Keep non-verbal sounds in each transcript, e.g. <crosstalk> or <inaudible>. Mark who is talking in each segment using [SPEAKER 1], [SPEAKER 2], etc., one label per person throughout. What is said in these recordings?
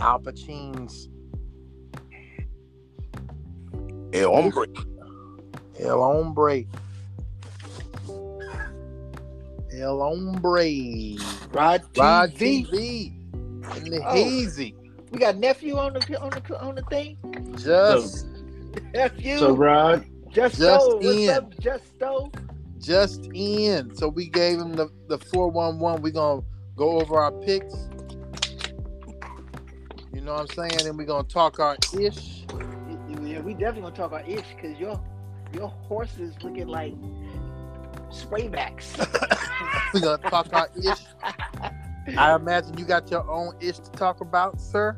[SPEAKER 1] Al Pacino's
[SPEAKER 2] El hombre.
[SPEAKER 1] El Hombre. El Hombre.
[SPEAKER 3] Rod,
[SPEAKER 1] Rod
[SPEAKER 3] TV.
[SPEAKER 1] TV. And the
[SPEAKER 3] Oh.
[SPEAKER 1] Hazy.
[SPEAKER 3] We got nephew on the on the on the thing.
[SPEAKER 1] Just
[SPEAKER 3] Nephew.
[SPEAKER 4] So Rod,
[SPEAKER 3] just
[SPEAKER 1] Just
[SPEAKER 3] so. What's
[SPEAKER 1] in.
[SPEAKER 3] up, just so.
[SPEAKER 1] just in. So we gave him the, the 411. We're going to go over our picks. You know what I'm saying? And we're going to talk our ish.
[SPEAKER 3] Yeah, we definitely gonna talk about ish because your your horse is looking like spraybacks.
[SPEAKER 1] We're going to talk our ish. I imagine you got your own ish to talk about, sir.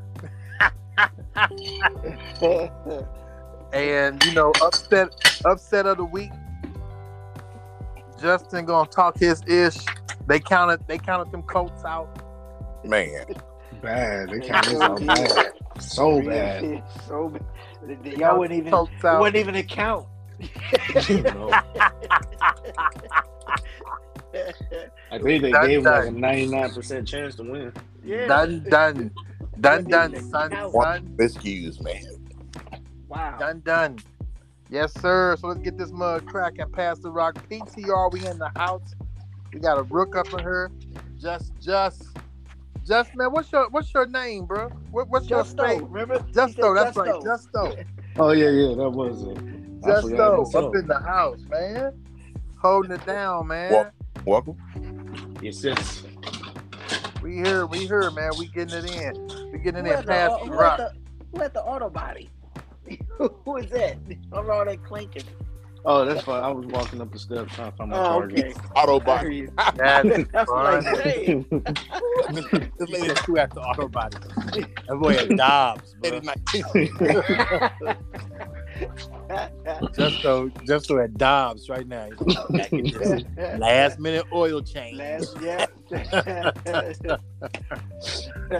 [SPEAKER 1] And you know, upset upset of the week. Justin gonna talk his ish. They counted they counted them coats out.
[SPEAKER 2] Man.
[SPEAKER 4] bad. They kind of out bad. So
[SPEAKER 3] <laughs>
[SPEAKER 4] <laughs> bad.
[SPEAKER 3] so bad. Th- th- Y'all wouldn't even
[SPEAKER 1] Coats out.
[SPEAKER 3] wouldn't even account.
[SPEAKER 4] You know, I think they
[SPEAKER 1] That
[SPEAKER 4] gave like a
[SPEAKER 1] time.
[SPEAKER 4] 99% chance to win.
[SPEAKER 3] yeah.
[SPEAKER 1] Done done. Done
[SPEAKER 3] Wouldn't
[SPEAKER 1] done
[SPEAKER 3] even
[SPEAKER 1] son
[SPEAKER 3] count.
[SPEAKER 1] son.
[SPEAKER 2] Excuse, man.
[SPEAKER 3] Wow.
[SPEAKER 1] Done done. Yes, sir. So let's get this mug crack and pass the rock. PTR, we in the house. We got a rook up in her. Just just just man, what's your what's your name, bro? What, what's
[SPEAKER 3] Just
[SPEAKER 1] your
[SPEAKER 3] so.
[SPEAKER 1] name?
[SPEAKER 3] Remember? He said
[SPEAKER 1] Justo, that's right.
[SPEAKER 3] Justo.
[SPEAKER 1] Justo.
[SPEAKER 4] Oh yeah, yeah, that was it. I forgot
[SPEAKER 1] Justo,
[SPEAKER 4] about
[SPEAKER 1] up in the house, man. Holding it down, man.
[SPEAKER 2] Well- Welcome.
[SPEAKER 4] Yes, yes.
[SPEAKER 1] We here, we here, man. We getting it in. We getting
[SPEAKER 3] Who
[SPEAKER 1] it in
[SPEAKER 3] had the, uh,
[SPEAKER 1] past the
[SPEAKER 3] au- who, had
[SPEAKER 1] rock.
[SPEAKER 3] the, who had the auto body? <laughs> who is that? I'm all that clinking.
[SPEAKER 4] Oh, that's fine. I was walking up the steps trying to find my
[SPEAKER 3] Oh,
[SPEAKER 4] charger.
[SPEAKER 3] okay. I hear
[SPEAKER 2] Autobot.
[SPEAKER 3] you.
[SPEAKER 1] That's
[SPEAKER 3] That's what I
[SPEAKER 1] fun.
[SPEAKER 4] <laughs>
[SPEAKER 3] say.
[SPEAKER 1] the lady who at the <laughs> Autobot. That boy at Dobbs, Just so, just so at Dobbs right now.
[SPEAKER 3] <laughs>
[SPEAKER 1] Last minute oil change.
[SPEAKER 3] Last, <laughs> yeah.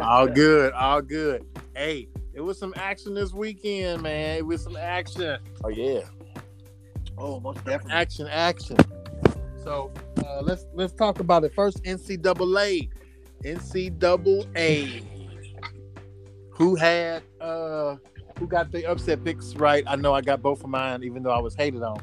[SPEAKER 1] All good, all good. Hey, it was some action this weekend, man. It was some action.
[SPEAKER 2] Oh yeah.
[SPEAKER 3] Oh, most <laughs> definitely.
[SPEAKER 1] action, action. So uh, let's let's talk about it first. NCAA, NCAA, who had uh, who got the upset picks right? I know I got both of mine, even though I was hated on.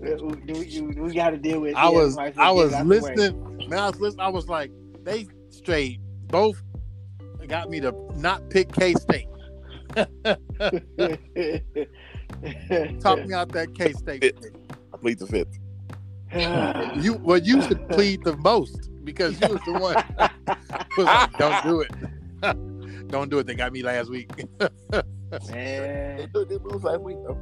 [SPEAKER 3] we, we, we got to deal with.
[SPEAKER 1] I
[SPEAKER 3] yeah,
[SPEAKER 1] was
[SPEAKER 3] might as
[SPEAKER 1] I
[SPEAKER 3] well get
[SPEAKER 1] was
[SPEAKER 3] it out the way.
[SPEAKER 1] listening, man. I was listening. I was like, they straight both got me to not pick K State. Talk me out that K State.
[SPEAKER 2] I plead the fifth.
[SPEAKER 1] You well, you should plead the most because you was the one. was like, don't do it. don't do it. <laughs> They got me last week.
[SPEAKER 3] <laughs> Man.
[SPEAKER 2] They lose last week though.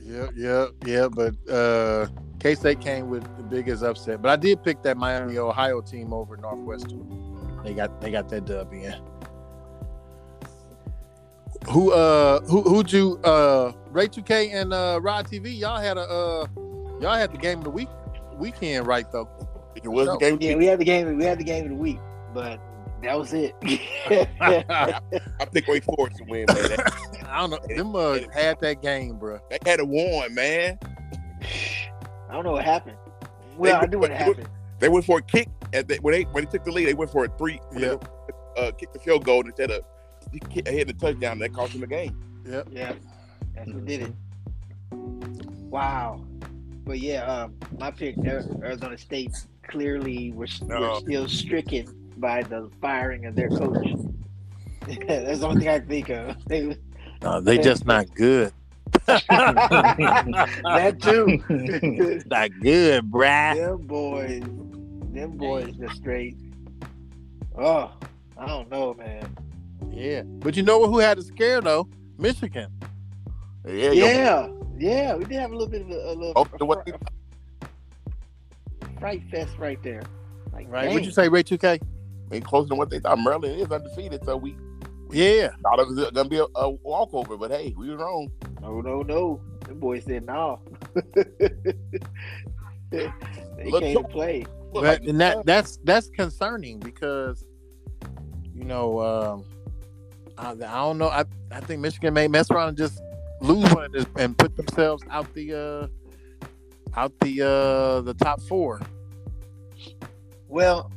[SPEAKER 1] yeah, yeah, yeah. But uh K State came with the biggest upset. But I did pick that Miami Ohio team over Northwestern. They got they got that dub in. Who uh who who'd you uh Ray 2K and uh Rod TV, y'all had a uh y'all had the game of the week weekend right though.
[SPEAKER 2] It was the
[SPEAKER 1] No.
[SPEAKER 2] game.
[SPEAKER 3] Yeah, we had the game. We had the game of the week, but that was it. <laughs>
[SPEAKER 1] <laughs> I
[SPEAKER 2] I picked Wake Forest to win, man. They-
[SPEAKER 1] don't know. Them uh, had that game, bruh.
[SPEAKER 2] They had a warn, man.
[SPEAKER 3] I don't know what happened. Well, I knew what happened.
[SPEAKER 2] They went for a kick at the, when they when they took the lead. They went for a three. when they, Uh, kicked the field goal instead of he ki- he hit the touchdown. That cost him the game.
[SPEAKER 3] Yeah, that's what did it. Wow. But yeah, um, my pick, Ari- Arizona State, clearly were,
[SPEAKER 2] No.
[SPEAKER 3] were still stricken by the firing of their coach. <laughs> that's the only thing I can think of. <laughs> They,
[SPEAKER 1] No, they just not good. <laughs>
[SPEAKER 3] that too.
[SPEAKER 1] Not good, bruh.
[SPEAKER 3] <laughs> them boys, them boys, just straight. Oh, I don't know, man.
[SPEAKER 1] Yeah, but you know who had a scare though? Michigan.
[SPEAKER 2] Yeah,
[SPEAKER 3] Yeah, yeah, we did have a little bit of a, a little
[SPEAKER 2] Oh, the what-
[SPEAKER 3] a fright fest right there. Like,
[SPEAKER 1] Right?
[SPEAKER 3] dang.
[SPEAKER 1] What'd you say, Ray Two K?
[SPEAKER 2] And closer than what they thought. Maryland is undefeated, so we
[SPEAKER 1] Yeah,
[SPEAKER 2] thought it was gonna be a, a walkover. But hey, we were wrong.
[SPEAKER 3] No, no, no. The boy said <laughs> no. they
[SPEAKER 2] Look,
[SPEAKER 3] came to play.
[SPEAKER 2] Look
[SPEAKER 1] but,
[SPEAKER 2] like-
[SPEAKER 1] and that that's that's concerning because you know um, I, I don't know. I, I think Michigan may mess around and just lose one of this and put themselves out the uh, out the uh, the top four.
[SPEAKER 3] Well,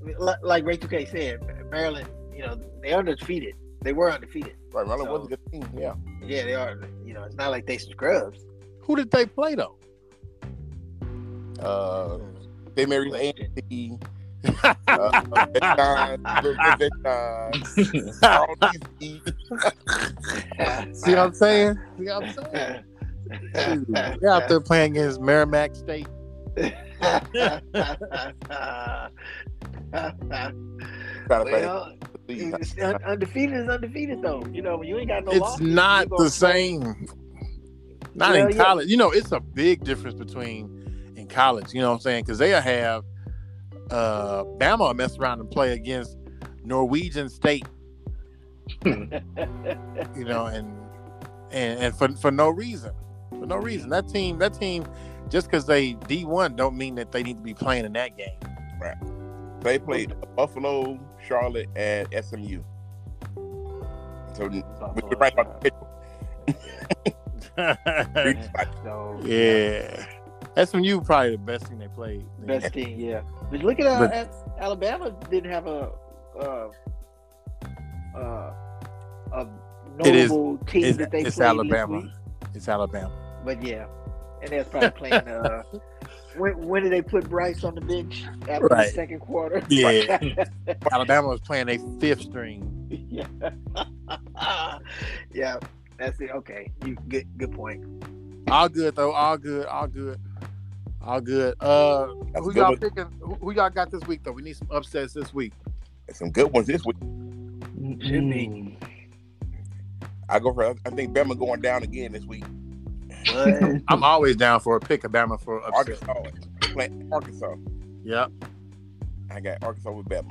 [SPEAKER 3] li- like Ray 2K said, Maryland, you know, they are undefeated. They were undefeated.
[SPEAKER 2] Right, Maryland
[SPEAKER 3] So-
[SPEAKER 2] was a good team. Hmm, Yeah.
[SPEAKER 3] Yeah, they are. You know, it's not like they scrubs.
[SPEAKER 1] Who did they play though?
[SPEAKER 2] Uh, they married
[SPEAKER 3] Question.
[SPEAKER 2] Andy. uh, Veteran, little Veteran,
[SPEAKER 1] <laughs>
[SPEAKER 2] all these-
[SPEAKER 1] See what I'm saying? See what I'm saying?
[SPEAKER 3] <laughs>
[SPEAKER 1] Dude,
[SPEAKER 2] <laughs>
[SPEAKER 1] They're out there playing against Merrimack State.
[SPEAKER 2] Gotta play
[SPEAKER 3] well,
[SPEAKER 2] the league.
[SPEAKER 3] it's un- undefeated is undefeated though. You know, you ain't got no.
[SPEAKER 1] It's
[SPEAKER 3] losses,
[SPEAKER 1] not
[SPEAKER 3] you
[SPEAKER 1] the
[SPEAKER 3] gonna-
[SPEAKER 1] same. Not
[SPEAKER 3] Well,
[SPEAKER 1] in
[SPEAKER 3] yeah.
[SPEAKER 1] college. You know, it's a big difference between in college. You know what I'm saying? Because they'll have uh, Bama mess around and play against Norwegian
[SPEAKER 3] <laughs>
[SPEAKER 1] State. you know, and and and for for no reason, for no reason. That team, that team, just because they D one, don't mean that they need to be playing in that game.
[SPEAKER 2] They played Buffalo, Charlotte, and SMU. So we
[SPEAKER 3] Oh,
[SPEAKER 2] were right about the schedule.
[SPEAKER 3] So,
[SPEAKER 1] <laughs> yeah, SMU probably the best team they played.
[SPEAKER 3] Best team, yeah. But look at how
[SPEAKER 1] But-
[SPEAKER 3] Al- Alabama didn't have a uh, uh, a
[SPEAKER 1] It is-
[SPEAKER 3] notable team
[SPEAKER 1] It's,
[SPEAKER 3] that they
[SPEAKER 1] it's
[SPEAKER 3] played each
[SPEAKER 1] Alabama.
[SPEAKER 3] week.
[SPEAKER 1] It's Alabama.
[SPEAKER 3] But yeah, and they're probably playing.
[SPEAKER 1] <laughs>
[SPEAKER 3] Uh, when, when did they put Bryce on the bench after
[SPEAKER 1] Right.
[SPEAKER 3] the second quarter?
[SPEAKER 1] Yeah. Alabama was playing a fifth string.
[SPEAKER 3] <laughs> yeah. yeah. That's it. Okay, you good. Good point.
[SPEAKER 1] All good though. All good. All good. All good. Uh, who
[SPEAKER 2] Good
[SPEAKER 1] y'all
[SPEAKER 2] one-
[SPEAKER 1] picking? Who, who y'all got this week though? We need some upsets this week.
[SPEAKER 2] Some good ones this week.
[SPEAKER 4] Mm-mm.
[SPEAKER 2] I go for. I think Bama going down again this week.
[SPEAKER 1] <laughs>
[SPEAKER 3] But
[SPEAKER 1] I'm always down for a pick of Bama for upset.
[SPEAKER 2] Arkansas. They playing Arkansas.
[SPEAKER 1] Yep.
[SPEAKER 2] I got Arkansas with Bama.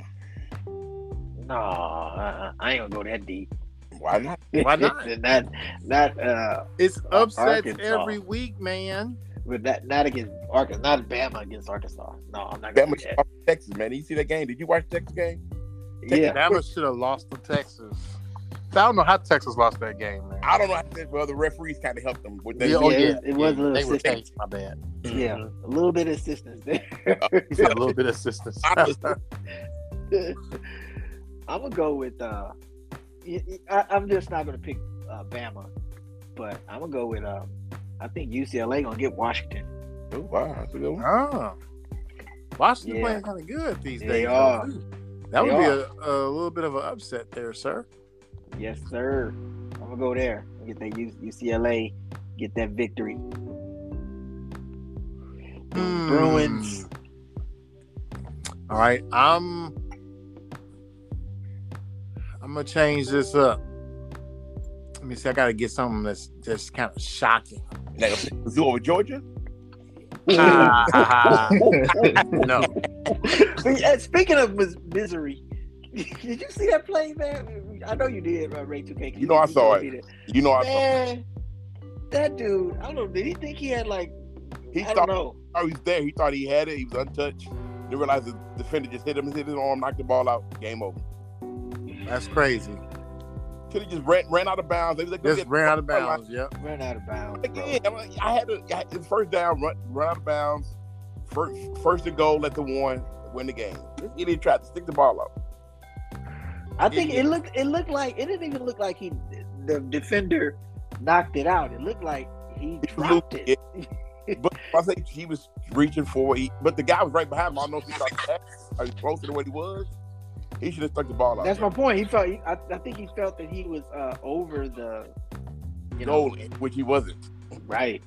[SPEAKER 3] no, uh, I ain't gonna go that deep.
[SPEAKER 2] Why not?
[SPEAKER 3] <laughs>
[SPEAKER 1] Why not?
[SPEAKER 3] not not uh,
[SPEAKER 1] It's upsets
[SPEAKER 3] Arkansas.
[SPEAKER 1] every week, man.
[SPEAKER 3] But that not against Arkansas, not Bama against Arkansas. No, I'm not gonna
[SPEAKER 2] Bama
[SPEAKER 3] do
[SPEAKER 2] should off Texas, man. You see that game? Did you watch Texas game?
[SPEAKER 3] that. Yeah,
[SPEAKER 1] Bama should have lost to Texas. I don't know how Texas lost that game, man.
[SPEAKER 2] I don't know how to well, the referees kind of helped them with that.
[SPEAKER 1] Yeah, oh,
[SPEAKER 3] yeah,
[SPEAKER 1] yeah.
[SPEAKER 3] It, it was a
[SPEAKER 1] They
[SPEAKER 3] little
[SPEAKER 1] were
[SPEAKER 3] assistance.
[SPEAKER 1] Texas, my bad.
[SPEAKER 3] Yeah, a little bit of assistance there. <laughs>
[SPEAKER 1] He said a little bit of assistance.
[SPEAKER 2] I was-
[SPEAKER 3] I'm gonna go with. uh y- y- I, am just not gonna pick uh, Bama, but I'm gonna go with. Uh, I think UCLA gonna get Washington.
[SPEAKER 2] <laughs> Oh, wow, that's a good
[SPEAKER 1] <laughs>
[SPEAKER 2] one.
[SPEAKER 1] <laughs> oh. Washington
[SPEAKER 3] Yeah.
[SPEAKER 1] playing kind of good these
[SPEAKER 3] They
[SPEAKER 1] days. though,
[SPEAKER 3] are.
[SPEAKER 1] too. That
[SPEAKER 3] They
[SPEAKER 1] would be a, a little bit of an upset there, sir.
[SPEAKER 3] Yes, sir. I'm gonna go there. and Get that U- UCLA. Get that victory.
[SPEAKER 1] Hmm.
[SPEAKER 3] Bruins. <laughs>
[SPEAKER 1] All right, I'm. I'm gonna change this up. Let me see. I gotta get something that's just kind of shocking. <laughs>
[SPEAKER 2] Now, Zoo over Georgia.
[SPEAKER 4] Mm-hmm.
[SPEAKER 1] Ah. no,
[SPEAKER 3] But, uh, Speaking of mis- misery, <laughs> did you see that play, man? I know you did, uh, Ray 2K.
[SPEAKER 2] You know I saw
[SPEAKER 3] told me that.
[SPEAKER 2] You know, I saw,
[SPEAKER 3] Man, that dude, I don't know, did he think he had like,
[SPEAKER 2] he
[SPEAKER 3] I don't
[SPEAKER 2] thought
[SPEAKER 3] know.
[SPEAKER 2] he was Oh, there. He thought he had it. He was untouched. They realized the defender just hit him, hit his arm, knocked the ball out. Game over.
[SPEAKER 1] that's crazy.
[SPEAKER 2] Could have just ran, ran out of bounds. They was like,
[SPEAKER 1] Just
[SPEAKER 2] "Go get
[SPEAKER 1] ran out of
[SPEAKER 2] the ball."
[SPEAKER 1] bounds. Yep.
[SPEAKER 3] Ran out of bounds.
[SPEAKER 2] Like,
[SPEAKER 3] bro.
[SPEAKER 2] yeah, I'm like, I had to I had- first down, run, run out of bounds. First, first and goal, let the one win the game. This idiot tried to stick the ball out.
[SPEAKER 3] I think
[SPEAKER 2] yeah.
[SPEAKER 3] it looked it looked like it didn't even look like he the defender knocked it out. It looked like he dropped
[SPEAKER 2] looked-
[SPEAKER 3] it.
[SPEAKER 2] But I think he was reaching for it, but the guy was right behind him. I don't know if he thought that or he closer to what he was. He should have stuck the ball out.
[SPEAKER 3] That's my point. He felt he, I, I think he felt that he was uh, over the you know
[SPEAKER 2] goal, which he wasn't.
[SPEAKER 3] Right.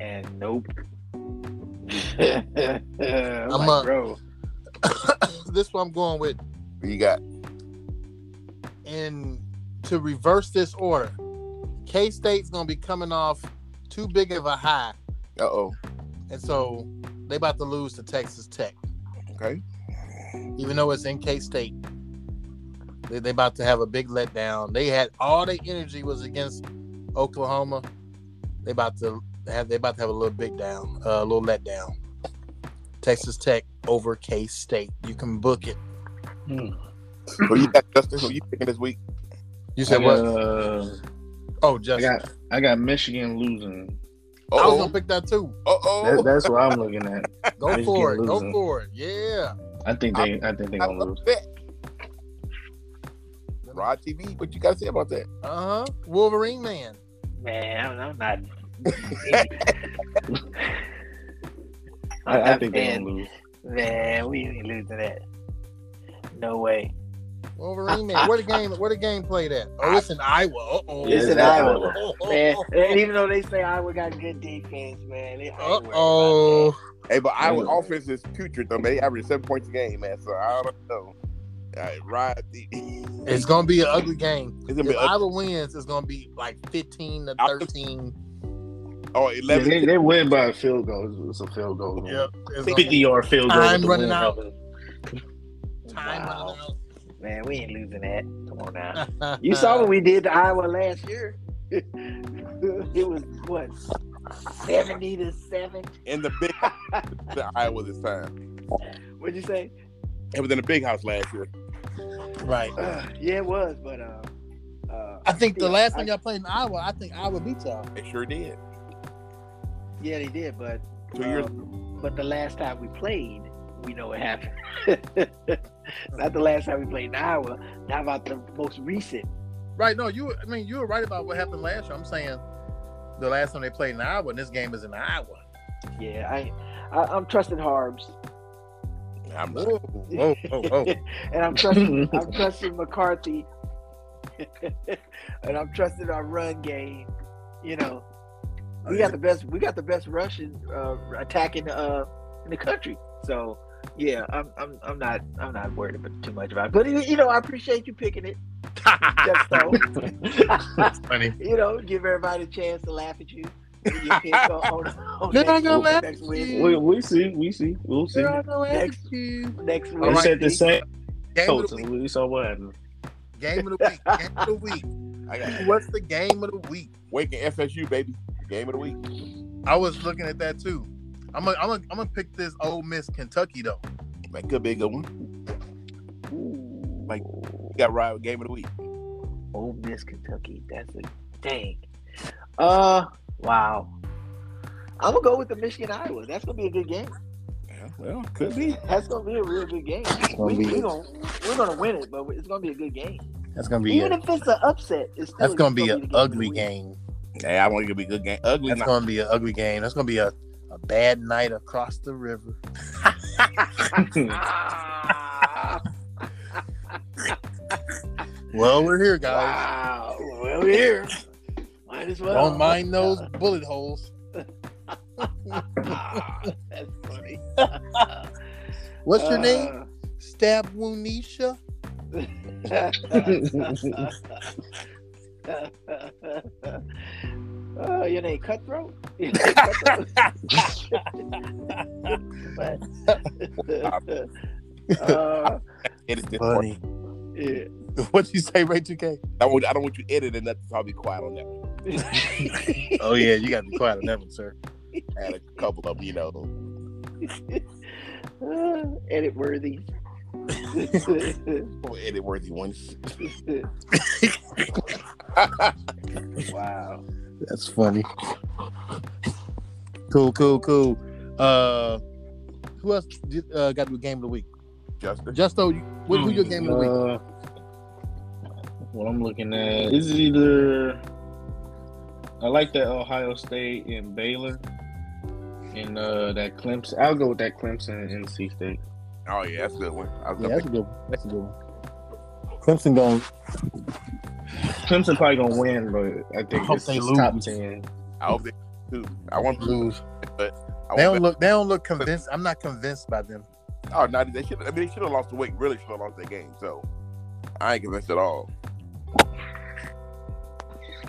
[SPEAKER 3] And
[SPEAKER 1] <laughs>
[SPEAKER 4] <laughs>
[SPEAKER 3] nope. I'm like,
[SPEAKER 1] up.
[SPEAKER 3] bro.
[SPEAKER 1] <coughs> this one I'm going with.
[SPEAKER 2] Who You got
[SPEAKER 1] in to reverse this order. K State's gonna be coming off too big of a high,
[SPEAKER 2] uh oh.
[SPEAKER 1] and so they about to lose to Texas Tech,
[SPEAKER 2] Okay.
[SPEAKER 1] even though it's in K State. They they about to have a big letdown. They had all their energy was against Oklahoma. They about to have they about to have a little big down, uh, a little letdown. Texas Tech over K State. You can book it.
[SPEAKER 4] Mm.
[SPEAKER 2] Who you got, Justin? Who you picking this week?
[SPEAKER 1] You
[SPEAKER 4] I
[SPEAKER 1] said
[SPEAKER 4] got,
[SPEAKER 1] what?
[SPEAKER 4] uh,
[SPEAKER 1] Oh,
[SPEAKER 4] I
[SPEAKER 1] just I,
[SPEAKER 4] got I got Michigan losing.
[SPEAKER 1] was
[SPEAKER 2] Uh
[SPEAKER 1] gonna pick that too.
[SPEAKER 2] oh.
[SPEAKER 4] That, that's what I'm looking at.
[SPEAKER 1] Go
[SPEAKER 4] Michigan
[SPEAKER 1] for it. Go
[SPEAKER 4] losing.
[SPEAKER 1] for it. Yeah.
[SPEAKER 4] I think they. I think they
[SPEAKER 2] I
[SPEAKER 4] gonna
[SPEAKER 2] love
[SPEAKER 4] lose.
[SPEAKER 2] that. Rod TV, what you got to say about that?
[SPEAKER 1] Uh huh. Wolverine man.
[SPEAKER 3] Man, I'm, I'm not.
[SPEAKER 4] <laughs> I, I think they
[SPEAKER 3] man,
[SPEAKER 4] gonna lose.
[SPEAKER 3] man, we ain't losing that. No way.
[SPEAKER 1] Wolverine man. Where the game? Where the game played at? Oh, it's in Iowa. Uh oh.
[SPEAKER 4] Yeah,
[SPEAKER 3] It's in
[SPEAKER 4] Iowa.
[SPEAKER 3] Man,
[SPEAKER 4] oh,
[SPEAKER 3] and even though they say Iowa got good defense, man, they ain't
[SPEAKER 1] Uh
[SPEAKER 3] worried
[SPEAKER 1] oh.
[SPEAKER 2] Hey, but Iowa
[SPEAKER 4] Yeah.
[SPEAKER 2] offense is putrid though. Man, they average seven points a game, man. So I don't know. All right, Rod, the-
[SPEAKER 1] It's gonna be an ugly game.
[SPEAKER 2] <laughs> it's gonna
[SPEAKER 1] If
[SPEAKER 2] be up
[SPEAKER 1] Iowa wins, it's gonna be like fifteen to
[SPEAKER 2] I-
[SPEAKER 1] thirteen.
[SPEAKER 2] or
[SPEAKER 4] Yeah,
[SPEAKER 2] oh, eleven.
[SPEAKER 4] they, they win by a field goal. It's a field goal.
[SPEAKER 1] It's gonna
[SPEAKER 4] Fifty
[SPEAKER 1] be
[SPEAKER 4] yard field goal.
[SPEAKER 1] Time
[SPEAKER 4] with the
[SPEAKER 1] running
[SPEAKER 4] win
[SPEAKER 1] out.
[SPEAKER 4] helping.
[SPEAKER 3] about
[SPEAKER 1] time
[SPEAKER 3] that. Wow.
[SPEAKER 1] running out.
[SPEAKER 3] Man, we ain't losing that. Come on
[SPEAKER 1] <laughs>
[SPEAKER 3] now. You saw
[SPEAKER 1] Uh,
[SPEAKER 3] what we did to Iowa last year. <laughs> it was what seventy to seven.
[SPEAKER 2] in the big <laughs> the Iowa this time.
[SPEAKER 3] What'd you say?
[SPEAKER 2] It was in the big house last year.
[SPEAKER 1] right.
[SPEAKER 3] Uh, yeah, it was, but uh, uh,
[SPEAKER 1] I think the
[SPEAKER 3] Yeah,
[SPEAKER 1] last
[SPEAKER 3] I-
[SPEAKER 1] time y'all played in Iowa, I think Iowa beat y'all.
[SPEAKER 2] It sure did.
[SPEAKER 3] yeah, they did, but
[SPEAKER 2] Two years.
[SPEAKER 3] um, but the last time we played, we know what happened. <laughs> Not the last time we played in Iowa. Now about the most recent.
[SPEAKER 1] Right. No, you. I mean, you were right about what happened last year. I'm saying the last time they played in Iowa, and this game is in Iowa. <laughs>
[SPEAKER 3] Yeah, I, I I'm trusting Harbs,
[SPEAKER 2] I'm
[SPEAKER 1] Whoa, whoa, whoa,
[SPEAKER 2] Oh.
[SPEAKER 1] whoa.
[SPEAKER 3] <laughs> and I'm trusting I'm trusting McCarthy, <laughs> and I'm trusting our run game. You know, we got the best we got the best Russian uh, attacking uh, in the country. So yeah, I'm I'm I'm not I'm not worried about too much about it. But you you know, I appreciate you picking it. Just
[SPEAKER 1] <laughs>
[SPEAKER 3] so
[SPEAKER 4] That's funny.
[SPEAKER 3] you know, give everybody a chance to laugh at you. When
[SPEAKER 1] <laughs>
[SPEAKER 3] you pick on, on, on
[SPEAKER 1] They're not
[SPEAKER 3] next,
[SPEAKER 1] gonna laugh
[SPEAKER 3] next
[SPEAKER 1] at
[SPEAKER 3] Wednesday.
[SPEAKER 1] you.
[SPEAKER 4] <laughs> We, we see. We see. We'll see.
[SPEAKER 1] They're not gonna ask
[SPEAKER 3] Next.
[SPEAKER 1] you.
[SPEAKER 3] Next
[SPEAKER 4] They
[SPEAKER 1] All
[SPEAKER 3] Wednesday.
[SPEAKER 1] right.
[SPEAKER 4] said the same
[SPEAKER 1] Game of
[SPEAKER 4] coach.
[SPEAKER 1] the week.
[SPEAKER 4] We saw what happened.
[SPEAKER 1] Game of the week. Game of the week.
[SPEAKER 2] <laughs> I got
[SPEAKER 1] What's the game of the week?
[SPEAKER 2] waking FSU baby game of the week.
[SPEAKER 1] I was looking at that too. I'm gonna, I'm gonna, I'm gonna pick this Ole Miss Kentucky though.
[SPEAKER 2] That could be a good one. Like you got Rod with game of the week.
[SPEAKER 3] Ole Miss, Kentucky. That's a dang. Uh, wow. I'm gonna go with the Michigan Iowa. That's gonna be a good game.
[SPEAKER 2] Yeah, well, could be.
[SPEAKER 3] That's gonna be a real good game.
[SPEAKER 4] gonna
[SPEAKER 3] We,
[SPEAKER 4] be
[SPEAKER 3] we
[SPEAKER 4] good.
[SPEAKER 3] gonna, we're gonna win it, but it's gonna be a good game.
[SPEAKER 1] That's gonna
[SPEAKER 3] Even if it's an upset, it's still
[SPEAKER 1] That's gonna be
[SPEAKER 3] the
[SPEAKER 1] an
[SPEAKER 3] game of the
[SPEAKER 1] ugly
[SPEAKER 3] week.
[SPEAKER 1] game.
[SPEAKER 2] Hey, I want it to be a good game. Ugly.
[SPEAKER 1] That's
[SPEAKER 2] night.
[SPEAKER 1] gonna be an ugly game. That's gonna be a, a bad night across the river.
[SPEAKER 3] Ah,
[SPEAKER 1] Well, we're here, <laughs> guys.
[SPEAKER 3] wow. Well, here. Might as well.
[SPEAKER 1] Don't mind those bullet holes.
[SPEAKER 3] Ah, that's funny.
[SPEAKER 1] What's your name?
[SPEAKER 3] Uh,
[SPEAKER 1] Stab Wunisha.
[SPEAKER 3] <laughs> Oh, uh, your name Cutthroat? <laughs> Your name Cutthroat? <laughs> but, uh,
[SPEAKER 2] It is this part.
[SPEAKER 1] Funny.
[SPEAKER 3] yeah.
[SPEAKER 1] <laughs> What'd you say, Ray 2K?
[SPEAKER 2] I, won't- I don't want you editing nothing, so I'll be quiet on that. one.
[SPEAKER 1] Oh yeah, you gotta be quiet on that one, <laughs> sir.
[SPEAKER 2] I had a couple of them, you know.
[SPEAKER 3] Uh, edit worthy. <laughs>
[SPEAKER 2] Edit worthy ones.
[SPEAKER 3] <laughs> wow.
[SPEAKER 1] That's funny. Cool, cool, cool. Uh who else did, uh, got the game of the week?
[SPEAKER 2] Justin.
[SPEAKER 1] Justo, you- who, who your game of the week?
[SPEAKER 4] Uh, what I'm looking at is either I like that Ohio State and Baylor, and uh, that Clemson. I'll go with that Clemson and NC State.
[SPEAKER 2] Oh yeah, that's a good one. I was
[SPEAKER 1] Yeah,
[SPEAKER 2] gonna
[SPEAKER 1] that's a good one. That's a good one. Clemson going.
[SPEAKER 4] Clemson probably gonna win, but I think
[SPEAKER 1] I hope
[SPEAKER 4] it's,
[SPEAKER 1] they
[SPEAKER 4] it's
[SPEAKER 1] lose.
[SPEAKER 4] top ten.
[SPEAKER 2] I hope they too. I want blue,
[SPEAKER 1] lose.
[SPEAKER 2] but I
[SPEAKER 1] They
[SPEAKER 2] want
[SPEAKER 1] don't look. They don't look convinced. I'm not convinced by them.
[SPEAKER 2] Bama. Oh no, they should. I mean, they should have lost the weight. Really should have lost that game. So I ain't convinced at all.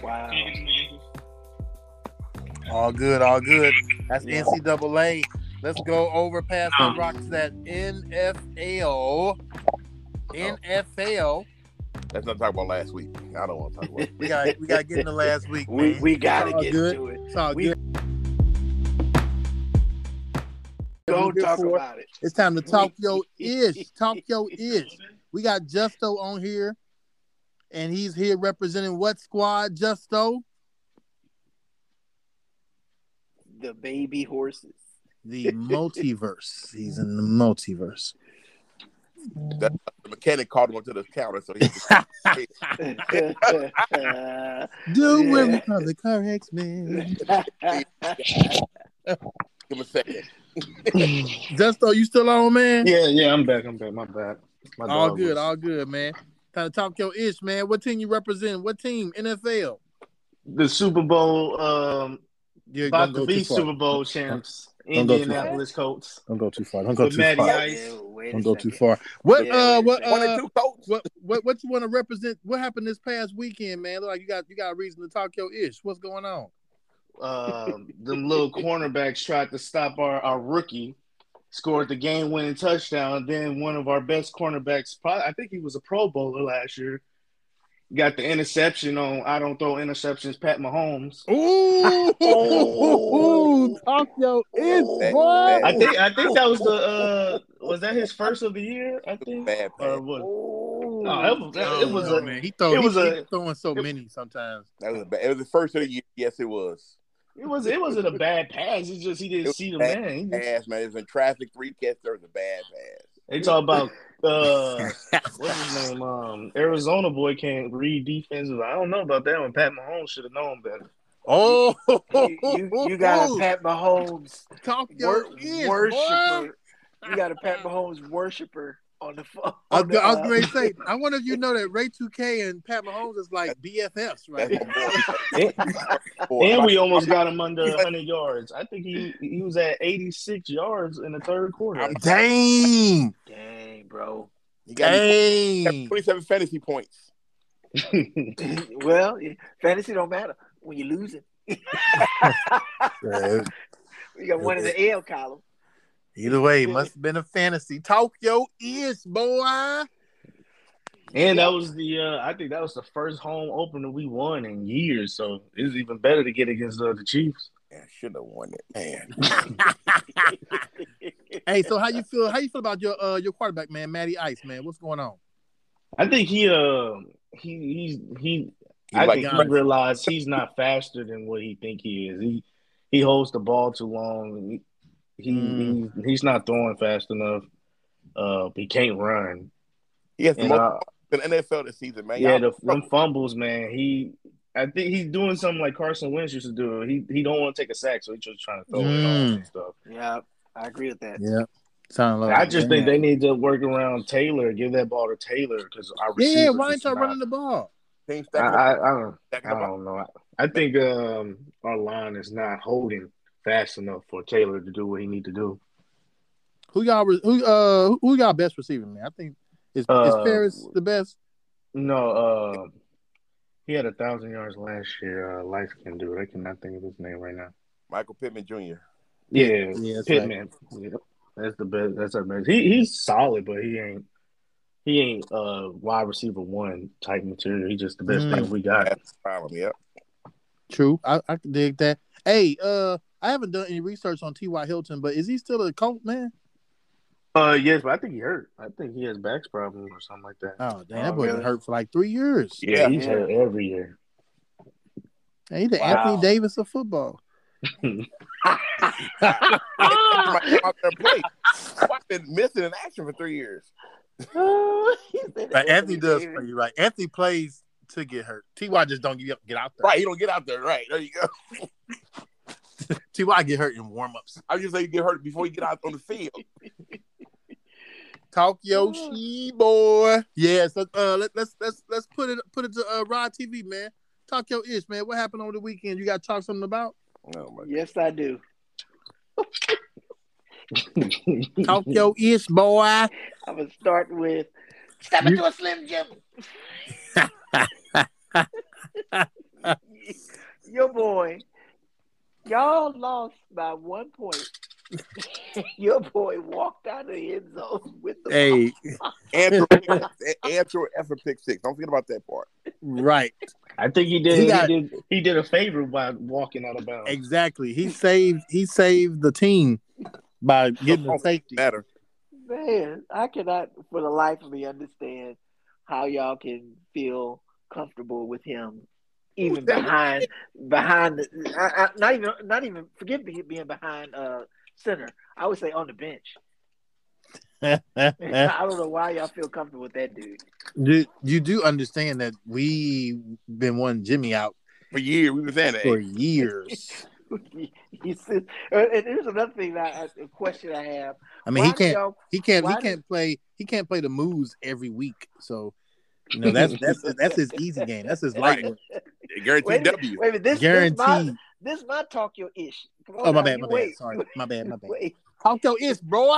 [SPEAKER 3] Wow.
[SPEAKER 1] All good. All good. That's
[SPEAKER 3] Yeah.
[SPEAKER 1] NCAA. Let's go over past the rocks. That
[SPEAKER 3] Oh.
[SPEAKER 1] NFL. NFL.
[SPEAKER 2] That's not talking about last week. I don't want to talk about. it.
[SPEAKER 1] We got. We got to get into last week.
[SPEAKER 3] We,
[SPEAKER 1] man.
[SPEAKER 3] we gotta
[SPEAKER 1] It's all
[SPEAKER 3] get
[SPEAKER 1] good.
[SPEAKER 3] to it.
[SPEAKER 1] It's all
[SPEAKER 3] we-
[SPEAKER 1] good.
[SPEAKER 3] Don't
[SPEAKER 1] Good
[SPEAKER 3] talk
[SPEAKER 1] for-
[SPEAKER 3] about it.
[SPEAKER 1] It's time to talk your ish. Talk your
[SPEAKER 4] <laughs>
[SPEAKER 1] ish. We got Justo on here, and he's here representing what squad? Justo,
[SPEAKER 3] <laughs> The baby horses. <laughs>
[SPEAKER 4] <laughs>
[SPEAKER 1] the multiverse. He's in the multiverse.
[SPEAKER 2] That, the mechanic called him up to <laughs> the counter, so he
[SPEAKER 1] Do
[SPEAKER 3] Yeah.
[SPEAKER 1] women from the car X Men?
[SPEAKER 2] give him a second.
[SPEAKER 1] Justo, you still on, man?
[SPEAKER 4] Yeah, yeah, I'm back. I'm back. My bad. My
[SPEAKER 1] all
[SPEAKER 4] dog
[SPEAKER 1] good,
[SPEAKER 4] was-
[SPEAKER 1] all good, man. Kind of talk your ish, man. What team you represent? What team? NFL.
[SPEAKER 4] The Super Bowl, um,
[SPEAKER 1] You're
[SPEAKER 4] about to be Super Bowl champs,
[SPEAKER 1] Don't go too
[SPEAKER 4] Indianapolis Colts.
[SPEAKER 1] Don't go too far. Don't go
[SPEAKER 4] With
[SPEAKER 1] too
[SPEAKER 4] Matty
[SPEAKER 1] far.
[SPEAKER 4] Ice.
[SPEAKER 1] Don't go too far. What?
[SPEAKER 3] Yeah,
[SPEAKER 1] uh,
[SPEAKER 3] wait
[SPEAKER 1] what?
[SPEAKER 3] a second.
[SPEAKER 2] One
[SPEAKER 1] Uh,
[SPEAKER 2] and two coats.
[SPEAKER 1] what? What? What you want to represent? What happened this past weekend, man? Look like you got you got a reason to talk your ish. What's going <laughs> on?
[SPEAKER 4] Um, them little cornerbacks tried to stop our, our rookie, scored the game winning touchdown. Then one of our best cornerbacks, probably, I think he was a Pro Bowler last year, got the interception on I don't throw interceptions, Pat Mahomes.
[SPEAKER 1] Ooh, <laughs> talk your ish, boy.
[SPEAKER 4] I think I
[SPEAKER 1] oh,
[SPEAKER 4] think that was the uh was that his first of the year? I think.
[SPEAKER 2] Bad
[SPEAKER 4] Or
[SPEAKER 2] pass.
[SPEAKER 4] uh, what?
[SPEAKER 3] Oh,
[SPEAKER 4] No, that was, that, it was
[SPEAKER 1] Oh,
[SPEAKER 4] a
[SPEAKER 1] man. He throw,
[SPEAKER 4] it was
[SPEAKER 1] he,
[SPEAKER 4] a-
[SPEAKER 1] he throwing so many sometimes.
[SPEAKER 2] That was a bad. It was the first of the year. Yes, it was.
[SPEAKER 4] it was it wasn't a bad pass. It's just he
[SPEAKER 2] It
[SPEAKER 4] didn't
[SPEAKER 2] was
[SPEAKER 4] see the
[SPEAKER 2] bad
[SPEAKER 4] man. He just-
[SPEAKER 2] Pass, man. It was in traffic. Three catch. There was a bad pass.
[SPEAKER 4] They talk about uh
[SPEAKER 2] <laughs>
[SPEAKER 4] what's his name? Um Arizona boy can't read defenses. I don't know about that one. Pat Mahomes should have known better.
[SPEAKER 1] Oh,
[SPEAKER 3] you, you,
[SPEAKER 1] <laughs>
[SPEAKER 3] you got a Pat Mahomes
[SPEAKER 1] talk your
[SPEAKER 3] wor-
[SPEAKER 1] ish, boy.
[SPEAKER 3] worshiper. You got a Pat Mahomes worshiper on the uh, phone.
[SPEAKER 1] I was, I was
[SPEAKER 4] uh,
[SPEAKER 1] going to say, I wonder if you know that Ray 2K and Pat Mahomes is like BFFs, right?
[SPEAKER 2] That's my
[SPEAKER 4] <laughs> And,
[SPEAKER 2] boy.
[SPEAKER 4] and we almost got
[SPEAKER 2] <laughs>
[SPEAKER 4] him under 100 yards. I think he he was at 86 yards in the third quarter. <laughs>
[SPEAKER 1] Dang,
[SPEAKER 3] <laughs> Dang, bro. <laughs>
[SPEAKER 2] He got me
[SPEAKER 1] dang.
[SPEAKER 2] 27 fantasy points.
[SPEAKER 3] well, yeah, fantasy don't matter when you're losing. You got one in the L column. <laughs>
[SPEAKER 1] Either way, must have been a fantasy. Talk your ish, boy.
[SPEAKER 4] <laughs> And that was the uh I think that was the first home opener we won in years. So it's even better to get against uh, the Chiefs.
[SPEAKER 2] Man, should have won it, man.
[SPEAKER 1] Hey, so how you feel? How you feel about your uh your quarterback, man, Matty Ice, man? What's going on?
[SPEAKER 4] I think he uh he he's he
[SPEAKER 2] He
[SPEAKER 4] I
[SPEAKER 2] like
[SPEAKER 4] think he
[SPEAKER 1] Giannis.
[SPEAKER 4] realized he's not faster than what he think he is. He he holds the ball too long. and He he,
[SPEAKER 1] Mm.
[SPEAKER 4] he he's not throwing fast enough. Uh, he can't run.
[SPEAKER 2] he has the
[SPEAKER 4] And
[SPEAKER 2] most
[SPEAKER 4] uh,
[SPEAKER 2] in the NFL this season, man.
[SPEAKER 4] yeah,
[SPEAKER 2] Y'all-
[SPEAKER 4] the them fumbles, man. He I think he's doing something like Carson Wentz used to do. He he don't want to take a sack, so he's just trying to throw it
[SPEAKER 1] Mm.
[SPEAKER 4] off and stuff.
[SPEAKER 3] yeah, I agree with that.
[SPEAKER 1] Yeah, sound like
[SPEAKER 4] I just think they need to work around Taylor, give that ball to Taylor because our
[SPEAKER 1] yeah.
[SPEAKER 4] receivers
[SPEAKER 1] Why
[SPEAKER 4] is
[SPEAKER 1] ain't y'all
[SPEAKER 4] not-
[SPEAKER 1] running the ball?
[SPEAKER 2] teams
[SPEAKER 4] I,
[SPEAKER 2] stacking up,
[SPEAKER 4] I, I don't.
[SPEAKER 2] stacking
[SPEAKER 4] I uh,
[SPEAKER 2] up.
[SPEAKER 4] don't know. I think um, our line is not holding fast enough for Taylor to do what he need to do.
[SPEAKER 1] Who y'all? re- Who uh? Who y'all best receiver, man? I think is is
[SPEAKER 4] Uh,
[SPEAKER 1] Ferris the best?
[SPEAKER 4] No, uh, he had a thousand yards last year. Uh, life can do it. I cannot think of his name right now.
[SPEAKER 2] Michael Pittman Jr.
[SPEAKER 4] Yeah,
[SPEAKER 1] Yeah, that's right.
[SPEAKER 4] Pittman. Yep. That's the best. That's our best. He he's solid, but he ain't. He ain't uh wide receiver one type material. He's just the best
[SPEAKER 1] Mm.
[SPEAKER 4] thing we got.
[SPEAKER 2] That's the problem. Yep.
[SPEAKER 1] True. I, I can dig that. Hey, uh, I haven't done any research on T.Y. Hilton, but is he still a Colt, man?
[SPEAKER 4] Uh, yes, but I think he hurt. I think he has back problems or something like that.
[SPEAKER 1] Oh, damn,
[SPEAKER 3] Oh,
[SPEAKER 1] that boy been
[SPEAKER 3] really?
[SPEAKER 1] hurt for like three years.
[SPEAKER 2] Yeah.
[SPEAKER 4] he's hurt every year.
[SPEAKER 1] Man, he's the
[SPEAKER 3] Wow.
[SPEAKER 1] Anthony Davis of football.
[SPEAKER 2] Come
[SPEAKER 3] <laughs>
[SPEAKER 2] out- come out there and play. I've been missing in action for three years.
[SPEAKER 3] <laughs>
[SPEAKER 1] you right. Anthony plays to get hurt. T.Y. just don't get, get out
[SPEAKER 2] Right, you don't get out there. Right, there you go. <laughs>
[SPEAKER 1] T.Y. get hurt in warm-ups.
[SPEAKER 2] I just say you get hurt before you get out on the field.
[SPEAKER 1] Talk your she boy. Yeah, so uh, let, let's let's let's put it put it to uh, Rod TV, man. Talk your ish, man. What happened over the weekend? You got to talk something about?
[SPEAKER 2] Oh my God.
[SPEAKER 3] Yes, I do.
[SPEAKER 4] <laughs>
[SPEAKER 1] Talk <laughs> your ish, boy.
[SPEAKER 3] I'm gonna start with step
[SPEAKER 1] You-
[SPEAKER 3] into a slim jim. <laughs> Your boy, y'all lost by one point. <laughs> Your boy walked out of the end zone with the ball.
[SPEAKER 1] Hey,
[SPEAKER 2] Andrew, Andrew effort pick six. Don't forget about that part.
[SPEAKER 1] right.
[SPEAKER 4] I think he did.
[SPEAKER 1] He
[SPEAKER 4] He,
[SPEAKER 1] got-
[SPEAKER 4] did. He did a favor by walking out of bounds.
[SPEAKER 1] <laughs> Exactly. He saved he saved the team by getting the safety. <laughs>
[SPEAKER 2] Matter.
[SPEAKER 3] Man, I cannot for the life of me understand how y'all can feel comfortable with him, even behind behind the, I, I, not even not even forget be- being behind uh center. I would say on the bench.
[SPEAKER 1] you,
[SPEAKER 3] <laughs> I don't know why y'all feel comfortable with that dude. <laughs>
[SPEAKER 1] you do understand that we been wanting Jimmy out
[SPEAKER 2] For years, we were saying that.
[SPEAKER 1] for years.
[SPEAKER 3] He- he said- and there's another thing that I, a question I have.
[SPEAKER 1] I mean,
[SPEAKER 3] Why
[SPEAKER 1] he
[SPEAKER 3] do
[SPEAKER 1] can't.
[SPEAKER 3] y'all-
[SPEAKER 1] He can't.
[SPEAKER 3] Why
[SPEAKER 1] He
[SPEAKER 3] do-
[SPEAKER 1] can't play. He can't play the moves every week. So, you know, that's that's that's his easy game. That's his light work.
[SPEAKER 2] Guaranteed
[SPEAKER 3] wait, a minute,
[SPEAKER 2] W.
[SPEAKER 3] wait a minute. This, this, my,
[SPEAKER 1] Guaranteed.
[SPEAKER 3] this my talk your ish. Come on
[SPEAKER 1] Oh my
[SPEAKER 3] now,
[SPEAKER 1] bad.
[SPEAKER 3] you
[SPEAKER 1] My bad.
[SPEAKER 3] wait. <laughs>
[SPEAKER 1] Sorry. My bad. My bad.
[SPEAKER 3] Wait.
[SPEAKER 1] Talk your ish, bro.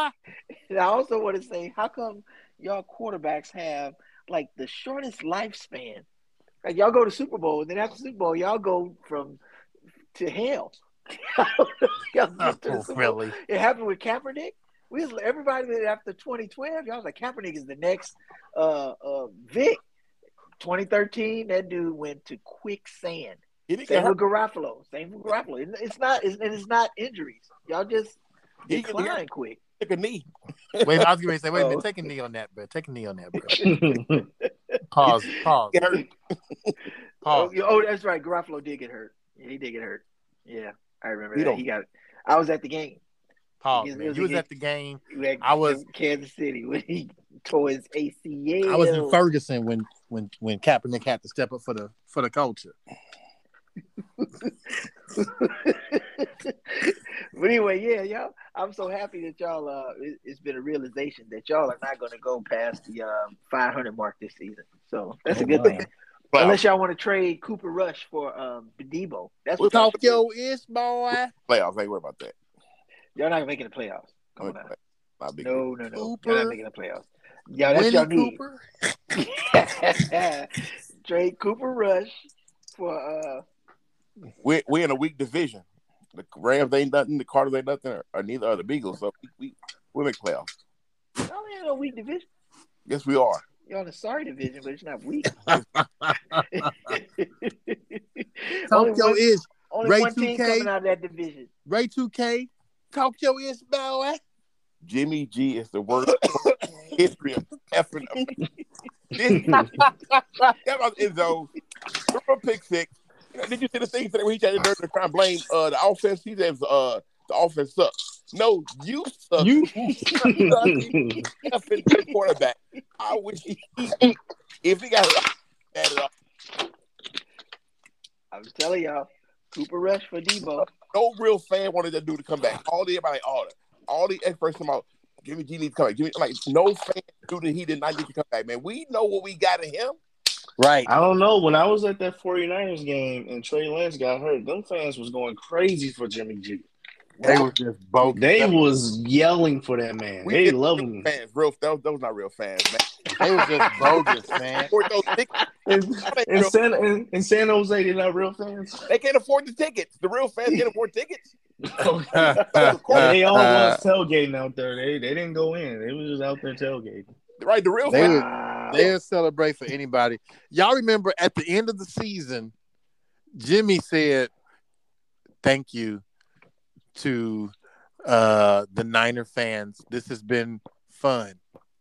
[SPEAKER 3] And I also want to say, how come y'all quarterbacks have like the shortest lifespan? Like y'all go to Super Bowl, and then after Super Bowl, y'all go from to hell. <laughs> Y'all
[SPEAKER 1] <laughs>
[SPEAKER 3] get to the <laughs> Super Bowl.
[SPEAKER 1] Oh, really?
[SPEAKER 3] It happened with Kaepernick. We was, everybody that after 2012, y'all was like Kaepernick is the next uh, uh, Vic. 2013, that dude went to quicksand.
[SPEAKER 2] He didn't get
[SPEAKER 3] Same
[SPEAKER 2] hurt.
[SPEAKER 3] with Garofalo. Same with Garofalo. It- It's not. It's, and it's not injuries. Y'all just
[SPEAKER 2] He didn't get hurt.
[SPEAKER 3] decline quick.
[SPEAKER 2] Took a knee.
[SPEAKER 1] Wait, I was going to say, wait a
[SPEAKER 3] Oh.
[SPEAKER 1] minute. Take a knee on that, bro. Take a knee on that, bro.
[SPEAKER 4] <laughs>
[SPEAKER 3] <laughs>
[SPEAKER 1] Pause. Pause.
[SPEAKER 2] Get hurt.
[SPEAKER 3] Oh,
[SPEAKER 1] Pause.
[SPEAKER 3] yeah, oh, that's right. Garofalo did get hurt. Yeah, he did get hurt. Yeah, I remember
[SPEAKER 2] We
[SPEAKER 3] that.
[SPEAKER 2] don't-
[SPEAKER 3] He got. I was at the game.
[SPEAKER 1] Pause.
[SPEAKER 3] It
[SPEAKER 1] Man.
[SPEAKER 3] was
[SPEAKER 1] You was
[SPEAKER 3] again-
[SPEAKER 1] at the game.
[SPEAKER 3] We had-
[SPEAKER 1] I was-
[SPEAKER 3] in Kansas City when he tore his ACL.
[SPEAKER 1] I was in Ferguson when when when Kaepernick had to step up for the for the culture.
[SPEAKER 3] <laughs> but anyway, yeah, y'all. I'm so happy that y'all. Uh, it, it's been a realization that y'all are not going to go past the um, 500 mark this season. So that's a
[SPEAKER 1] Oh,
[SPEAKER 3] good
[SPEAKER 1] wow.
[SPEAKER 3] thing.
[SPEAKER 2] Wow.
[SPEAKER 3] Unless y'all want to trade Cooper Rush for um, Debo. That's what y'all
[SPEAKER 1] Talk
[SPEAKER 3] should do.
[SPEAKER 1] your ish, boy.
[SPEAKER 2] Playoffs. Ain't worry about that.
[SPEAKER 3] Y'all not making the playoffs. Come on now.
[SPEAKER 2] Not big.
[SPEAKER 3] No, no, no. Y'all
[SPEAKER 1] Cooper.
[SPEAKER 3] not making the playoffs. Yeah, Oh, that's y'all
[SPEAKER 1] Winnie
[SPEAKER 3] need.
[SPEAKER 1] Cooper.
[SPEAKER 3] <laughs> Trade Cooper Rush for uh
[SPEAKER 2] We're, we're in a weak division. The Rams ain't nothing. The Cardinals ain't nothing. Or, or neither are the Beagles. So we, we we make playoffs.
[SPEAKER 3] y'all ain't in a weak division.
[SPEAKER 2] Yes, we are.
[SPEAKER 3] Y'all in a sorry division, but it's not
[SPEAKER 1] <laughs>
[SPEAKER 3] weak. <laughs> only
[SPEAKER 1] Talk your
[SPEAKER 3] one,
[SPEAKER 1] ish.
[SPEAKER 3] only
[SPEAKER 1] Ray
[SPEAKER 3] one team
[SPEAKER 1] 2K.
[SPEAKER 3] coming out of
[SPEAKER 1] <laughs>
[SPEAKER 3] that division. <laughs>
[SPEAKER 1] Ray 2K. Talk your ish, boy.
[SPEAKER 2] Jimmy G is the worst history of effing.
[SPEAKER 4] <laughs>
[SPEAKER 2] This- that was Enzo. Threw a pick six. Did you see the thing today when he tried to dirt and try and blame uh, the offense? He says uh, the offense sucks. No, you suck.
[SPEAKER 1] You
[SPEAKER 2] effing quarterback. I wish he, if he got that at all,
[SPEAKER 3] I'm telling y'all, Cooper Rush for Debo.
[SPEAKER 2] no real fan wanted that dude to come back. All the everybody, all the, all the experts come out. Jimmy G needs to come back. Jimmy, like no fan knew that he did not need to come back, man. We know what we got in him.
[SPEAKER 1] Right.
[SPEAKER 4] I don't know. When I was at that 49ers game and Trey Lance got hurt, them fans was going crazy for Jimmy G.
[SPEAKER 1] They were just both.
[SPEAKER 4] They was yelling for that man.
[SPEAKER 2] We
[SPEAKER 4] They
[SPEAKER 2] didn't
[SPEAKER 4] love
[SPEAKER 2] real
[SPEAKER 4] him.
[SPEAKER 2] Fans, real those, those not real fans, man.
[SPEAKER 1] They was just bogus, man.
[SPEAKER 2] Or those tickets, <laughs>
[SPEAKER 4] In,
[SPEAKER 2] they,
[SPEAKER 4] in
[SPEAKER 2] real-
[SPEAKER 4] San, in, in San Jose, they're not
[SPEAKER 1] <laughs>
[SPEAKER 4] real fans.
[SPEAKER 2] they can't afford the tickets. The real fans can't afford tickets.
[SPEAKER 4] Oh, they all was tailgating out there. They they didn't go in. They was just out there tailgating.
[SPEAKER 2] Right, the real
[SPEAKER 1] They
[SPEAKER 2] fans.
[SPEAKER 1] were-
[SPEAKER 3] Wow.
[SPEAKER 1] They'll celebrate for anybody. Y'all remember at the end of the season, Jimmy said, "Thank you to uh, the Niner fans. This has been fun."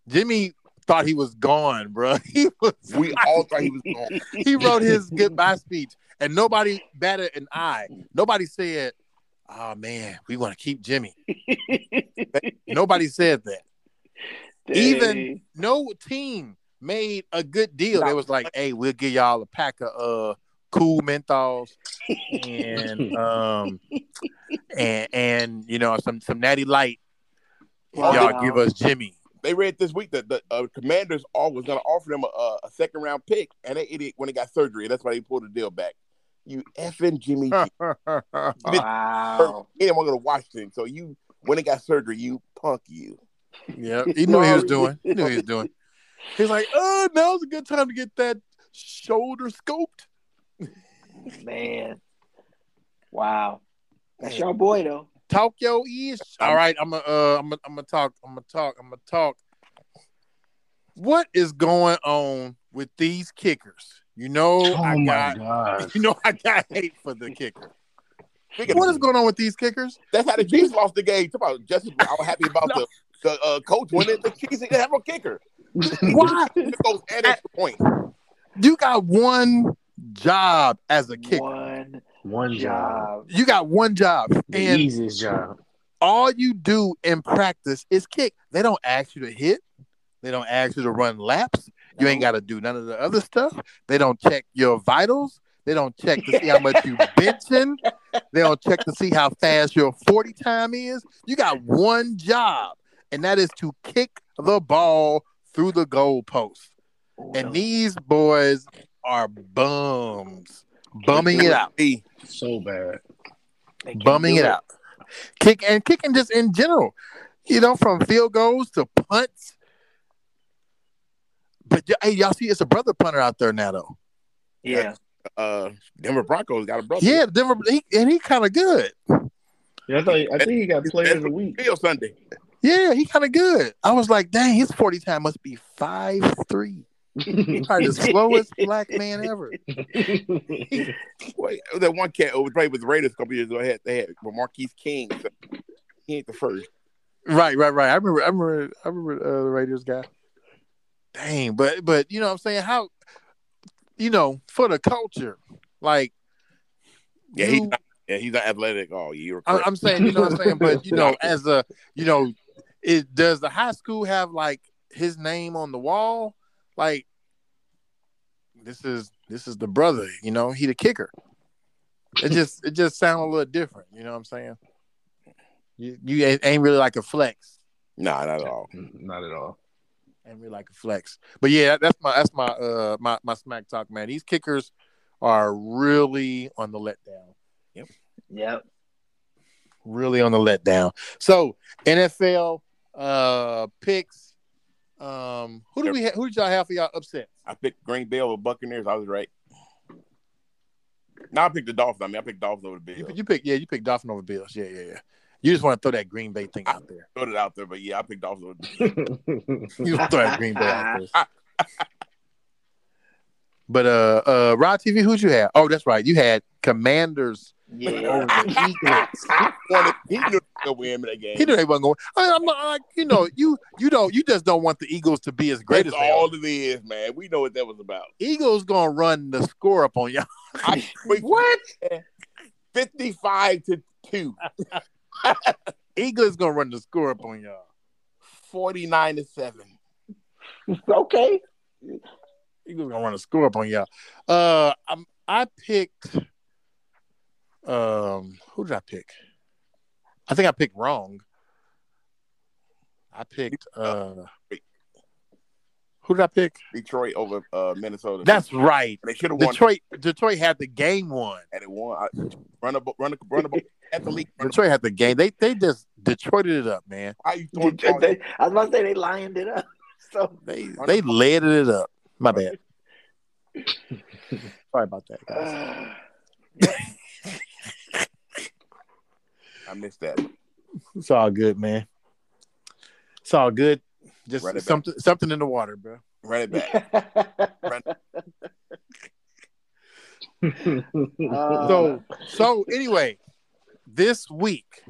[SPEAKER 1] Jimmy thought he was gone, bro. <laughs> He was.
[SPEAKER 2] <laughs> We all thought he was gone.
[SPEAKER 3] <laughs>
[SPEAKER 1] He wrote his goodbye speech, and nobody batted an eye. Nobody said, "Oh man, we want to keep Jimmy." Nobody said that. even- no team made a good deal. They was like, "Hey, we'll give y'all a pack of uh cool menthols and um and and you know some some natty light. if
[SPEAKER 3] Wow.
[SPEAKER 1] Y'all give us Jimmy.
[SPEAKER 2] They read this week that the uh, Commanders all was going to offer them a- a, a second round pick, and that idiot when he got surgery, that's why they pulled the deal back. You effing Jimmy G.
[SPEAKER 1] you
[SPEAKER 3] wow.
[SPEAKER 2] He didn't want to go to Washington, so you when he got surgery, you punk you.
[SPEAKER 1] Yeah, he knew what he was doing. He knew what he was doing. He's like, "Oh, now's a good time to get that shoulder scoped."
[SPEAKER 3] Man. Wow. That's your boy though.
[SPEAKER 1] Talk yo ish. All right, I'm gonna uh, I'm gonna I'm gonna talk. I'm gonna talk. I'm gonna talk. What is going on with these kickers? You know,
[SPEAKER 4] Oh,
[SPEAKER 1] I
[SPEAKER 4] my
[SPEAKER 1] got
[SPEAKER 4] god!
[SPEAKER 1] you know I got hate for the kicker.
[SPEAKER 2] Speaking
[SPEAKER 1] What
[SPEAKER 2] of,
[SPEAKER 1] is going on with these kickers?
[SPEAKER 2] that's how the Chiefs lost the game. Talk about Justin. I was happy about the, the uh, coach winning. The Chiefs didn't have
[SPEAKER 1] <laughs>
[SPEAKER 2] a kicker.
[SPEAKER 4] Mm-hmm.
[SPEAKER 1] Why
[SPEAKER 2] It goes an extra point.
[SPEAKER 1] you got one job as a kicker?
[SPEAKER 3] One
[SPEAKER 4] <laughs> One job,
[SPEAKER 3] job.
[SPEAKER 1] You got one job,
[SPEAKER 4] the
[SPEAKER 1] and
[SPEAKER 4] easiest job.
[SPEAKER 1] all you do in practice is kick. They don't ask you to hit. They don't ask you to run laps. You ain't got to do none of the other stuff. They don't check your vitals. They don't check to see how much you benching. They don't check to see how fast your 40 time is. You got one job, and that is to kick the ball through the goalpost.
[SPEAKER 3] Oh,
[SPEAKER 1] And these boys are bums. Bumming it out.
[SPEAKER 4] So bad.
[SPEAKER 1] Bumming it out. Kick and kicking just in general. You know, from field goals to punts. But y- hey, y'all see it's a brother punter out there now though.
[SPEAKER 3] Yeah.
[SPEAKER 2] Uh, Denver Broncos got a brother.
[SPEAKER 1] Yeah, Denver he, and he kind of good.
[SPEAKER 4] Yeah, I, thought, I think he got
[SPEAKER 2] He's
[SPEAKER 4] players of
[SPEAKER 2] better
[SPEAKER 4] the week.
[SPEAKER 2] Field Sunday.
[SPEAKER 1] Yeah, he kind of good. I was like, dang, his 40 time must be five three. Probably the slowest black man ever.
[SPEAKER 4] <laughs>
[SPEAKER 2] Wait, that one cat who played with the Raiders a couple years ago. Had they had with Marquise King. So he ain't the first.
[SPEAKER 1] Right, right, right. I remember, I remember, I remember uh, the Raiders guy. Dang, but but you know what I'm saying how, you know, for the culture, like,
[SPEAKER 2] Yeah,
[SPEAKER 1] you-
[SPEAKER 2] he's not, yeah, he's not athletic. Oh, you're
[SPEAKER 1] I,
[SPEAKER 2] correct.
[SPEAKER 1] I'm saying, you know what I'm saying, but you know, as a, you know, it does the high school have like his name on the wall, like this is this is the brother, you know, he the kicker. It just it just sounds a little different, you know what I'm saying? You you it ain't really like a flex,
[SPEAKER 2] nah, not at all.
[SPEAKER 4] Not at all.
[SPEAKER 1] ain't really like a flex. But yeah, that's my that's my uh my my smack talk, man. These kickers are really on the letdown.
[SPEAKER 3] Yep.
[SPEAKER 1] really on the letdown. So NFL uh picks. Um, who do we ha- who did y'all have for y'all upset?
[SPEAKER 2] I picked Green Bay over Buccaneers. I was right. Now I picked the Dolphins. I mean, I picked Dolphins over the
[SPEAKER 1] You,
[SPEAKER 2] Bills.
[SPEAKER 1] you pick, yeah, you pick Dolphin over Bills. Yeah, yeah, yeah. You just want to throw that Green Bay thing out there.
[SPEAKER 2] Throw it out there, but yeah, I picked Dolphins over the Bills.
[SPEAKER 1] You just throw that Green Bay out there.
[SPEAKER 2] <laughs>
[SPEAKER 1] But uh, uh, Rod TV, who'd you have? Oh, that's right, you had Commanders <laughs> over
[SPEAKER 3] Yeah.
[SPEAKER 1] the Eagles.
[SPEAKER 2] Wanted- He knew they were winning that game.
[SPEAKER 1] He knew they wasn't going. I mean, I'm not like you know you you don't you just don't want the Eagles to be as great
[SPEAKER 2] That's
[SPEAKER 1] as they are.
[SPEAKER 2] all it is, man. We know what that was about.
[SPEAKER 1] Eagles gonna run the score up on y'all. <laughs>
[SPEAKER 2] I, what? 55 to 2,
[SPEAKER 1] Eagles gonna run the score up on y'all.
[SPEAKER 2] 49 to 7.
[SPEAKER 3] <laughs> okay.
[SPEAKER 1] Eagles gonna run a score up on y'all. Uh, I'm, I picked. Um, who did I pick? I think I picked wrong. I picked. Uh, who did I pick?
[SPEAKER 2] Detroit over uh, Minnesota.
[SPEAKER 1] That's right.
[SPEAKER 2] they should have won,
[SPEAKER 1] Detroit. Detroit had the game one.
[SPEAKER 2] and it won. I, run a bo- run a run a bo- at
[SPEAKER 1] <laughs>
[SPEAKER 2] the league. Run a,
[SPEAKER 1] Detroit had the game. They they just Detroited it up, man.
[SPEAKER 2] how you throwing the ball?
[SPEAKER 3] They- I was about to say they lined it up. <laughs> So
[SPEAKER 1] They they led it up. My bad. Sorry about that. guys.
[SPEAKER 3] uh,
[SPEAKER 2] I missed that.
[SPEAKER 1] It's all good, man. It's all good.
[SPEAKER 2] Run it
[SPEAKER 1] Just
[SPEAKER 2] back.
[SPEAKER 1] something something in the water, bro.
[SPEAKER 2] Run it back.
[SPEAKER 3] <laughs> uh,
[SPEAKER 1] so so anyway, this week,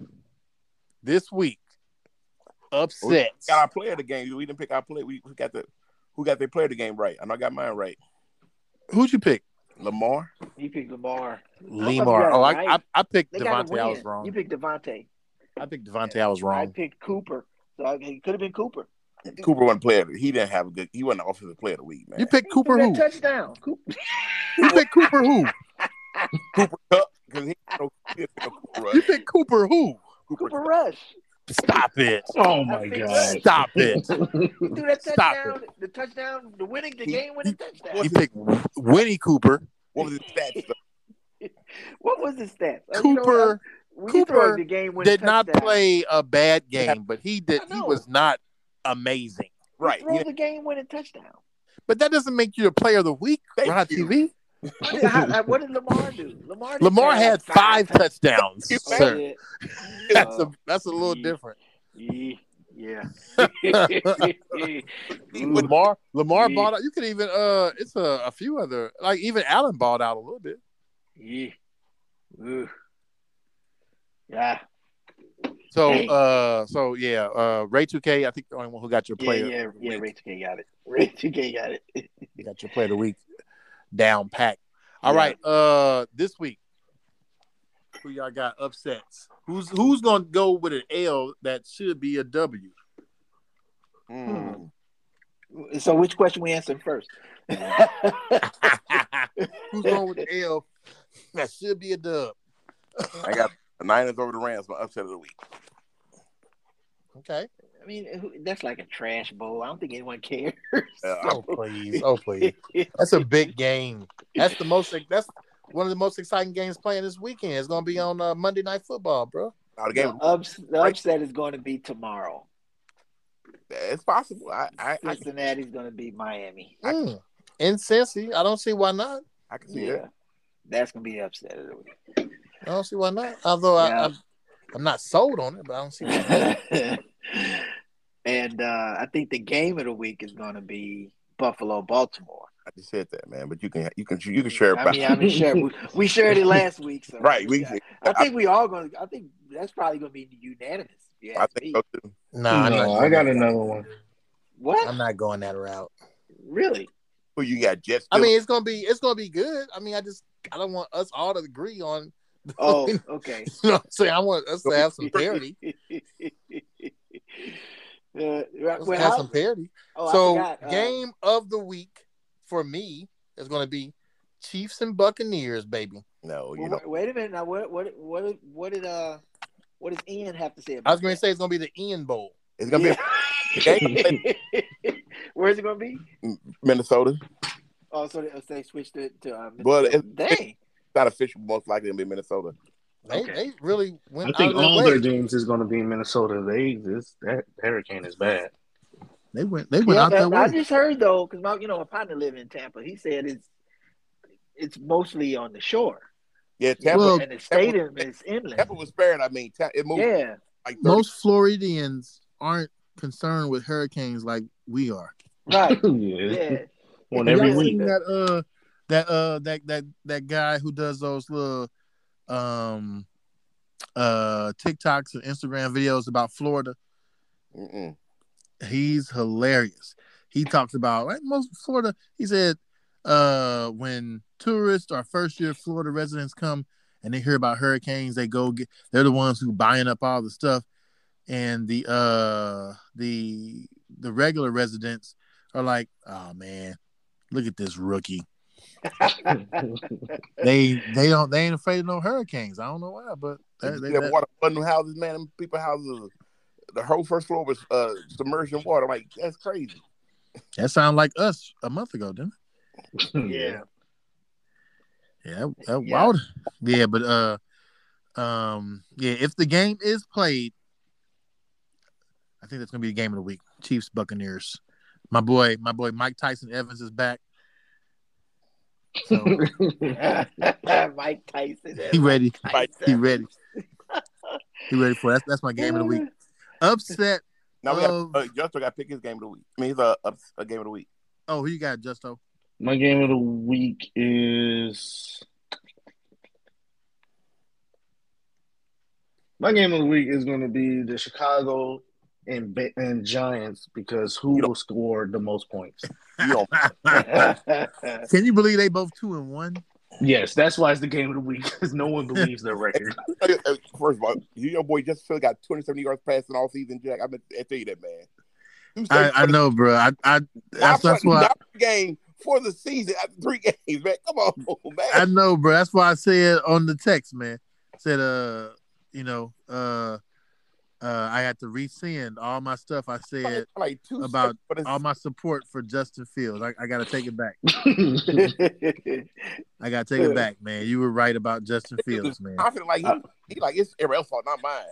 [SPEAKER 1] this week, upsets.
[SPEAKER 2] got our player of the game. We didn't pick our player. We, we got the who got their player of the game right. I know I got mine right.
[SPEAKER 1] Who'd you pick?
[SPEAKER 2] Lamar.
[SPEAKER 3] <laughs> you picked Lamar.
[SPEAKER 1] Lemar. Oh, I, I I picked
[SPEAKER 3] They got
[SPEAKER 1] Devontae. I was wrong.
[SPEAKER 3] You picked Devontae.
[SPEAKER 1] I picked Devontae. I was
[SPEAKER 3] I
[SPEAKER 1] wrong.
[SPEAKER 3] picked Cooper. So I, it could have been Cooper.
[SPEAKER 2] Cooper wasn't player. He didn't have a good. He wasn't the offensive player of the week, man.
[SPEAKER 1] You picked Cooper
[SPEAKER 3] That
[SPEAKER 1] who?
[SPEAKER 3] touchdown. Cooper.
[SPEAKER 1] You picked Cooper who?
[SPEAKER 2] because he had no, he had no
[SPEAKER 1] <laughs>
[SPEAKER 2] Cooper,
[SPEAKER 1] You
[SPEAKER 2] Rush.
[SPEAKER 1] picked Cooper who?
[SPEAKER 2] Cooper,
[SPEAKER 3] Cooper Rush.
[SPEAKER 1] Stop it!
[SPEAKER 4] <laughs> oh my god.
[SPEAKER 1] Stop it!
[SPEAKER 3] He threw that
[SPEAKER 1] Stop
[SPEAKER 3] touchdown. The touchdown. The winning. The
[SPEAKER 2] He-
[SPEAKER 3] game winning touchdown.
[SPEAKER 1] You picked Winnie Cooper.
[SPEAKER 2] What was his stats? though?
[SPEAKER 3] What was his stat? Uh, you know what?
[SPEAKER 1] Cooper
[SPEAKER 3] We did throw
[SPEAKER 1] Cooper
[SPEAKER 3] in the game winning
[SPEAKER 1] did not
[SPEAKER 3] touchdown.
[SPEAKER 1] play a bad game, but he did.
[SPEAKER 3] I
[SPEAKER 1] He
[SPEAKER 3] know.
[SPEAKER 1] was not amazing.
[SPEAKER 2] Right. He
[SPEAKER 3] Throw
[SPEAKER 2] didn't-
[SPEAKER 3] the game winning touchdown.
[SPEAKER 1] But that doesn't make you a player of the week,
[SPEAKER 2] Thank
[SPEAKER 1] Rod
[SPEAKER 2] you.
[SPEAKER 1] TV.
[SPEAKER 3] What did, how, like, what did Lamar do? Lamar. didn't
[SPEAKER 1] Lamar
[SPEAKER 3] have
[SPEAKER 1] had five touchdowns,
[SPEAKER 2] You
[SPEAKER 3] Oh,
[SPEAKER 1] sir.
[SPEAKER 3] yeah.
[SPEAKER 1] That's a
[SPEAKER 3] Uh,
[SPEAKER 1] that's a little
[SPEAKER 3] yeah.
[SPEAKER 1] different.
[SPEAKER 3] yeah. Yeah. Ooh.
[SPEAKER 1] Lamar Lamar
[SPEAKER 3] Yeah.
[SPEAKER 1] bought out. You could even uh, it's a, a few other like even Allen bought out a little bit.
[SPEAKER 3] Yeah. Ooh. Yeah.
[SPEAKER 1] So
[SPEAKER 3] Hey.
[SPEAKER 1] uh, so yeah, uh, Ray Two K. I think the only one who got your
[SPEAKER 3] Yeah,
[SPEAKER 1] player
[SPEAKER 3] yeah, yeah. Ray 2K got it. <laughs> Ray 2K got it.
[SPEAKER 1] got your player of the week down pack. All
[SPEAKER 3] Yeah.
[SPEAKER 1] right, uh, this week who y'all got upsets. Who's who's gonna go with an L that should be a W? <laughs> Hmm.
[SPEAKER 2] Mm.
[SPEAKER 3] <laughs> So which question we answering first?
[SPEAKER 2] mm,
[SPEAKER 1] Who's going with the L that should be a dub?
[SPEAKER 2] I got the Niners over the Rams, my upset of the week.
[SPEAKER 1] Okay.
[SPEAKER 3] I mean, who- that's like a trash bowl. I don't think anyone cares.
[SPEAKER 2] Uh,
[SPEAKER 3] <laughs>
[SPEAKER 1] Oh please, oh <laughs> please. That's a big game. That's the most. That's one of the most exciting games playing this weekend. It's gonna be on uh, Monday Night Football, bro.
[SPEAKER 2] now the
[SPEAKER 3] The,
[SPEAKER 2] game,
[SPEAKER 3] ups, the upset is going to be tomorrow.
[SPEAKER 2] it's possible. I, I, I, can-
[SPEAKER 3] Cincinnati's going to beat Miami.
[SPEAKER 1] Mm. In Cincy, I don't see why not.
[SPEAKER 2] I can see
[SPEAKER 3] Yeah.
[SPEAKER 2] it.
[SPEAKER 3] That's going to be the upset of the week.
[SPEAKER 1] I don't see why not. Although I,
[SPEAKER 3] Yeah.
[SPEAKER 1] I'm, I'm not sold on it, but I
[SPEAKER 3] <laughs>
[SPEAKER 1] don't see. Why not.
[SPEAKER 3] and uh, I think the game of the week is going to be Buffalo Baltimore.
[SPEAKER 2] I just said that, man. But you can, you can, you can share
[SPEAKER 3] I
[SPEAKER 2] about.
[SPEAKER 3] mean, I mean, sure, we, we shared it last week, so
[SPEAKER 2] Right, we- <laughs>
[SPEAKER 3] I, think we all going. to I think that's probably going to be unanimous. Yeah,
[SPEAKER 2] I think so too.
[SPEAKER 1] Nah, I'm not
[SPEAKER 4] no,
[SPEAKER 1] going
[SPEAKER 4] I got
[SPEAKER 1] that-
[SPEAKER 4] another one.
[SPEAKER 3] what
[SPEAKER 1] I'm not going that route.
[SPEAKER 3] really?
[SPEAKER 2] Who you got? Jets.
[SPEAKER 1] I mean, it's gonna be it's gonna be good. I mean, I just I don't want us all to agree on. <laughs>
[SPEAKER 3] Oh,
[SPEAKER 2] <laughs>
[SPEAKER 3] okay. <laughs>
[SPEAKER 1] You know what I'm saying? I want us to have some parity.
[SPEAKER 3] uh, right,
[SPEAKER 1] Let's
[SPEAKER 3] well,
[SPEAKER 1] have
[SPEAKER 3] how-
[SPEAKER 1] some parity.
[SPEAKER 3] oh, I
[SPEAKER 1] so,
[SPEAKER 3] forgot, uh,
[SPEAKER 1] game of the week for me is gonna be Chiefs and Buccaneers, baby.
[SPEAKER 2] no, Oh, you
[SPEAKER 3] well,
[SPEAKER 2] know.
[SPEAKER 3] wait- wait a minute. Now, what, what, what, what did uh, what does Ian have to say about?
[SPEAKER 1] I was gonna
[SPEAKER 3] that?
[SPEAKER 1] say it's gonna be the Ian Bowl.
[SPEAKER 2] It's gonna
[SPEAKER 1] <laughs>
[SPEAKER 3] Yeah. <laughs>
[SPEAKER 2] <laughs>
[SPEAKER 3] Where's it gonna be?
[SPEAKER 2] be Minnesota.
[SPEAKER 3] Oh, so they, so they switched it to. Um,
[SPEAKER 2] Well, it-
[SPEAKER 3] dang.
[SPEAKER 2] Not official, most likely it'll be Minnesota.
[SPEAKER 1] They
[SPEAKER 3] Okay.
[SPEAKER 1] they really went.
[SPEAKER 4] I think
[SPEAKER 1] out of their
[SPEAKER 4] all
[SPEAKER 1] way.
[SPEAKER 4] their games is going to be in Minnesota. They this that hurricane is bad.
[SPEAKER 1] They went. They
[SPEAKER 3] Yeah,
[SPEAKER 1] went out
[SPEAKER 3] that-
[SPEAKER 1] their
[SPEAKER 3] I
[SPEAKER 1] way.
[SPEAKER 3] just heard though, because my you know my partner live in Tampa. He said it's it's mostly on the shore,
[SPEAKER 2] Yeah, Tampa.
[SPEAKER 1] Well-
[SPEAKER 3] and the stadium is inland.
[SPEAKER 2] Tampa was spared. I mean, Ta- it moved
[SPEAKER 3] yeah,
[SPEAKER 2] like 30.
[SPEAKER 1] Most Floridians aren't concerned with hurricanes like we are.
[SPEAKER 4] <laughs>
[SPEAKER 3] right.
[SPEAKER 4] yeah,
[SPEAKER 3] Yeah,
[SPEAKER 4] one
[SPEAKER 3] Yeah,
[SPEAKER 4] every
[SPEAKER 1] Y'all
[SPEAKER 4] week.
[SPEAKER 1] seen that uh that uh that that that guy who does those little um uh TikToks and Instagram videos about Florida.
[SPEAKER 2] Mm-mm.
[SPEAKER 1] He's hilarious. He talks about like most Florida. He said uh when tourists or first year Florida residents come and they hear about hurricanes, they go get they're the ones who buying up all the stuff and the uh the the regular residents are like, "Oh man, look at this rookie." they they don't they ain't afraid of no hurricanes. I don't know why, but they,
[SPEAKER 2] They,
[SPEAKER 1] they,
[SPEAKER 2] have
[SPEAKER 1] that-
[SPEAKER 2] water flooding them houses, man. Them people houses, the whole first floor was uh, submerged in water. I'm like, that's crazy.
[SPEAKER 1] that sound like us a month ago, didn't
[SPEAKER 4] <laughs>
[SPEAKER 1] it?
[SPEAKER 3] yeah.
[SPEAKER 1] Yeah, that, that
[SPEAKER 3] Yeah.
[SPEAKER 1] wild. Yeah, but uh, um, yeah, if the game is played, I think that's gonna be the game of the week. Chiefs Buccaneers. My boy, my boy Mike Tyson Evans is back.
[SPEAKER 3] <laughs>
[SPEAKER 1] So
[SPEAKER 3] Mike Tyson.
[SPEAKER 1] he ready.
[SPEAKER 3] Mike
[SPEAKER 1] He
[SPEAKER 3] Tyson.
[SPEAKER 1] ready. He ready for it. that's
[SPEAKER 3] <laughs>
[SPEAKER 1] that's my game of the week. Upset.
[SPEAKER 2] Now we
[SPEAKER 1] Um,
[SPEAKER 2] got uh, Justin got to pick his game of the week. I mean, he's a, a, a game of the week.
[SPEAKER 1] Oh, who you got, Justo?
[SPEAKER 4] My game of the week is. My game of the week is going to be the Chicago and Ba- and Giants because who
[SPEAKER 2] You don't-
[SPEAKER 4] will score the most points?
[SPEAKER 2] You
[SPEAKER 1] <laughs>
[SPEAKER 2] don't,
[SPEAKER 1] Can you believe they both two and one?
[SPEAKER 4] <laughs> Yes, that's why it's the game of the week because no one believes their <laughs> record.
[SPEAKER 2] Uh, first of all, you your boy Justin Field got 270 yards passing all season, Jack. I, mean, I tell you that, man. Two
[SPEAKER 1] I, I
[SPEAKER 2] seventy-
[SPEAKER 1] know, bro. I, I
[SPEAKER 2] Nine
[SPEAKER 1] that's,
[SPEAKER 2] point-
[SPEAKER 1] that's why
[SPEAKER 2] nine game for the season after three <laughs> games, man. Come on, man.
[SPEAKER 1] I know, bro. That's why I said on the text, man. Said, uh, you know, uh, uh, I had to resend all my stuff. I said
[SPEAKER 2] like two
[SPEAKER 1] about
[SPEAKER 2] but it's
[SPEAKER 1] all my support for Justin Fields. I, I got to take it back. I got to take it back, man. You were right about Justin Fields, man.
[SPEAKER 2] confident like he, he like it's everybody else's fault, not mine.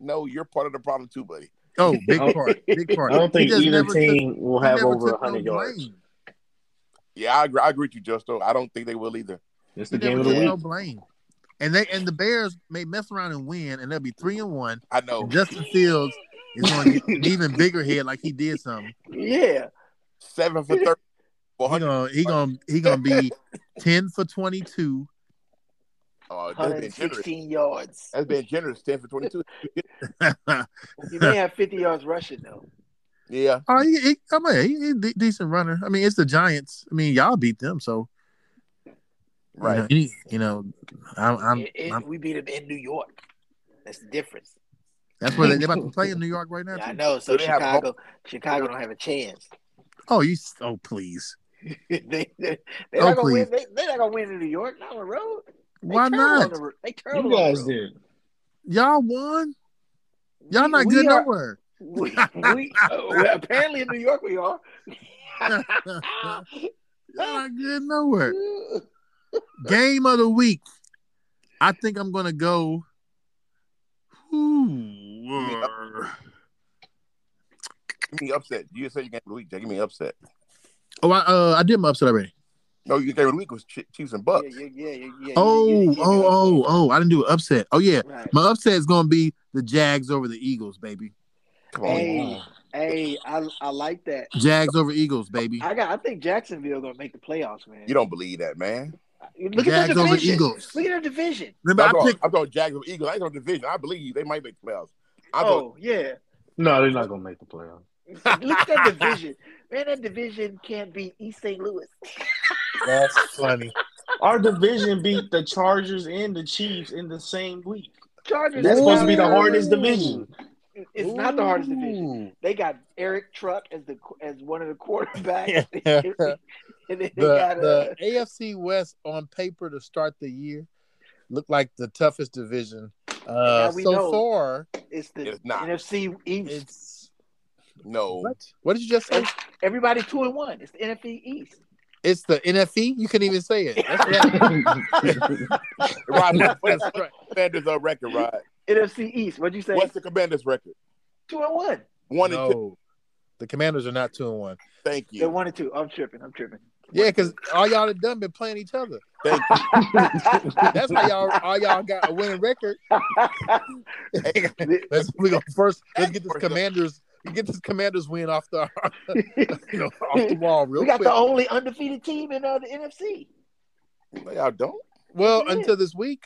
[SPEAKER 2] No, you're part of the problem too, buddy.
[SPEAKER 1] Oh, big part, big part.
[SPEAKER 4] I don't
[SPEAKER 1] He
[SPEAKER 4] think
[SPEAKER 1] just
[SPEAKER 4] either
[SPEAKER 1] never took-
[SPEAKER 4] team will
[SPEAKER 1] he
[SPEAKER 4] have
[SPEAKER 1] never
[SPEAKER 4] over
[SPEAKER 1] took no
[SPEAKER 4] hundred yards.
[SPEAKER 1] blame.
[SPEAKER 2] Yeah, I agree, I agree with you, Justo. I don't think they will either.
[SPEAKER 4] It's
[SPEAKER 1] He
[SPEAKER 4] the game
[SPEAKER 1] never
[SPEAKER 4] of the
[SPEAKER 1] took
[SPEAKER 3] Yeah.
[SPEAKER 1] no
[SPEAKER 4] week.
[SPEAKER 1] blame. And they and the Bears may mess around and win, and they'll be three and one.
[SPEAKER 2] I
[SPEAKER 3] Oh,
[SPEAKER 2] know.
[SPEAKER 1] Justin Fields is going to
[SPEAKER 3] <laughs>
[SPEAKER 1] get an even bigger head like he did something.
[SPEAKER 3] yeah.
[SPEAKER 2] Seven for thirty. Well,
[SPEAKER 1] He <laughs>
[SPEAKER 2] hundred.
[SPEAKER 1] gonna he gonna he gonna be ten for twenty
[SPEAKER 5] <laughs>
[SPEAKER 1] two.
[SPEAKER 2] Oh, that's been generous.
[SPEAKER 3] 116 yards.
[SPEAKER 2] That's been generous. Ten for twenty-two.
[SPEAKER 1] oh,
[SPEAKER 3] He may have 50 yards rushing though.
[SPEAKER 2] Yeah,
[SPEAKER 5] Oh,
[SPEAKER 1] he, he, I mean, he, he a de- decent runner. I mean, it's the Giants. I mean, y'all beat them, so
[SPEAKER 2] Right.
[SPEAKER 5] You know, any- you know I'm, I'm,
[SPEAKER 3] It- it-
[SPEAKER 5] I'm
[SPEAKER 3] we beat them in New York. That's the difference.
[SPEAKER 5] that's where they, they're about to play
[SPEAKER 3] <laughs>
[SPEAKER 5] in New York right now.
[SPEAKER 3] I
[SPEAKER 5] Too.
[SPEAKER 3] know. So
[SPEAKER 2] Do they have
[SPEAKER 3] Chicago, Chicago don't have a chance.
[SPEAKER 5] Oh, you, s- oh please,
[SPEAKER 3] <laughs> they, they, they're
[SPEAKER 5] Oh,
[SPEAKER 3] not gonna
[SPEAKER 5] please.
[SPEAKER 3] win. They, they're not gonna win in New York. Not on the road. They
[SPEAKER 5] why
[SPEAKER 3] terrible on
[SPEAKER 5] not?
[SPEAKER 3] the ro- they terrible.
[SPEAKER 4] You
[SPEAKER 3] on the
[SPEAKER 4] guys
[SPEAKER 3] road.
[SPEAKER 4] did.
[SPEAKER 5] Y'all won. Y'all
[SPEAKER 3] We-
[SPEAKER 5] not
[SPEAKER 3] we
[SPEAKER 5] good
[SPEAKER 3] are-
[SPEAKER 5] nowhere.
[SPEAKER 3] We, we, uh, apparently in New York we are. <laughs>
[SPEAKER 5] Y'all not good nowhere. Game of the week. I think I'm gonna go. Ooh, uh,
[SPEAKER 2] Give me upset. You said you game of the week, Jay. Give me an upset.
[SPEAKER 5] oh, I, uh, I did my upset already.
[SPEAKER 2] No, you game of the week was Chi- Chiefs
[SPEAKER 3] yeah,
[SPEAKER 2] and Bucks.
[SPEAKER 3] yeah, yeah, yeah, yeah.
[SPEAKER 5] Oh, oh, oh, oh! I didn't do an upset. Oh yeah,
[SPEAKER 3] Right.
[SPEAKER 5] my upset is gonna be the Jags over the Eagles, baby.
[SPEAKER 2] Come on.
[SPEAKER 3] Hey, hey, I, I like that.
[SPEAKER 5] Jags over Eagles, baby.
[SPEAKER 3] I got. I think Jacksonville gonna make the playoffs, man. Uh,
[SPEAKER 2] You don't believe that, man.
[SPEAKER 3] Look at
[SPEAKER 5] Jags
[SPEAKER 3] their
[SPEAKER 5] over
[SPEAKER 3] division.
[SPEAKER 5] Eagles.
[SPEAKER 3] Look at their division.
[SPEAKER 5] Remember,
[SPEAKER 2] I'm
[SPEAKER 5] I
[SPEAKER 2] talking,
[SPEAKER 5] picked.
[SPEAKER 2] I'm talking Jacksonville Eagles. I ain't on division. I believe they might make playoffs. I thought
[SPEAKER 3] Oh yeah.
[SPEAKER 4] No, they're not gonna make the playoffs.
[SPEAKER 3] Look at that division. Man, that division can't beat East St. Louis.
[SPEAKER 4] That's funny. Our division beat the Chargers and the Chiefs in the same week.
[SPEAKER 3] Chargers. is
[SPEAKER 4] That's supposed to be the
[SPEAKER 3] not-
[SPEAKER 4] hardest division.
[SPEAKER 3] <laughs> It's not the hardest division.
[SPEAKER 1] Ooh.
[SPEAKER 3] They got Eric Truck as the as one of
[SPEAKER 1] <laughs>
[SPEAKER 3] the quarterbacks, <laughs> and then they got uh,
[SPEAKER 1] The, the AFC West on paper to start the year looked like the toughest division. Uh,
[SPEAKER 3] now we
[SPEAKER 1] so
[SPEAKER 3] know.
[SPEAKER 1] far,
[SPEAKER 3] it's the
[SPEAKER 2] It's not.
[SPEAKER 3] NFC East.
[SPEAKER 1] it's
[SPEAKER 2] no.
[SPEAKER 1] what? What did you just say?
[SPEAKER 3] Everybody two and one. It's the NFC East.
[SPEAKER 1] It's the NFE. You couldn't even say it.
[SPEAKER 3] <laughs>
[SPEAKER 1] That's
[SPEAKER 2] Rod, what- what
[SPEAKER 1] <laughs>
[SPEAKER 2] is
[SPEAKER 1] That's right.
[SPEAKER 2] Commanders' uh, record, Rod?
[SPEAKER 3] NFC East. What'd you say?
[SPEAKER 2] What's the Commanders' record?
[SPEAKER 3] two and one.
[SPEAKER 2] One and two.
[SPEAKER 1] No, the Commanders are not two and one.
[SPEAKER 2] Thank
[SPEAKER 3] They
[SPEAKER 2] you.
[SPEAKER 3] one and two. I'm tripping. I'm tripping. <laughs>
[SPEAKER 1] Yeah, because all y'all have done been playing each other.
[SPEAKER 2] Thank you.
[SPEAKER 1] That's how y'all all y'all got a winning record. Let's <laughs> we go first. Let's get this Commanders. Get this Commanders win off the <laughs>
[SPEAKER 3] <laughs>
[SPEAKER 1] you know, off the wall real
[SPEAKER 3] we got
[SPEAKER 1] quick.
[SPEAKER 3] the only undefeated team in uh, the NFC.
[SPEAKER 2] No, y'all don't.
[SPEAKER 1] well,
[SPEAKER 3] Yeah.
[SPEAKER 1] until this week.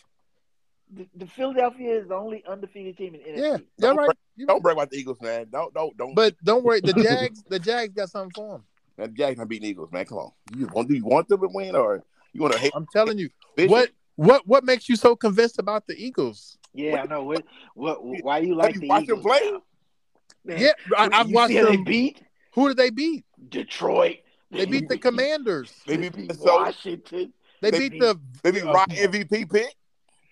[SPEAKER 3] The, the Philadelphia is the only undefeated team in the
[SPEAKER 1] Yeah,
[SPEAKER 3] NFC.
[SPEAKER 1] y'all
[SPEAKER 2] Don't
[SPEAKER 1] right.
[SPEAKER 2] break-
[SPEAKER 1] You right.
[SPEAKER 2] Don't brag about the Eagles, man. Don't, don't, don't.
[SPEAKER 1] But don't worry, the Jags. the Jags got something for them.
[SPEAKER 2] Now, the Jags not beating the Eagles, man. Come on. You want? Do you want them to win or you want to hate?
[SPEAKER 1] I'm telling you.
[SPEAKER 2] the
[SPEAKER 1] What what what makes you so convinced about the Eagles?
[SPEAKER 3] Yeah, I know. What? What? Why you like
[SPEAKER 2] Like you
[SPEAKER 3] the
[SPEAKER 2] watch them
[SPEAKER 3] Eagles?
[SPEAKER 2] play?
[SPEAKER 3] Man,
[SPEAKER 1] Yeah, I,
[SPEAKER 3] you
[SPEAKER 1] I've
[SPEAKER 3] see
[SPEAKER 1] watched
[SPEAKER 3] how They
[SPEAKER 1] them.
[SPEAKER 3] beat
[SPEAKER 1] Who did they beat?
[SPEAKER 3] Detroit.
[SPEAKER 1] They beat the Commanders.
[SPEAKER 2] They beat Minnesota.
[SPEAKER 3] Washington.
[SPEAKER 1] They,
[SPEAKER 2] They
[SPEAKER 1] beat the
[SPEAKER 2] They beat Rod MVP pick.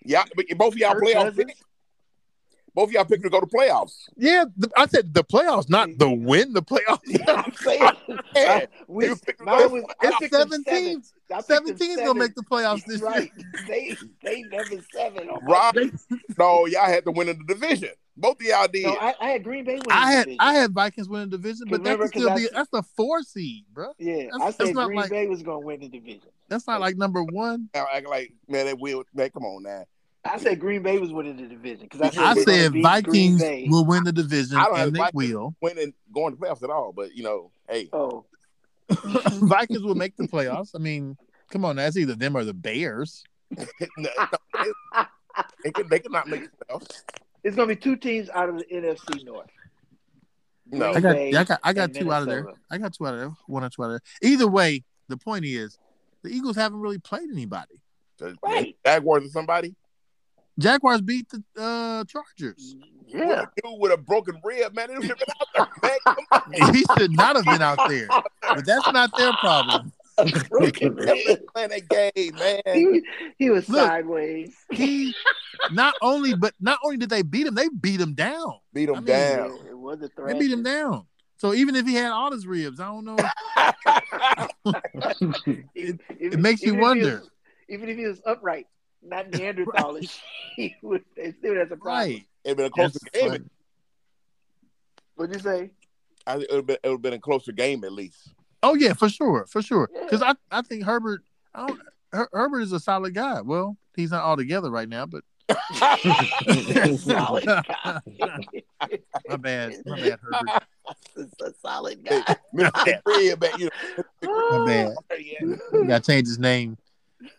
[SPEAKER 2] Yeah, but both of y'all
[SPEAKER 3] Uh, Kirk
[SPEAKER 2] playoff
[SPEAKER 3] Cousins.
[SPEAKER 2] pick. Both of y'all picked to go to playoffs.
[SPEAKER 1] yeah. The, I said the playoffs, not the win. The playoffs.
[SPEAKER 3] <laughs> I'm saying.
[SPEAKER 2] Yeah.
[SPEAKER 3] We,
[SPEAKER 2] You picked
[SPEAKER 3] mine
[SPEAKER 2] them-
[SPEAKER 3] was, I
[SPEAKER 2] It's
[SPEAKER 3] picked them
[SPEAKER 1] seven
[SPEAKER 3] seven.
[SPEAKER 1] teams.
[SPEAKER 3] I picked them
[SPEAKER 1] Seven teams gonna make the playoffs this year.
[SPEAKER 3] right. <laughs> They they number seven. Oh, my <laughs>
[SPEAKER 2] Rob, no, y'all had to win in the division. Both of y'all did.
[SPEAKER 3] No, I, I had Green Bay winning.
[SPEAKER 5] I had
[SPEAKER 3] the
[SPEAKER 5] I
[SPEAKER 3] division.
[SPEAKER 5] had Vikings winning the division, but that
[SPEAKER 3] Remember,
[SPEAKER 5] could still
[SPEAKER 3] 'cause
[SPEAKER 5] be
[SPEAKER 3] I-
[SPEAKER 5] that's the four seed, bro.
[SPEAKER 3] yeah,
[SPEAKER 5] that's-
[SPEAKER 3] I
[SPEAKER 5] that's
[SPEAKER 3] said
[SPEAKER 5] not
[SPEAKER 3] Green
[SPEAKER 5] like-
[SPEAKER 3] Bay was going to win the division.
[SPEAKER 5] That's not like number one.
[SPEAKER 2] Now act like man, that will man, come on now.
[SPEAKER 3] I said Green Bay was winning the division because I said,
[SPEAKER 5] I
[SPEAKER 3] they're gonna
[SPEAKER 5] said
[SPEAKER 3] beat Green
[SPEAKER 5] Vikings
[SPEAKER 3] Bay.
[SPEAKER 5] will win the division,
[SPEAKER 2] I don't have
[SPEAKER 5] and they
[SPEAKER 2] Vikings. <laughs>
[SPEAKER 5] will.
[SPEAKER 2] Winning going to playoffs at all, but you know, hey, <laughs>
[SPEAKER 3] Oh,
[SPEAKER 5] Vikings will make the playoffs. I mean, come on, that's either them or the Bears.
[SPEAKER 2] no, no,
[SPEAKER 3] <laughs>
[SPEAKER 2] they could they could not make playoffs.
[SPEAKER 3] it's gonna be two teams out of the NFC North.
[SPEAKER 2] No,
[SPEAKER 5] I got,
[SPEAKER 3] Bay
[SPEAKER 5] I got, I got
[SPEAKER 3] and
[SPEAKER 5] two out of there.
[SPEAKER 3] Minnesota.
[SPEAKER 5] I got two out of there. One or two out of there. Either way, the point is, the Eagles haven't really played anybody.
[SPEAKER 3] Right.
[SPEAKER 2] Jaguars or somebody.
[SPEAKER 5] Jaguars beat the uh,
[SPEAKER 2] <laughs>
[SPEAKER 5] Chargers.
[SPEAKER 3] Yeah,
[SPEAKER 2] Dude with a broken rib, man,
[SPEAKER 3] <laughs>
[SPEAKER 2] they don't even been out there. Man, come on.
[SPEAKER 5] he should not have been out there, but that's not their problem.
[SPEAKER 3] Broken
[SPEAKER 2] They
[SPEAKER 3] rib.
[SPEAKER 2] playing that game, man.
[SPEAKER 3] he, he was
[SPEAKER 5] Look.
[SPEAKER 3] sideways.
[SPEAKER 5] He not only, but not only did they beat him, they beat him down.
[SPEAKER 2] Beat
[SPEAKER 5] I
[SPEAKER 2] them
[SPEAKER 5] mean,
[SPEAKER 2] down.
[SPEAKER 3] It was a
[SPEAKER 5] They
[SPEAKER 3] threat.
[SPEAKER 5] beat him down. So even if he had all his ribs, I don't know.
[SPEAKER 3] It,
[SPEAKER 5] it makes you wonder.
[SPEAKER 3] even if he was upright, not Neanderthalish, <laughs> he would. It still has a problem.
[SPEAKER 5] Right?
[SPEAKER 2] It'd been a closer
[SPEAKER 5] That's
[SPEAKER 2] game.
[SPEAKER 5] funny.
[SPEAKER 3] What'd you say?
[SPEAKER 2] I think it would been it would been a closer game at
[SPEAKER 5] <laughs>
[SPEAKER 2] least. <laughs>
[SPEAKER 5] Oh yeah, for sure, for sure. Because I, I think Herbert, I don't, Her- Herbert is a solid guy. Well, he's not all together right now, but
[SPEAKER 3] <laughs> solid guy.
[SPEAKER 5] my bad, my bad, Herbert,
[SPEAKER 3] It's a solid guy. Oh,
[SPEAKER 2] Mr. Rib, man, you
[SPEAKER 5] my bad.
[SPEAKER 2] know, yeah.
[SPEAKER 5] You gotta change his name,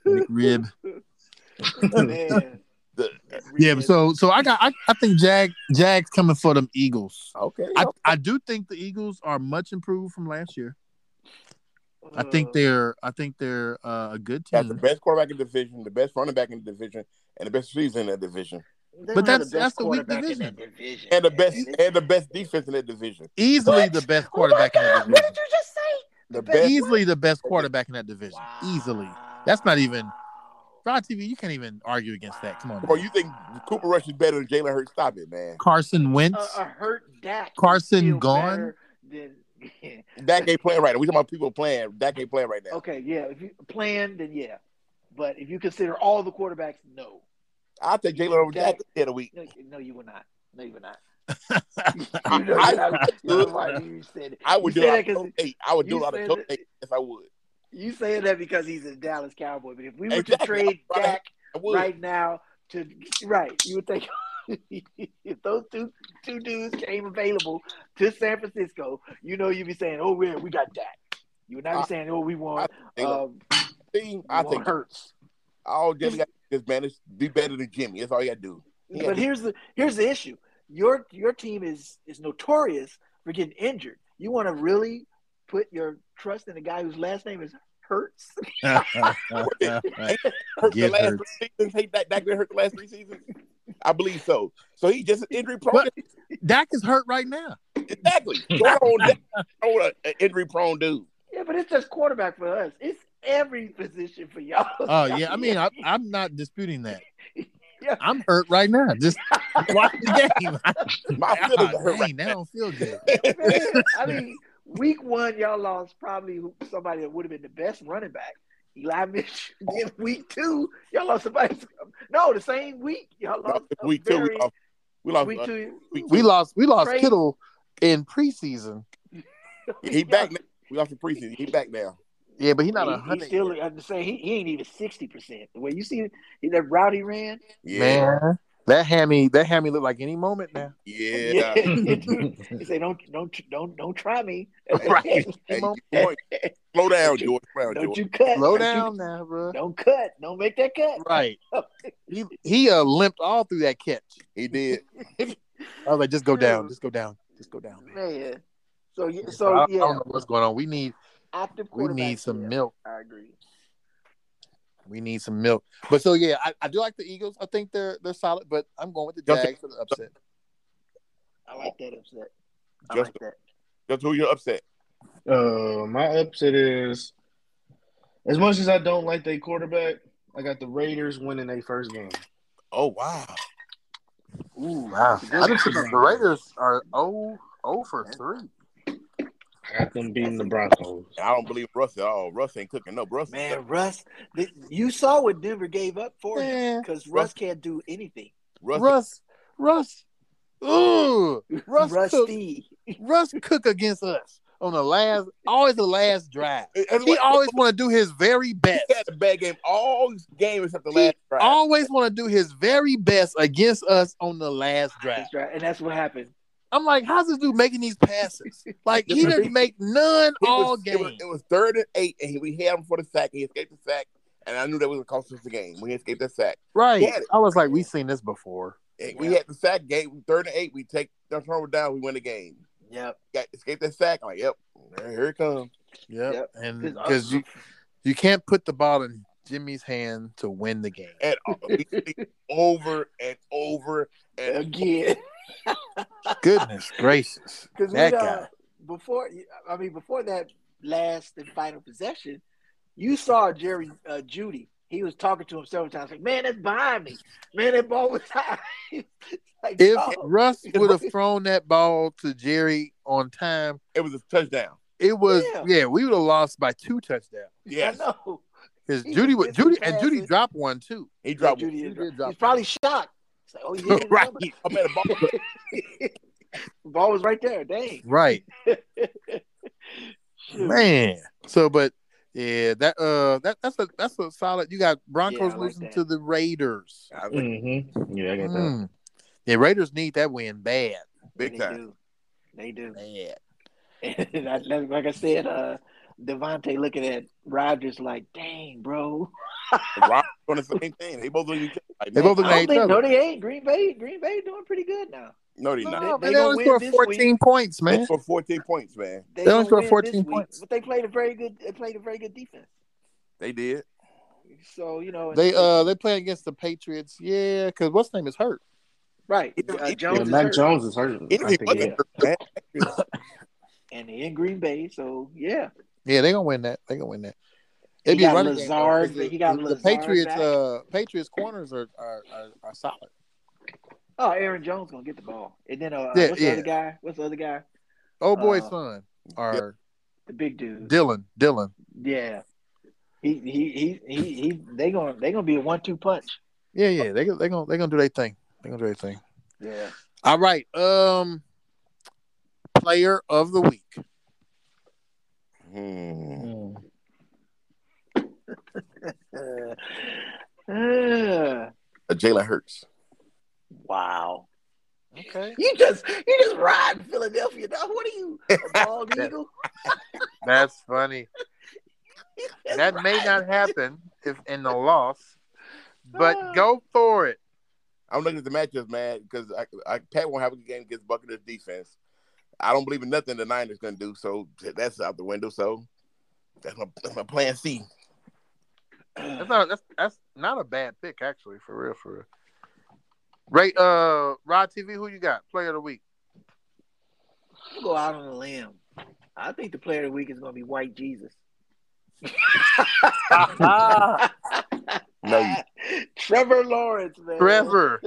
[SPEAKER 5] Nick Rib.
[SPEAKER 3] Man.
[SPEAKER 2] The-
[SPEAKER 5] <laughs> Yeah, but so so I got I, I think Jag Jags coming for them Eagles.
[SPEAKER 2] okay.
[SPEAKER 5] I, I do think the Eagles are much improved from last year.
[SPEAKER 3] uh,
[SPEAKER 1] I
[SPEAKER 3] Mm.
[SPEAKER 1] think they're I think they're uh, a good
[SPEAKER 5] Mm.
[SPEAKER 2] Got the
[SPEAKER 1] team.
[SPEAKER 2] best quarterback in the division, the best running back in the division, and the best receiver in that division,
[SPEAKER 1] But
[SPEAKER 3] They don't
[SPEAKER 1] that's-
[SPEAKER 3] have the best
[SPEAKER 1] that's a weak
[SPEAKER 3] quarterback in
[SPEAKER 1] division.
[SPEAKER 3] that division,
[SPEAKER 2] and the
[SPEAKER 3] man.
[SPEAKER 2] best
[SPEAKER 3] This-
[SPEAKER 2] and the best defense in that division.
[SPEAKER 1] Easily
[SPEAKER 3] What?
[SPEAKER 1] the best quarterback
[SPEAKER 3] oh
[SPEAKER 1] in
[SPEAKER 3] my
[SPEAKER 1] that
[SPEAKER 3] God, what
[SPEAKER 1] division.
[SPEAKER 3] did you just say? The
[SPEAKER 2] The best. <laughs>
[SPEAKER 1] Easily the best quarterback in that division. Easily. That's not even- Rod TV, you can't even argue against that. Come on.
[SPEAKER 2] Bro, you think Cooper Rush is better than Jalen Hurts? Stop it, man.
[SPEAKER 1] Carson
[SPEAKER 3] A,
[SPEAKER 1] Wentz.
[SPEAKER 3] a hurt Dak. is
[SPEAKER 1] Carson
[SPEAKER 3] still
[SPEAKER 1] gone?
[SPEAKER 3] better Than, <laughs>
[SPEAKER 2] Dak ain't playing right now. We talking about people playing. Dak ain't playing right now.
[SPEAKER 3] okay, yeah. If you plan, then yeah. But if you consider all the quarterbacks, no,
[SPEAKER 2] I'll take Jalen over
[SPEAKER 3] Dak-
[SPEAKER 2] Dak in a week.
[SPEAKER 3] no, no, you will not. No, you will
[SPEAKER 2] <laughs>
[SPEAKER 3] not.
[SPEAKER 2] I-
[SPEAKER 3] You know,
[SPEAKER 2] I-
[SPEAKER 3] you're
[SPEAKER 2] <laughs>
[SPEAKER 3] not- you're right, you said it.
[SPEAKER 2] I would
[SPEAKER 3] You
[SPEAKER 2] do
[SPEAKER 3] said
[SPEAKER 2] it
[SPEAKER 3] that 'cause
[SPEAKER 2] out of eight. I would do
[SPEAKER 3] you
[SPEAKER 2] it out of
[SPEAKER 3] said
[SPEAKER 2] coach
[SPEAKER 3] that-
[SPEAKER 2] eight. Yes, I would.
[SPEAKER 3] You saying that because he's a Dallas Cowboy, but if we were
[SPEAKER 2] Exactly.
[SPEAKER 3] to trade
[SPEAKER 2] <laughs> Right.
[SPEAKER 3] Dak
[SPEAKER 2] I would.
[SPEAKER 3] right now to right, you would think <laughs> if those two two dudes came available to San Francisco, you know you'd be saying, "Oh, we we got Dak." You would not
[SPEAKER 2] I-
[SPEAKER 3] be saying, "Oh, we want."
[SPEAKER 2] They gonna
[SPEAKER 3] um,
[SPEAKER 2] see, I
[SPEAKER 3] I think
[SPEAKER 2] think
[SPEAKER 3] hurts.
[SPEAKER 2] all Jimmy got to do is manage, be better than Jimmy. That's all you got to do. Yeah.
[SPEAKER 3] But here's the here's the issue. Your your team is is notorious for getting injured. You want to really put your trust in a guy whose last name is Hurts? <laughs> Uh,
[SPEAKER 2] Hurt the
[SPEAKER 1] Get
[SPEAKER 2] last
[SPEAKER 1] hurt.
[SPEAKER 2] three seasons. Hey, Dak, Dak been hurt the last three seasons. I believe so. So he just injury prone.
[SPEAKER 1] What? <laughs> Dak is hurt right now.
[SPEAKER 2] Exactly. So I don't want Dak- I don't want an uh, injury prone dude.
[SPEAKER 3] Yeah, but it's just quarterback for us. It's every position for
[SPEAKER 2] <laughs>
[SPEAKER 3] y'all.
[SPEAKER 2] Uh,
[SPEAKER 1] Oh yeah, I mean I, I'm not disputing that.
[SPEAKER 3] Yeah.
[SPEAKER 1] I'm hurt right now.
[SPEAKER 3] <laughs>
[SPEAKER 1] Just watch the game. Oh,
[SPEAKER 2] My
[SPEAKER 1] <laughs>
[SPEAKER 2] feelings are hurt right
[SPEAKER 1] Dang, that don't feel good.
[SPEAKER 3] <laughs> Man, I mean, week one, y'all lost probably who- somebody that would have been the best running back, Eli Mitchell. <laughs> Then week two, y'all lost somebody. <laughs> No, the same week, y'all
[SPEAKER 2] now.
[SPEAKER 3] lost. a
[SPEAKER 2] Week two, we
[SPEAKER 3] very-
[SPEAKER 2] lost. We lost.
[SPEAKER 3] Week
[SPEAKER 2] uh, <laughs>
[SPEAKER 3] two,
[SPEAKER 2] week
[SPEAKER 1] We lost we lost
[SPEAKER 3] Crazy.
[SPEAKER 1] Kittle in preseason.
[SPEAKER 3] <laughs>
[SPEAKER 2] he back now. We lost the preseason. He back now.
[SPEAKER 1] Yeah, but he's not
[SPEAKER 3] He-
[SPEAKER 1] a
[SPEAKER 3] he
[SPEAKER 1] hundred.
[SPEAKER 3] still, I'm just saying, he, he ain't even sixty percent. The way you see that route he ran,
[SPEAKER 2] Yeah.
[SPEAKER 1] Man, that hammy, that hammy look like any moment now.
[SPEAKER 3] <laughs>
[SPEAKER 1] <laughs>
[SPEAKER 2] Yeah.
[SPEAKER 3] he say, "Don't, don't, don't, don't try me." <laughs>
[SPEAKER 1] Right.
[SPEAKER 2] Hey,
[SPEAKER 1] Come on.
[SPEAKER 2] good point. Slow down,
[SPEAKER 3] Don't you-
[SPEAKER 2] George. Slow down,
[SPEAKER 3] Don't
[SPEAKER 2] George.
[SPEAKER 3] you cut?
[SPEAKER 1] Slow
[SPEAKER 3] Don't you-
[SPEAKER 1] down now, bro.
[SPEAKER 3] Don't cut. Don't make that cut.
[SPEAKER 1] <laughs> Right. He he uh, limped all through that catch.
[SPEAKER 2] He did.
[SPEAKER 1] I was like, just go down, just go down, just go down.
[SPEAKER 3] Man. So yeah,
[SPEAKER 1] I,
[SPEAKER 3] so
[SPEAKER 1] I don't
[SPEAKER 3] yeah,
[SPEAKER 1] know what's going on. We need
[SPEAKER 3] active
[SPEAKER 1] we
[SPEAKER 3] quarterback.
[SPEAKER 1] need some
[SPEAKER 3] yeah,
[SPEAKER 1] milk.
[SPEAKER 3] I agree.
[SPEAKER 1] We need some milk. But so yeah, I, I do like the Eagles. I think they're they're solid, but I'm going with the
[SPEAKER 2] Don't
[SPEAKER 1] Jags for the upset.
[SPEAKER 3] I like that upset. I
[SPEAKER 2] Just-
[SPEAKER 3] like that.
[SPEAKER 2] That's who you're upset.
[SPEAKER 4] Uh, my upset is as much as I don't like their quarterback, I got the Raiders winning their first game.
[SPEAKER 2] Oh wow.
[SPEAKER 1] Ooh, wow. I just think the Raiders are 0, 0 for three.
[SPEAKER 4] I got them beating the Broncos.
[SPEAKER 2] And I don't believe Russ at all. Russ ain't cooking up. Russ,
[SPEAKER 3] Man, Russ, th- you saw what Denver gave up for him
[SPEAKER 1] Man,
[SPEAKER 3] because
[SPEAKER 2] Russ-
[SPEAKER 3] Russ can't do anything.
[SPEAKER 2] Russ,
[SPEAKER 1] Russ, Russ, ooh, Russ, cook,
[SPEAKER 3] Rusty.
[SPEAKER 1] Russ cook against us on the last, always the last drive.
[SPEAKER 2] That's
[SPEAKER 1] He
[SPEAKER 2] what-
[SPEAKER 1] always want to do his very best.
[SPEAKER 2] <laughs> he had a bad game all game except the
[SPEAKER 1] He
[SPEAKER 2] last drive.
[SPEAKER 1] Always want to do his very best against us on the last drive.
[SPEAKER 3] That's right. And that's what happened. <laughs>
[SPEAKER 1] I'm like, how's this dude making these passes? Like he didn't make none
[SPEAKER 2] It
[SPEAKER 1] all
[SPEAKER 2] was, it was-
[SPEAKER 1] game.
[SPEAKER 2] it was third and eight, and he, we had him for the sack. He escaped the sack, and I knew that was going to cost us the game. We escaped that sack.
[SPEAKER 1] Right.
[SPEAKER 2] Yeah.
[SPEAKER 1] I was like, we've seen this before.
[SPEAKER 2] And We had the sack game, third and eight. We take the turnover down. We win the game.
[SPEAKER 3] Yep.
[SPEAKER 2] Got escaped that sack. I'm like, yep, here it comes.
[SPEAKER 1] Yep.
[SPEAKER 3] Yep.
[SPEAKER 1] And because Mm, you you can't put the ball in Jimmy's hand to win the game.
[SPEAKER 2] And uh,
[SPEAKER 3] <laughs>
[SPEAKER 2] we sleep over and over and
[SPEAKER 3] again. <laughs>
[SPEAKER 1] Goodness <laughs> gracious.
[SPEAKER 3] Because
[SPEAKER 1] That
[SPEAKER 3] uh,
[SPEAKER 1] guy.
[SPEAKER 3] before, I mean, before that last and final possession, you saw Jerry uh, Judy. He was talking to him several times, like, "Man, that's behind me. Man, that ball was <laughs> high." like,
[SPEAKER 1] If
[SPEAKER 3] oh, <laughs>
[SPEAKER 1] Russ would have thrown that ball to Jerry on time,
[SPEAKER 2] it was a touchdown.
[SPEAKER 1] it was
[SPEAKER 3] Yeah.
[SPEAKER 1] yeah, we would have lost by two touchdowns.
[SPEAKER 2] Yes,
[SPEAKER 3] I know.
[SPEAKER 1] Because
[SPEAKER 3] He
[SPEAKER 1] Judy
[SPEAKER 3] just
[SPEAKER 1] would
[SPEAKER 3] missed
[SPEAKER 1] Judy
[SPEAKER 3] some
[SPEAKER 1] and Judy
[SPEAKER 3] passes.
[SPEAKER 1] dropped one too.
[SPEAKER 2] he dropped.
[SPEAKER 3] Judy
[SPEAKER 1] He
[SPEAKER 3] is-
[SPEAKER 1] did drop
[SPEAKER 3] He's probably shocked. It's like,
[SPEAKER 1] <laughs>
[SPEAKER 3] "Oh, you hit
[SPEAKER 1] right.
[SPEAKER 3] the
[SPEAKER 2] I'm at a ball.
[SPEAKER 3] <laughs> ball was right there. Dang,
[SPEAKER 1] Right.
[SPEAKER 3] Shoot.
[SPEAKER 1] Man. So, but yeah, that uh, that that's a that's a solid. You got
[SPEAKER 3] Yeah, I
[SPEAKER 1] Broncos
[SPEAKER 3] like
[SPEAKER 1] losing
[SPEAKER 3] that.
[SPEAKER 1] to the Raiders.
[SPEAKER 2] I was like,
[SPEAKER 4] Mm-hmm. Yeah, I got that.
[SPEAKER 1] Mm. The Raiders need that win bad.
[SPEAKER 2] big
[SPEAKER 3] they
[SPEAKER 2] time.
[SPEAKER 3] Do. They do. <laughs>
[SPEAKER 1] Bad.
[SPEAKER 3] And I, like like
[SPEAKER 1] <laughs>
[SPEAKER 3] I said, uh, Devontae looking at Rogers like, "Dang, bro."
[SPEAKER 2] Rob on the same thing. They both look. Like,
[SPEAKER 1] They
[SPEAKER 2] man,
[SPEAKER 1] both look
[SPEAKER 3] I
[SPEAKER 1] at
[SPEAKER 3] don't
[SPEAKER 1] each
[SPEAKER 3] think,
[SPEAKER 1] other.
[SPEAKER 3] no, they ain't. Green Bay, Green Bay doing pretty good now.
[SPEAKER 2] no, they
[SPEAKER 1] No,
[SPEAKER 2] not.
[SPEAKER 1] man,
[SPEAKER 3] They-
[SPEAKER 1] they,
[SPEAKER 3] they gonna
[SPEAKER 1] only
[SPEAKER 3] win
[SPEAKER 1] scored
[SPEAKER 3] this
[SPEAKER 1] 14 points,
[SPEAKER 2] They
[SPEAKER 1] man.
[SPEAKER 2] scored fourteen points, man.
[SPEAKER 3] They,
[SPEAKER 1] They
[SPEAKER 3] gonna
[SPEAKER 1] only scored
[SPEAKER 3] win this
[SPEAKER 1] 14
[SPEAKER 3] week,
[SPEAKER 1] points.
[SPEAKER 3] but they played a very good. They played a very good defense.
[SPEAKER 2] They did.
[SPEAKER 3] So you know
[SPEAKER 1] They uh they play against the Patriots, yeah, because what's his name is hurt.
[SPEAKER 3] right.
[SPEAKER 2] Even-
[SPEAKER 3] Uh,
[SPEAKER 2] even-
[SPEAKER 3] Jones
[SPEAKER 4] yeah,
[SPEAKER 3] is
[SPEAKER 4] Mac
[SPEAKER 3] hurt,
[SPEAKER 4] Mm. Jones is hurt.
[SPEAKER 2] It
[SPEAKER 4] I
[SPEAKER 2] was
[SPEAKER 4] think,
[SPEAKER 3] other-
[SPEAKER 4] yeah.
[SPEAKER 2] man.
[SPEAKER 3] and they in Green Bay. So yeah,
[SPEAKER 1] Yeah, they gonna win that. They gonna win that.
[SPEAKER 3] He
[SPEAKER 1] They be
[SPEAKER 3] got
[SPEAKER 1] running game, though,
[SPEAKER 3] Lazard,
[SPEAKER 1] 'cause the-
[SPEAKER 3] he got
[SPEAKER 1] the
[SPEAKER 3] Lazard
[SPEAKER 1] Patriots.
[SPEAKER 3] back.
[SPEAKER 1] Uh, Patriots corners are are, are, are solid.
[SPEAKER 3] oh Aaron Jones gonna get the ball, and then uh,
[SPEAKER 1] Yeah,
[SPEAKER 3] what's
[SPEAKER 1] yeah.
[SPEAKER 3] the other guy? What's the other guy?
[SPEAKER 1] Oh boy's
[SPEAKER 3] Uh,
[SPEAKER 1] son are
[SPEAKER 3] The big dude.
[SPEAKER 1] Dylan. Dylan.
[SPEAKER 3] Yeah. He he he he, he they gonna they gonna be a one two punch.
[SPEAKER 1] Yeah, yeah. They they gonna they gonna do their thing. They gonna do their thing.
[SPEAKER 3] Yeah.
[SPEAKER 1] All right. Um, player of the week.
[SPEAKER 2] Hmm.
[SPEAKER 4] Mm.
[SPEAKER 3] Uh, <laughs> uh,
[SPEAKER 2] Uh, Jalen Hurts.
[SPEAKER 3] wow.
[SPEAKER 1] Okay.
[SPEAKER 3] You just you just ride Philadelphia. Dog. What are you? A
[SPEAKER 1] <laughs>
[SPEAKER 3] bald eagle? <laughs>
[SPEAKER 1] That's funny. That may not happen if in the loss,
[SPEAKER 3] Ah.
[SPEAKER 1] but go for it.
[SPEAKER 2] I'm looking at the matchups, man, because I, I, Pat won't have a good game against Buccaneers defense. I don't believe in nothing the Niners gonna do, so that's out the window. So that's my, that's my plan C.
[SPEAKER 1] <laughs> That's not that's that's not a bad pick actually, for real, for real. Ray, uh, Rod TV, who you got? Player of the
[SPEAKER 3] <laughs>
[SPEAKER 1] week.
[SPEAKER 3] I'll go out on a limb. I think the player of the week is gonna be White Jesus. Ah.
[SPEAKER 2] No,
[SPEAKER 3] <laughs>
[SPEAKER 2] you-
[SPEAKER 3] Trevor Lawrence, man.
[SPEAKER 1] Trevor,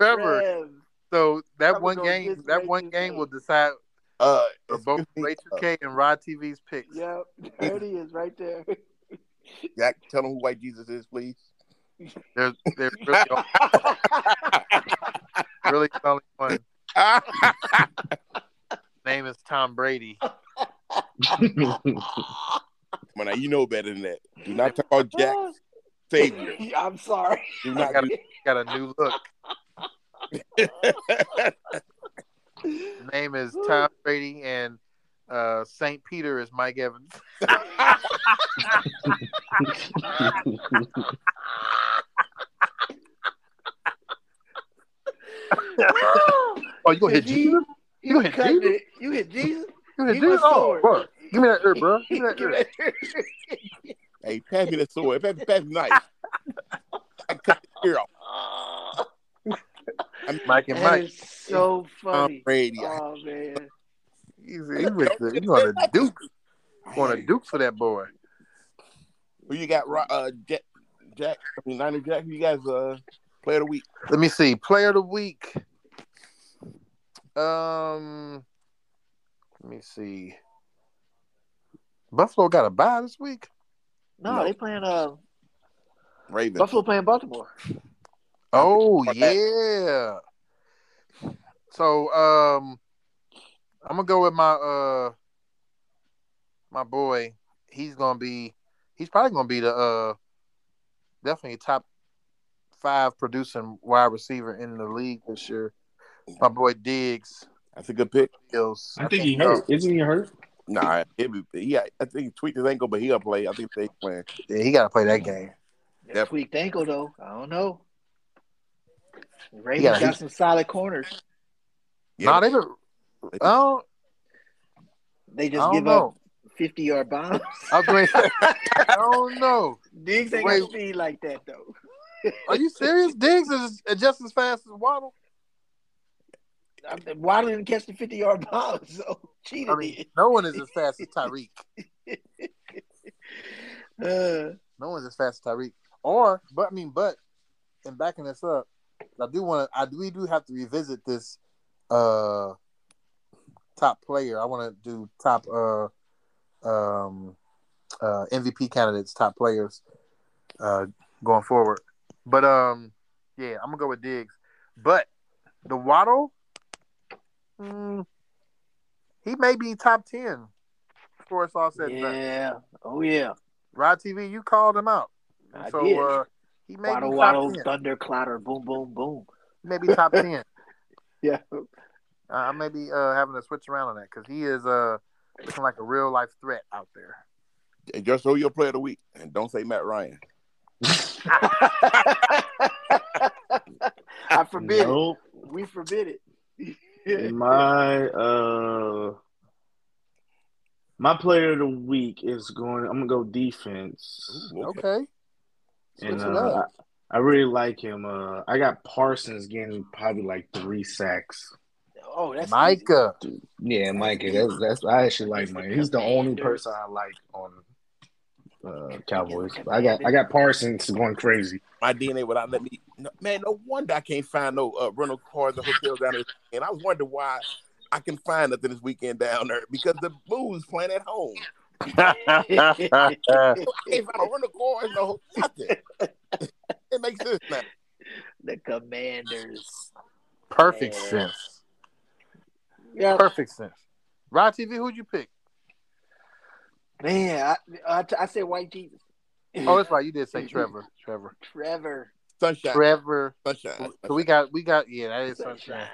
[SPEAKER 1] Trevor.
[SPEAKER 3] Trev.
[SPEAKER 1] So that
[SPEAKER 3] Trevor
[SPEAKER 1] one
[SPEAKER 3] gonna
[SPEAKER 1] game,
[SPEAKER 3] diss
[SPEAKER 1] that
[SPEAKER 3] Ray
[SPEAKER 1] one
[SPEAKER 3] 2K.
[SPEAKER 1] game will decide
[SPEAKER 2] uh,
[SPEAKER 1] for both
[SPEAKER 2] excuse me,
[SPEAKER 1] Ray 2K and Rod TV's picks.
[SPEAKER 3] Yep, there it is,
[SPEAKER 1] <laughs>
[SPEAKER 3] right there.
[SPEAKER 2] Jack, tell them who White Jesus is, <laughs> please.
[SPEAKER 1] They're
[SPEAKER 3] <laughs>
[SPEAKER 1] they're really, really only one. Name is Tom Brady.
[SPEAKER 2] Come on, now you know better than that. Do not talk about
[SPEAKER 3] <laughs>
[SPEAKER 2] Jack Savior.
[SPEAKER 3] Oh,
[SPEAKER 1] <laughs>
[SPEAKER 3] I'm sorry. <laughs>
[SPEAKER 2] Do
[SPEAKER 1] I
[SPEAKER 2] not.
[SPEAKER 1] got a, got a new look. His name is Tom Brady, and uh, Saint Peter is Mike Evans. Oh, you gonna hit
[SPEAKER 3] Did he-
[SPEAKER 1] Jesus? You gonna hit
[SPEAKER 3] cut
[SPEAKER 1] Jesus?
[SPEAKER 3] it. You hit
[SPEAKER 1] <laughs>
[SPEAKER 3] Jesus.
[SPEAKER 1] You gonna
[SPEAKER 3] He
[SPEAKER 1] hit
[SPEAKER 3] was
[SPEAKER 1] Jesus? Oh,
[SPEAKER 3] sore.
[SPEAKER 1] bro, give me that ear, bro. Give me
[SPEAKER 3] <laughs>
[SPEAKER 1] that
[SPEAKER 3] Give
[SPEAKER 1] ear.
[SPEAKER 3] it here.
[SPEAKER 2] hey, pass me the sword. Pass, pass <laughs> me the knife. I cut the ear off.
[SPEAKER 3] Oh,
[SPEAKER 2] I'm
[SPEAKER 1] Mike Um, and
[SPEAKER 3] That
[SPEAKER 1] Mike.
[SPEAKER 3] is so
[SPEAKER 2] Tom
[SPEAKER 3] funny.
[SPEAKER 2] Brady.
[SPEAKER 3] Oh man,
[SPEAKER 1] He's, he with the, he's going to Duke. Going to Duke for that boy.
[SPEAKER 2] Who you got? Ro- Uh, Jack, Jack. I mean, Niner Jack. Who you guys? Uh, player of the week.
[SPEAKER 1] Let me see. Player of the week. Um, let me see. Buffalo got a bye this week.
[SPEAKER 3] no, they playing uh
[SPEAKER 2] Raven.
[SPEAKER 3] Buffalo playing Baltimore.
[SPEAKER 1] Oh
[SPEAKER 2] Okay.
[SPEAKER 1] yeah. So um, I'm gonna go with my uh, my boy. He's gonna be. He's probably gonna be the uh, definitely top five producing wide receiver in the league this year. My boy Diggs.
[SPEAKER 2] That's a good pick.
[SPEAKER 1] Skills.
[SPEAKER 4] <laughs> I think he hurt. Isn't he hurt?
[SPEAKER 2] Nah, he'll be, he, I think he tweaked his ankle, but he'll play. I think they playing.
[SPEAKER 1] Yeah, he got to play that game.
[SPEAKER 2] Yep.
[SPEAKER 3] That tweaked ankle though. I don't know. The Ravens
[SPEAKER 1] Yeah,
[SPEAKER 3] got some solid corners.
[SPEAKER 2] Yeah.
[SPEAKER 1] No, they do I don't,
[SPEAKER 3] They
[SPEAKER 1] I
[SPEAKER 3] just
[SPEAKER 1] don't
[SPEAKER 3] give
[SPEAKER 1] know.
[SPEAKER 3] up fifty yard bombs.
[SPEAKER 1] <laughs> I, was gonna say, I don't know.
[SPEAKER 3] <laughs> Diggs ain't got
[SPEAKER 1] Wait.
[SPEAKER 3] speed like that though.
[SPEAKER 1] Are you serious? Diggs is just as fast as Waddle.
[SPEAKER 3] I mean, Waddle didn't catch the fifty yard bomb, <laughs> so cheated.
[SPEAKER 1] I mean, no one is as fast as Tyreek.
[SPEAKER 3] it. Uh,
[SPEAKER 1] No one's as fast as Tyreek. Or, but I mean, but in backing this up, I do want to. I do, we do have to revisit this uh top player. I want to do top uh um uh MVP candidates, top players uh going forward. But um, yeah, I'm gonna go with Diggs. But the Waddle, mm, he may be top ten. Of course, all said and done.
[SPEAKER 3] yeah. Oh yeah.
[SPEAKER 1] Rod TV, you called him out.
[SPEAKER 3] I
[SPEAKER 1] so
[SPEAKER 3] did.
[SPEAKER 1] uh he may
[SPEAKER 3] Waddle
[SPEAKER 1] be top
[SPEAKER 3] waddle,
[SPEAKER 1] 10.
[SPEAKER 3] thunder clatter, boom
[SPEAKER 1] <laughs>
[SPEAKER 3] boom boom.
[SPEAKER 1] Maybe
[SPEAKER 3] <laughs>
[SPEAKER 1] top ten.
[SPEAKER 3] Yeah.
[SPEAKER 1] Uh, I may be uh, having to switch around on that because he is uh looking like a real life threat out there.
[SPEAKER 2] Just throw your player of the week and don't say Matt Ryan.
[SPEAKER 3] I forbid it.
[SPEAKER 4] Nope.
[SPEAKER 3] We <laughs> forbid it.
[SPEAKER 4] my uh my player of the week is going I'm gonna go defense.
[SPEAKER 1] Okay.
[SPEAKER 4] and
[SPEAKER 1] Switch it
[SPEAKER 4] uh,
[SPEAKER 1] up.
[SPEAKER 4] I, I really like him. Uh I got Parsons getting probably like three sacks.
[SPEAKER 3] oh, that's
[SPEAKER 1] Micah.
[SPEAKER 4] Yeah, Mike. That's, that's I actually like Mike. He's the only person I like on uh, Cowboys. I got I got Parsons going crazy.
[SPEAKER 2] My DNA would not let me. No, man, no wonder I can't find no uh, rental cars or hotels down there. And I was wondering why I can find nothing this weekend down there because the booze playing at home. I can't find a rental car, no nothing. it makes sense now.
[SPEAKER 3] <laughs> the Commanders.
[SPEAKER 1] <laughs> Perfect
[SPEAKER 3] Yeah.
[SPEAKER 1] sense.
[SPEAKER 3] Yeah,
[SPEAKER 1] Perfect sense. Rod TV, who'd you pick?
[SPEAKER 3] man. I, I, I said White Jesus. <laughs>
[SPEAKER 1] Oh, that's right. You did say Trevor. Trevor.
[SPEAKER 3] Trevor.
[SPEAKER 2] Sunshine,
[SPEAKER 1] Trevor.
[SPEAKER 2] sunshine.
[SPEAKER 1] So we got, we got, yeah, that is sunshine.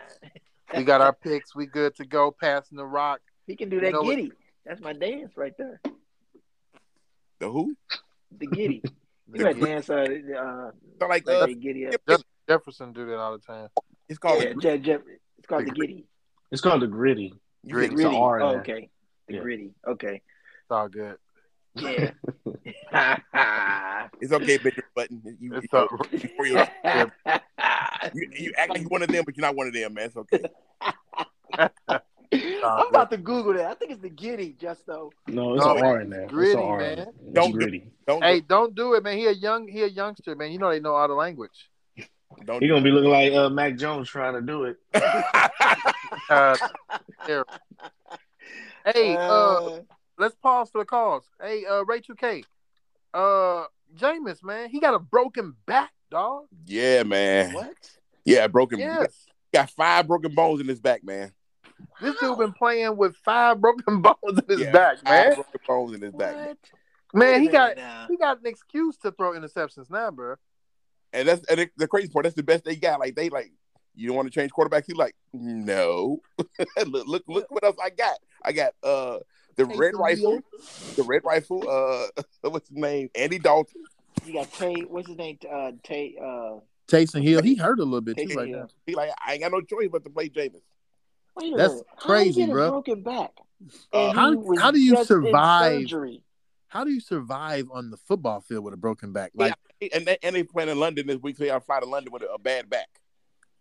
[SPEAKER 1] We got our picks. We good to go. Passing the rock.
[SPEAKER 3] He can do
[SPEAKER 1] You
[SPEAKER 3] that
[SPEAKER 1] know what-
[SPEAKER 3] giddy. That's my dance right there.
[SPEAKER 2] the who?
[SPEAKER 3] The
[SPEAKER 2] <laughs>
[SPEAKER 3] giddy.
[SPEAKER 1] The
[SPEAKER 3] You got
[SPEAKER 1] giddy.
[SPEAKER 3] dance. Uh, uh,
[SPEAKER 2] So like
[SPEAKER 3] like
[SPEAKER 2] uh,
[SPEAKER 3] they giddy up.
[SPEAKER 1] Jefferson do that all the time.
[SPEAKER 2] it's
[SPEAKER 3] Yeah,
[SPEAKER 2] called.
[SPEAKER 3] Jeff- Jeff- it's called the giddy.
[SPEAKER 4] It's called the gritty.
[SPEAKER 2] you
[SPEAKER 1] Gritty.
[SPEAKER 4] It's
[SPEAKER 3] Gritty.
[SPEAKER 4] an R in
[SPEAKER 3] Oh,
[SPEAKER 4] there.
[SPEAKER 3] okay. The
[SPEAKER 4] Yeah.
[SPEAKER 3] gritty.
[SPEAKER 2] <laughs>
[SPEAKER 3] Okay.
[SPEAKER 1] It's all good.
[SPEAKER 3] Yeah.
[SPEAKER 2] It's okay, Benjamin Button. You,
[SPEAKER 1] It's
[SPEAKER 2] you,
[SPEAKER 1] all,
[SPEAKER 3] <laughs>
[SPEAKER 2] before you,
[SPEAKER 4] <laughs>
[SPEAKER 2] you, you act like you're one of them, but you're not one of them, man. It's okay.
[SPEAKER 3] I'm
[SPEAKER 2] Uh,
[SPEAKER 3] about to Google that. I think it's the giddy, just though.
[SPEAKER 4] No, it's
[SPEAKER 1] No,
[SPEAKER 4] an R in there. it's
[SPEAKER 1] gritty,
[SPEAKER 4] an R. in
[SPEAKER 1] man.
[SPEAKER 4] there. It's
[SPEAKER 2] Don't-
[SPEAKER 4] gritty.
[SPEAKER 2] Don't
[SPEAKER 1] hey, don't do it, man. He a young, he a youngster, man. You know they know all the language.
[SPEAKER 2] don't.
[SPEAKER 4] He gonna be looking like uh, Mac Jones trying to do it.
[SPEAKER 1] Uh, terrible. hey, uh, let's pause for the calls. Hey, uh, Rachel K. Uh, Jameis, man, he got a broken back, dog.
[SPEAKER 2] <laughs> yeah, man.
[SPEAKER 3] what?
[SPEAKER 2] Yeah, broken.
[SPEAKER 1] Yes,
[SPEAKER 2] got five broken bones in his back, man.
[SPEAKER 1] this dude been playing with five broken <laughs> bones in his
[SPEAKER 2] Yeah,
[SPEAKER 1] back,
[SPEAKER 2] Five
[SPEAKER 1] man.
[SPEAKER 2] broken bones in his back, man.
[SPEAKER 3] What?
[SPEAKER 1] Man, he got
[SPEAKER 3] Now.
[SPEAKER 1] he got an excuse to throw interceptions now, bro.
[SPEAKER 2] and that's and the, the crazy part. That's the best they got. Like they like you don't want to change quarterbacks. He like no. <laughs> look, look, look what else I got. I got uh the red rifle, the red rifle. Uh, <laughs> what's his name? Andy Dalton.
[SPEAKER 3] You got Tay. What's his name? Uh, Tay. Uh,
[SPEAKER 5] Taysom Hill, he hurt a little bit
[SPEAKER 3] Taysom
[SPEAKER 5] too right
[SPEAKER 3] Hill.
[SPEAKER 5] now.
[SPEAKER 2] He like I ain't got no choice but to play Jameis.
[SPEAKER 3] wait a
[SPEAKER 5] That's
[SPEAKER 3] minute.
[SPEAKER 5] crazy,
[SPEAKER 3] how did he get
[SPEAKER 5] bruh.
[SPEAKER 3] a broken back?
[SPEAKER 2] Uh,
[SPEAKER 3] And
[SPEAKER 5] How-
[SPEAKER 3] he was
[SPEAKER 5] how do you
[SPEAKER 3] just in
[SPEAKER 5] survive?
[SPEAKER 3] surgery.
[SPEAKER 5] How do you survive on the football field with a broken back?
[SPEAKER 2] Yeah.
[SPEAKER 5] Like,
[SPEAKER 2] and they and they playing in London this week. So they gotta fly to London with a, a bad back.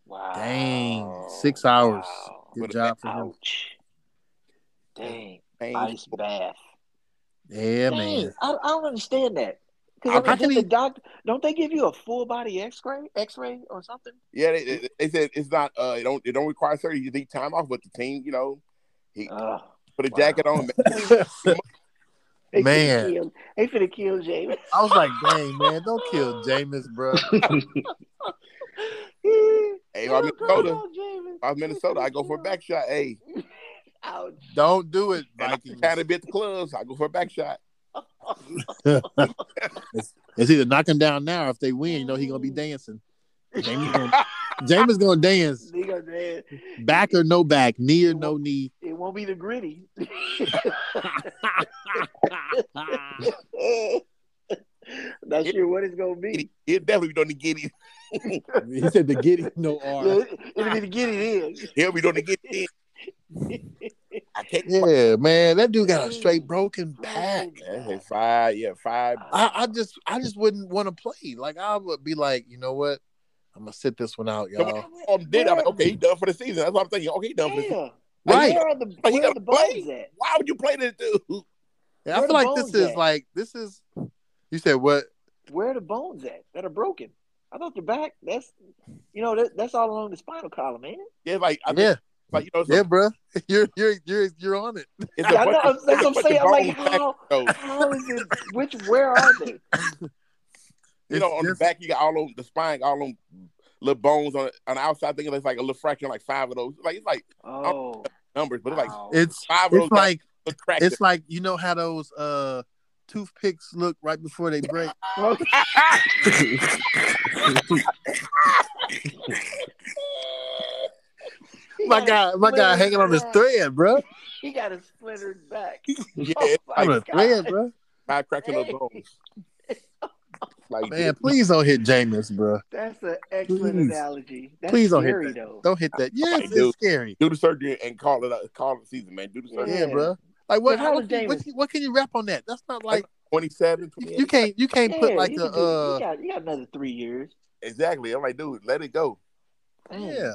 [SPEAKER 3] Wow.
[SPEAKER 5] dang, six hours.
[SPEAKER 3] Wow.
[SPEAKER 5] Good job for him.
[SPEAKER 3] Ouch. Dang.
[SPEAKER 2] Man,
[SPEAKER 3] Ice bath.
[SPEAKER 5] Yeah,
[SPEAKER 3] Dang,
[SPEAKER 5] man.
[SPEAKER 3] I, I don't understand that.
[SPEAKER 5] How-
[SPEAKER 3] Because
[SPEAKER 5] how
[SPEAKER 3] I
[SPEAKER 5] can
[SPEAKER 3] mean, did
[SPEAKER 5] he-
[SPEAKER 3] the doctor don't they give you a full body X ray, X ray or something?
[SPEAKER 2] Yeah, they, they- they said it's not. Uh, it don't it don't require surgery. You need time off, but the team, you know, he
[SPEAKER 3] Ugh.
[SPEAKER 2] put a
[SPEAKER 3] wow.
[SPEAKER 2] jacket on. Man. <laughs>
[SPEAKER 5] <laughs>
[SPEAKER 3] They finna
[SPEAKER 5] Man.
[SPEAKER 3] kill- they finna kill James.
[SPEAKER 5] I was like, dang, man, don't kill Jameis, bro.
[SPEAKER 2] Hey, if I'm Minnesota, if I'm Minnesota. I go for a back shot. Hey,
[SPEAKER 3] Ouch.
[SPEAKER 1] <laughs>
[SPEAKER 5] Don't do it,
[SPEAKER 2] And
[SPEAKER 5] Vikings.
[SPEAKER 2] I'm trying to be at the clubs. I go for a back
[SPEAKER 5] <laughs>
[SPEAKER 2] shot.
[SPEAKER 5] It's either knock him down now or if they win, you know he's gonna be dancing. Jameis gonna, Jameis gonna dance.
[SPEAKER 3] Nigga, man,
[SPEAKER 5] Back or no back, knee or no knee.
[SPEAKER 3] it won't be the
[SPEAKER 2] <laughs>
[SPEAKER 3] gritty. Not sure what it's gonna be.
[SPEAKER 2] <laughs> It definitely don't get it.
[SPEAKER 5] he said the giddy
[SPEAKER 2] <laughs>
[SPEAKER 5] no
[SPEAKER 3] Yeah,
[SPEAKER 5] R.
[SPEAKER 3] it- it'll be the giddy
[SPEAKER 2] He'll be doing get
[SPEAKER 3] <laughs>
[SPEAKER 2] it.
[SPEAKER 3] then.
[SPEAKER 2] I can't.
[SPEAKER 5] Yeah, man, that dude got a straight broken back.
[SPEAKER 3] Broken
[SPEAKER 2] Man, hey, five, yeah, five.
[SPEAKER 5] I, I just, I just wouldn't want to play. Like I would be like, you know what? I'm gonna sit this one out,
[SPEAKER 2] Come
[SPEAKER 5] y'all.
[SPEAKER 2] on, um, did I'm like, okay, he done for the season. That's what I'm thinking. Okay, he done for the season.
[SPEAKER 3] Yeah.
[SPEAKER 5] Right.
[SPEAKER 3] Where are the
[SPEAKER 2] Like, you
[SPEAKER 3] where are the
[SPEAKER 2] gotta play.
[SPEAKER 3] bones at?
[SPEAKER 2] Why would you play this dude? <laughs>
[SPEAKER 5] Yeah, I feel
[SPEAKER 3] Where the
[SPEAKER 5] like this
[SPEAKER 3] bones
[SPEAKER 5] is
[SPEAKER 3] at?
[SPEAKER 5] like this is. You said what?
[SPEAKER 3] Where are the bones at that are broken? I thought the back. That's you know that, that's all along the spinal column, man.
[SPEAKER 2] Yeah, like I
[SPEAKER 5] yeah,
[SPEAKER 2] think, like you know, it's a,
[SPEAKER 5] yeah, bro. <laughs> You're you're you're you're on it.
[SPEAKER 2] it's a
[SPEAKER 3] I know,
[SPEAKER 2] bunch of-
[SPEAKER 3] that's
[SPEAKER 2] it's a
[SPEAKER 3] what I'm
[SPEAKER 2] bunch
[SPEAKER 3] saying.
[SPEAKER 2] of
[SPEAKER 3] I'm like,
[SPEAKER 2] bones back,
[SPEAKER 3] how,
[SPEAKER 2] though.
[SPEAKER 3] how is it? Which where are
[SPEAKER 2] <laughs>
[SPEAKER 3] they?
[SPEAKER 2] you
[SPEAKER 5] It's
[SPEAKER 2] know, on the
[SPEAKER 5] just-
[SPEAKER 2] back you got all on the spine, all on little bones on on the outside. I think it's like a little fraction, like five of those. Like it's like
[SPEAKER 3] Oh,
[SPEAKER 2] numbers, but it's like
[SPEAKER 3] wow.
[SPEAKER 5] It's
[SPEAKER 2] five of those.
[SPEAKER 5] it's like
[SPEAKER 2] got cracked.
[SPEAKER 5] it's like you know how those uh toothpicks look right before they
[SPEAKER 3] <laughs>
[SPEAKER 5] break.
[SPEAKER 3] He
[SPEAKER 5] My
[SPEAKER 3] got a
[SPEAKER 5] guy, my guy
[SPEAKER 3] splintered
[SPEAKER 5] hanging on his
[SPEAKER 3] back.
[SPEAKER 5] thread,
[SPEAKER 1] Oh
[SPEAKER 5] bro.
[SPEAKER 3] He got a splintered back.
[SPEAKER 2] yeah,
[SPEAKER 3] Oh
[SPEAKER 2] it's
[SPEAKER 3] my
[SPEAKER 5] On
[SPEAKER 2] like
[SPEAKER 5] a
[SPEAKER 3] God.
[SPEAKER 5] thread, bro.
[SPEAKER 2] five cracking little bones. Like,
[SPEAKER 1] Man, please don't hit Jameis, bro.
[SPEAKER 3] That's an excellent
[SPEAKER 1] Please.
[SPEAKER 3] analogy. That's
[SPEAKER 1] Please don't hit
[SPEAKER 3] scary, though.
[SPEAKER 1] Don't hit that. Yes,
[SPEAKER 2] Like,
[SPEAKER 1] it's
[SPEAKER 2] dude.
[SPEAKER 1] scary.
[SPEAKER 2] do the surgery and call it a, call it a season, man. Do the surgery.
[SPEAKER 1] Yeah,
[SPEAKER 3] Yeah.
[SPEAKER 1] bro. Like what?
[SPEAKER 3] But how
[SPEAKER 1] How what,
[SPEAKER 3] does
[SPEAKER 1] can- what,
[SPEAKER 3] Jameis-
[SPEAKER 1] can- what can you rap on that? That's not like
[SPEAKER 2] Twenty-seven,
[SPEAKER 1] you,
[SPEAKER 2] 28.
[SPEAKER 1] you can't. You can't put
[SPEAKER 3] Yeah,
[SPEAKER 1] like
[SPEAKER 3] you
[SPEAKER 1] the
[SPEAKER 3] can do-
[SPEAKER 1] uh.
[SPEAKER 3] you got, you got another three years.
[SPEAKER 2] Exactly. I'm like, dude, let it go.
[SPEAKER 3] Damn.
[SPEAKER 1] Yeah.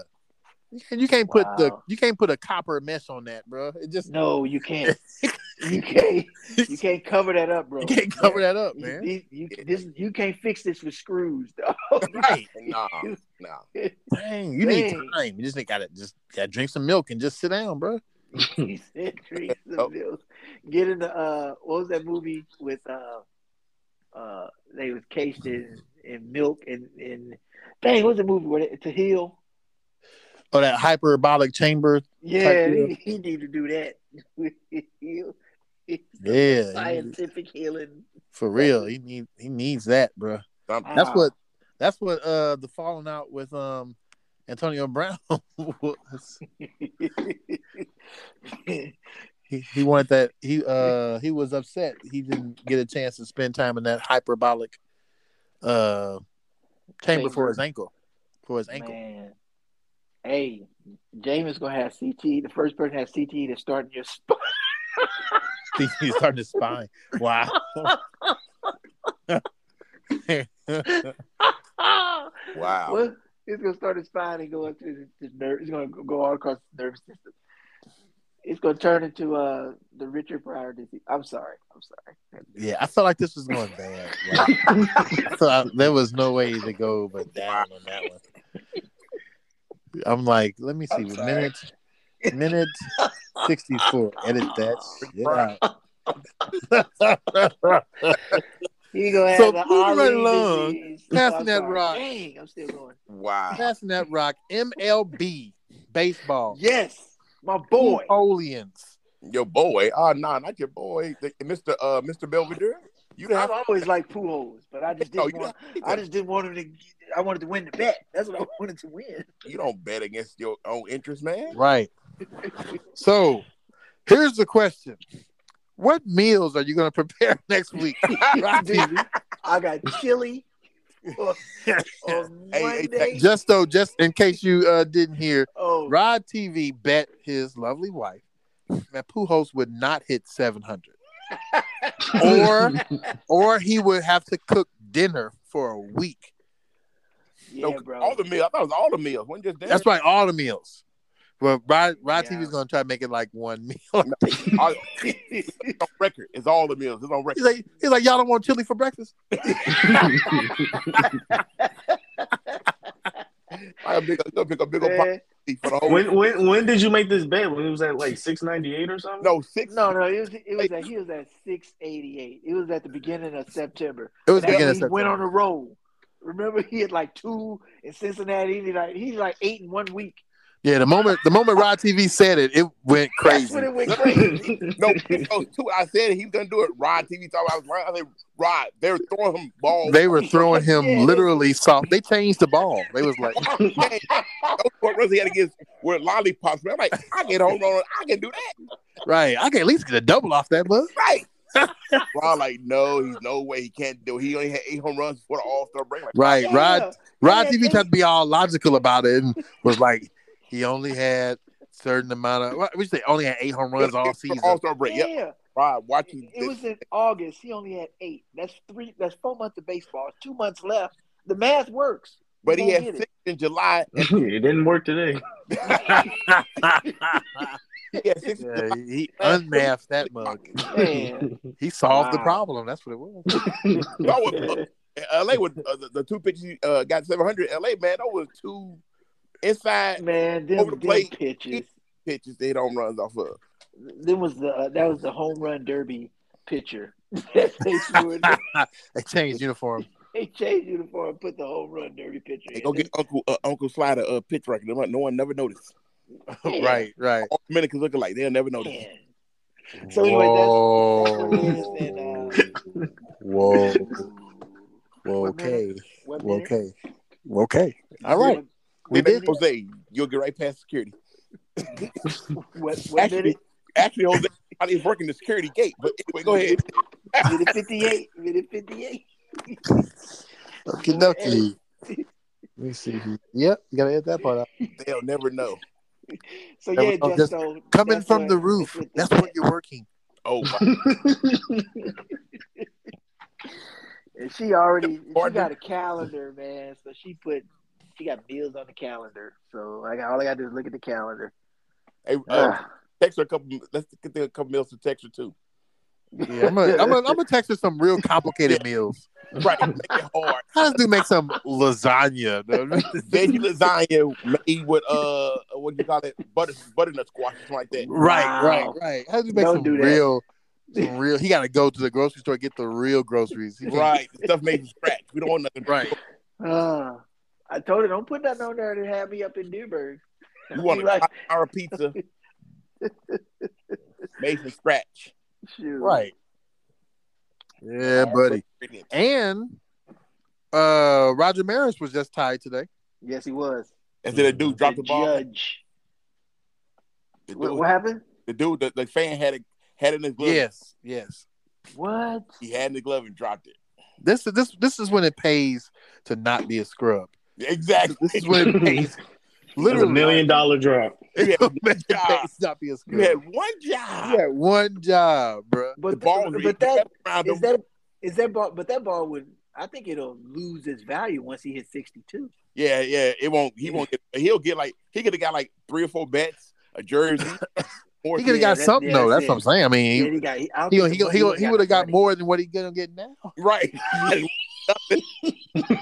[SPEAKER 1] And you can't put the
[SPEAKER 3] Wow.
[SPEAKER 1] you can't put a copper mesh on that, bro. It just
[SPEAKER 3] Oh, No, you
[SPEAKER 1] <laughs>
[SPEAKER 3] can't. you can't. You can't cover that up, bro.
[SPEAKER 1] you can't cover that up,
[SPEAKER 3] You- <laughs>
[SPEAKER 1] man.
[SPEAKER 3] You, you, this, you can't fix this with screws, <laughs> dog.
[SPEAKER 1] <laughs> Right. <laughs>
[SPEAKER 2] Nah, nah.
[SPEAKER 1] Dang, you need
[SPEAKER 3] Dang.
[SPEAKER 1] time. You just ain't gotta just gotta drink some milk and just sit down, bro.
[SPEAKER 3] He
[SPEAKER 1] <laughs>
[SPEAKER 3] said Teresa
[SPEAKER 2] Oh.
[SPEAKER 3] Mills. Get in the uh what was that movie with uh uh they was cased in, in milk and and dang, what was the movie where they, to heal?
[SPEAKER 1] Or that hyperbolic chamber.
[SPEAKER 3] Yeah,
[SPEAKER 1] deal.
[SPEAKER 3] he, he need to do that. <laughs> Heal-
[SPEAKER 1] Yeah. he-
[SPEAKER 3] Scientific
[SPEAKER 1] <laughs>
[SPEAKER 3] healing.
[SPEAKER 1] For real. He need he needs that, bro.
[SPEAKER 2] Something.
[SPEAKER 1] That's
[SPEAKER 3] Ah.
[SPEAKER 1] what that's what uh the falling out with um Antonio Brown <laughs> was. He, he wanted that he uh he was upset he didn't get a chance to spend time in that hyperbolic uh chamber for his ankle for his ankle
[SPEAKER 3] Man. Hey, James gonna have CT. The first person has CT E to start in your <laughs> spot.
[SPEAKER 1] <laughs> he's starting to spine wow
[SPEAKER 2] Wow.
[SPEAKER 3] Well, it's gonna start his spine and go up to the, the nerve. It's gonna go all across the nervous system. It's gonna turn into uh the Richard Pryor disease. I'm sorry. I'm sorry.
[SPEAKER 1] yeah I felt like this was going
[SPEAKER 2] <laughs>
[SPEAKER 1] bad Like, so I- there was no way to go but down on that one I'm like let me see
[SPEAKER 2] I'm sorry.
[SPEAKER 1] minute minute sixty four edit that shit
[SPEAKER 2] <laughs>
[SPEAKER 1] out.
[SPEAKER 3] He gonna have
[SPEAKER 1] So,
[SPEAKER 3] the
[SPEAKER 1] moving right
[SPEAKER 3] Ali
[SPEAKER 1] along,
[SPEAKER 3] disease.
[SPEAKER 1] passing
[SPEAKER 3] I'm
[SPEAKER 1] that
[SPEAKER 3] sorry.
[SPEAKER 1] rock.
[SPEAKER 3] Dang, I'm still going.
[SPEAKER 2] Wow.
[SPEAKER 1] Passing that rock, MLB baseball.
[SPEAKER 3] Yes, my boy.
[SPEAKER 1] Oleans.
[SPEAKER 2] Your boy. Oh, nah, not your boy. The- Mr. Uh, Mr. Belvedere. You done
[SPEAKER 3] I've
[SPEAKER 2] have
[SPEAKER 3] always liked Pujols, but I just
[SPEAKER 2] No,
[SPEAKER 3] didn't
[SPEAKER 2] you
[SPEAKER 3] want.
[SPEAKER 2] don't-
[SPEAKER 3] I just didn't want him to. I wanted to win the bet. That's what I <laughs> wanted to
[SPEAKER 2] <laughs>
[SPEAKER 3] win.
[SPEAKER 2] you don't bet against your own interest, man.
[SPEAKER 1] Right. So here's the question. What meals are you going to prepare <laughs> next week?
[SPEAKER 3] Dude, I got chili
[SPEAKER 2] <laughs>
[SPEAKER 3] on on
[SPEAKER 2] Hey, hey,
[SPEAKER 3] Monday.
[SPEAKER 1] just so, just in case you uh, didn't hear,
[SPEAKER 3] oh,
[SPEAKER 1] Rod TV bet his lovely wife that Pujols would not hit 700, or or he would have to cook dinner for a week.
[SPEAKER 3] yeah,
[SPEAKER 2] No,
[SPEAKER 3] bro.
[SPEAKER 2] All the meals. I thought it was all the meals. One just
[SPEAKER 1] That's right, all the meals. Well, Rod, Rod
[SPEAKER 3] Yeah.
[SPEAKER 1] TV is going to try to make it like one meal. <laughs>
[SPEAKER 2] All- <laughs> it's on record. It's all the meals. It's on
[SPEAKER 1] He's
[SPEAKER 2] record.
[SPEAKER 1] like, he's like, y'all don't want chili for breakfast.
[SPEAKER 2] I pick a, I'll pick a big old pot
[SPEAKER 3] Man,
[SPEAKER 2] for the whole.
[SPEAKER 4] Oh, when when when did you make this bet? When it was at like six ninety eight or something?
[SPEAKER 2] no six.
[SPEAKER 3] no, no, it was it was at, he was at six eighty eight. It was at the beginning of September.
[SPEAKER 1] It was
[SPEAKER 3] That
[SPEAKER 1] beginning of
[SPEAKER 3] he went
[SPEAKER 1] September.
[SPEAKER 3] on a roll. Remember, he had like two in Cincinnati. He like he's like eight in one week.
[SPEAKER 1] Yeah, the moment the moment Rod TV said it, it went
[SPEAKER 3] That's when
[SPEAKER 1] crazy.
[SPEAKER 3] it
[SPEAKER 2] <laughs>
[SPEAKER 3] went crazy.
[SPEAKER 2] No, no, two. I said he was gonna do it. Rod TV thought I was lying. I said, Rod, they're throwing him balls. <laughs>
[SPEAKER 1] They were throwing him
[SPEAKER 3] Yeah.
[SPEAKER 1] literally soft. They changed the ball. They was like,
[SPEAKER 2] Wow, man. Those four runs he had against were lollipops. Man, I'm like, I get home run. I can do that.
[SPEAKER 1] right, I can at least get a double off that, bud. <laughs>
[SPEAKER 2] Right. Rod, like, no, he's no way he can't do. it. He only had eight home runs before the All Star break. Like,
[SPEAKER 1] Right,
[SPEAKER 3] Yeah,
[SPEAKER 1] Rod. Rod
[SPEAKER 3] Yeah,
[SPEAKER 1] TV
[SPEAKER 3] they-
[SPEAKER 1] tried to be all logical about it and was like, he only had certain amount of. what- We say only had eight home runs
[SPEAKER 2] <laughs>
[SPEAKER 1] all season. <laughs>
[SPEAKER 2] All Star break.
[SPEAKER 3] yeah.
[SPEAKER 2] Yep. Rod watching.
[SPEAKER 3] It was in August. He only had eight. That's three. That's four months of baseball. Two months left. The
[SPEAKER 1] <laughs>
[SPEAKER 3] math works.
[SPEAKER 2] but he
[SPEAKER 3] gonna
[SPEAKER 2] had
[SPEAKER 3] get it.
[SPEAKER 2] six
[SPEAKER 3] <laughs>
[SPEAKER 2] in July.
[SPEAKER 4] <laughs> it didn't work today.
[SPEAKER 2] <laughs> He had six. in July.
[SPEAKER 1] Yeah, he unmapped that mug.
[SPEAKER 3] Man,
[SPEAKER 1] He solved the
[SPEAKER 3] Wow.
[SPEAKER 1] problem. That's what it was.
[SPEAKER 2] That
[SPEAKER 4] <laughs>
[SPEAKER 2] was- uh, LA with uh, the, the two pitches he uh, got 700. LA, man, that was two inside
[SPEAKER 3] man, them,
[SPEAKER 2] Over the
[SPEAKER 3] them
[SPEAKER 2] plate.
[SPEAKER 3] pitches.
[SPEAKER 2] pitches they don't runs off of.
[SPEAKER 3] Then was the uh, that was the home run derby pitcher. <laughs> they threw
[SPEAKER 1] <laughs>
[SPEAKER 3] it.
[SPEAKER 1] they changed uniform.
[SPEAKER 3] They changed uniform and put the home run derby pitcher.
[SPEAKER 2] They
[SPEAKER 3] in. <laughs>
[SPEAKER 2] go get Uncle uh, Uncle Slider a uh, pitch record. They're like, No one never noticed.
[SPEAKER 3] <laughs> Yeah,
[SPEAKER 1] Right, right.
[SPEAKER 2] All Dominicans look alike. They'll never notice.
[SPEAKER 3] man. So anyway, that's
[SPEAKER 1] Oh.
[SPEAKER 3] what it is.
[SPEAKER 1] Whoa. <laughs>
[SPEAKER 3] And, uh,
[SPEAKER 1] Whoa. Whoa.
[SPEAKER 3] What minute?
[SPEAKER 1] Okay.
[SPEAKER 3] what
[SPEAKER 1] Well,
[SPEAKER 3] minute?
[SPEAKER 1] okay. Well, okay. All right. We
[SPEAKER 2] Then they
[SPEAKER 1] did.
[SPEAKER 2] Jose, you'll get right past security.
[SPEAKER 3] What, what
[SPEAKER 2] Actually,
[SPEAKER 3] minute?
[SPEAKER 2] Actually, Jose, I was working the security gate. But anyway, go ahead.
[SPEAKER 3] Minute fifty-eight. Minute fifty-eight.
[SPEAKER 1] Okie dokie.
[SPEAKER 3] <laughs>
[SPEAKER 1] Let me see. Yep, you gotta edit that part out.
[SPEAKER 2] They'll never know.
[SPEAKER 3] So
[SPEAKER 1] That
[SPEAKER 3] yeah,
[SPEAKER 1] was- oh, just
[SPEAKER 3] just, so
[SPEAKER 1] Coming
[SPEAKER 3] that's
[SPEAKER 1] from
[SPEAKER 3] what-
[SPEAKER 1] the roof.
[SPEAKER 3] what
[SPEAKER 1] That's
[SPEAKER 3] they
[SPEAKER 1] what
[SPEAKER 3] said.
[SPEAKER 1] you're working.
[SPEAKER 2] Oh, my.
[SPEAKER 3] <laughs> And she already she
[SPEAKER 2] Pardon?
[SPEAKER 3] got a calendar, man. So she put she got meals on the calendar. So I got all I got to do is look at the calendar.
[SPEAKER 2] Hey,
[SPEAKER 1] Oh.
[SPEAKER 2] uh,
[SPEAKER 3] Ah.
[SPEAKER 2] text her a couple. Let's get them a couple meals to text her too.
[SPEAKER 1] Yeah, I'm gonna, I'm gonna, I'm gonna text her some real complicated meals.
[SPEAKER 2] Right, make it
[SPEAKER 1] <laughs>
[SPEAKER 2] hard.
[SPEAKER 1] How does dude make some lasagna? dude?
[SPEAKER 2] Veggie lasagna made with uh, what do you call it? Butter, butternut squash, something like that.
[SPEAKER 1] right,
[SPEAKER 3] Wow.
[SPEAKER 1] right, right. How does you make
[SPEAKER 3] Don't
[SPEAKER 1] some
[SPEAKER 3] do that.
[SPEAKER 1] real,
[SPEAKER 3] <laughs>
[SPEAKER 1] some real? He gotta go to the grocery store get the real groceries. He can't-
[SPEAKER 2] Right, stuff made from scratch. We don't want nothing.
[SPEAKER 1] right.
[SPEAKER 3] Ah. I told her don't put nothing on there to have me up in Newburgh.
[SPEAKER 2] We want
[SPEAKER 3] She
[SPEAKER 2] a
[SPEAKER 3] like-
[SPEAKER 2] like, our pizza made from scratch.
[SPEAKER 3] Shoot.
[SPEAKER 1] Right. Yeah, buddy.
[SPEAKER 2] Brilliant.
[SPEAKER 1] And uh Roger Maris was just tied today.
[SPEAKER 3] Yes, he was.
[SPEAKER 2] And then the dude dropped the ball.
[SPEAKER 3] Judge.
[SPEAKER 2] The
[SPEAKER 3] What,
[SPEAKER 2] dude,
[SPEAKER 3] what happened?
[SPEAKER 2] the, dude the, the fan had it had it in his glove.
[SPEAKER 1] Yes, yes.
[SPEAKER 3] What?
[SPEAKER 2] He had it in the glove and dropped it.
[SPEAKER 1] This is this this is when it pays to not be a scrub.
[SPEAKER 2] Exactly.
[SPEAKER 1] This is when it <laughs> pays. <laughs>
[SPEAKER 4] Literally, a
[SPEAKER 1] Literally,
[SPEAKER 4] million dollar drop. <laughs>
[SPEAKER 1] it
[SPEAKER 2] You
[SPEAKER 1] pays not be a
[SPEAKER 2] You
[SPEAKER 1] scrub.
[SPEAKER 2] had one job.
[SPEAKER 1] You had one job, bro.
[SPEAKER 3] But
[SPEAKER 2] The ball was
[SPEAKER 3] but
[SPEAKER 1] <laughs>
[SPEAKER 2] <laughs>
[SPEAKER 3] that
[SPEAKER 2] around
[SPEAKER 3] is
[SPEAKER 2] him.
[SPEAKER 3] that is that ball but that ball would I think it'll lose its value once he hits sixty two.
[SPEAKER 2] Yeah, yeah. It won't. He won't get. He'll get like he could have got like three or four bets,
[SPEAKER 3] <laughs>
[SPEAKER 2] a jersey. or
[SPEAKER 1] He could have
[SPEAKER 3] Yeah,
[SPEAKER 1] got
[SPEAKER 3] that-
[SPEAKER 1] something
[SPEAKER 3] yeah,
[SPEAKER 1] though. That's
[SPEAKER 3] that's
[SPEAKER 1] what I'm saying. I
[SPEAKER 3] it. Yeah,
[SPEAKER 1] mean,
[SPEAKER 3] he got, he, I don't
[SPEAKER 1] he he
[SPEAKER 3] think
[SPEAKER 1] he,
[SPEAKER 3] the
[SPEAKER 1] he,
[SPEAKER 3] money-
[SPEAKER 1] would have got
[SPEAKER 3] the money.
[SPEAKER 1] more than what he gonna get now.
[SPEAKER 2] <laughs> right.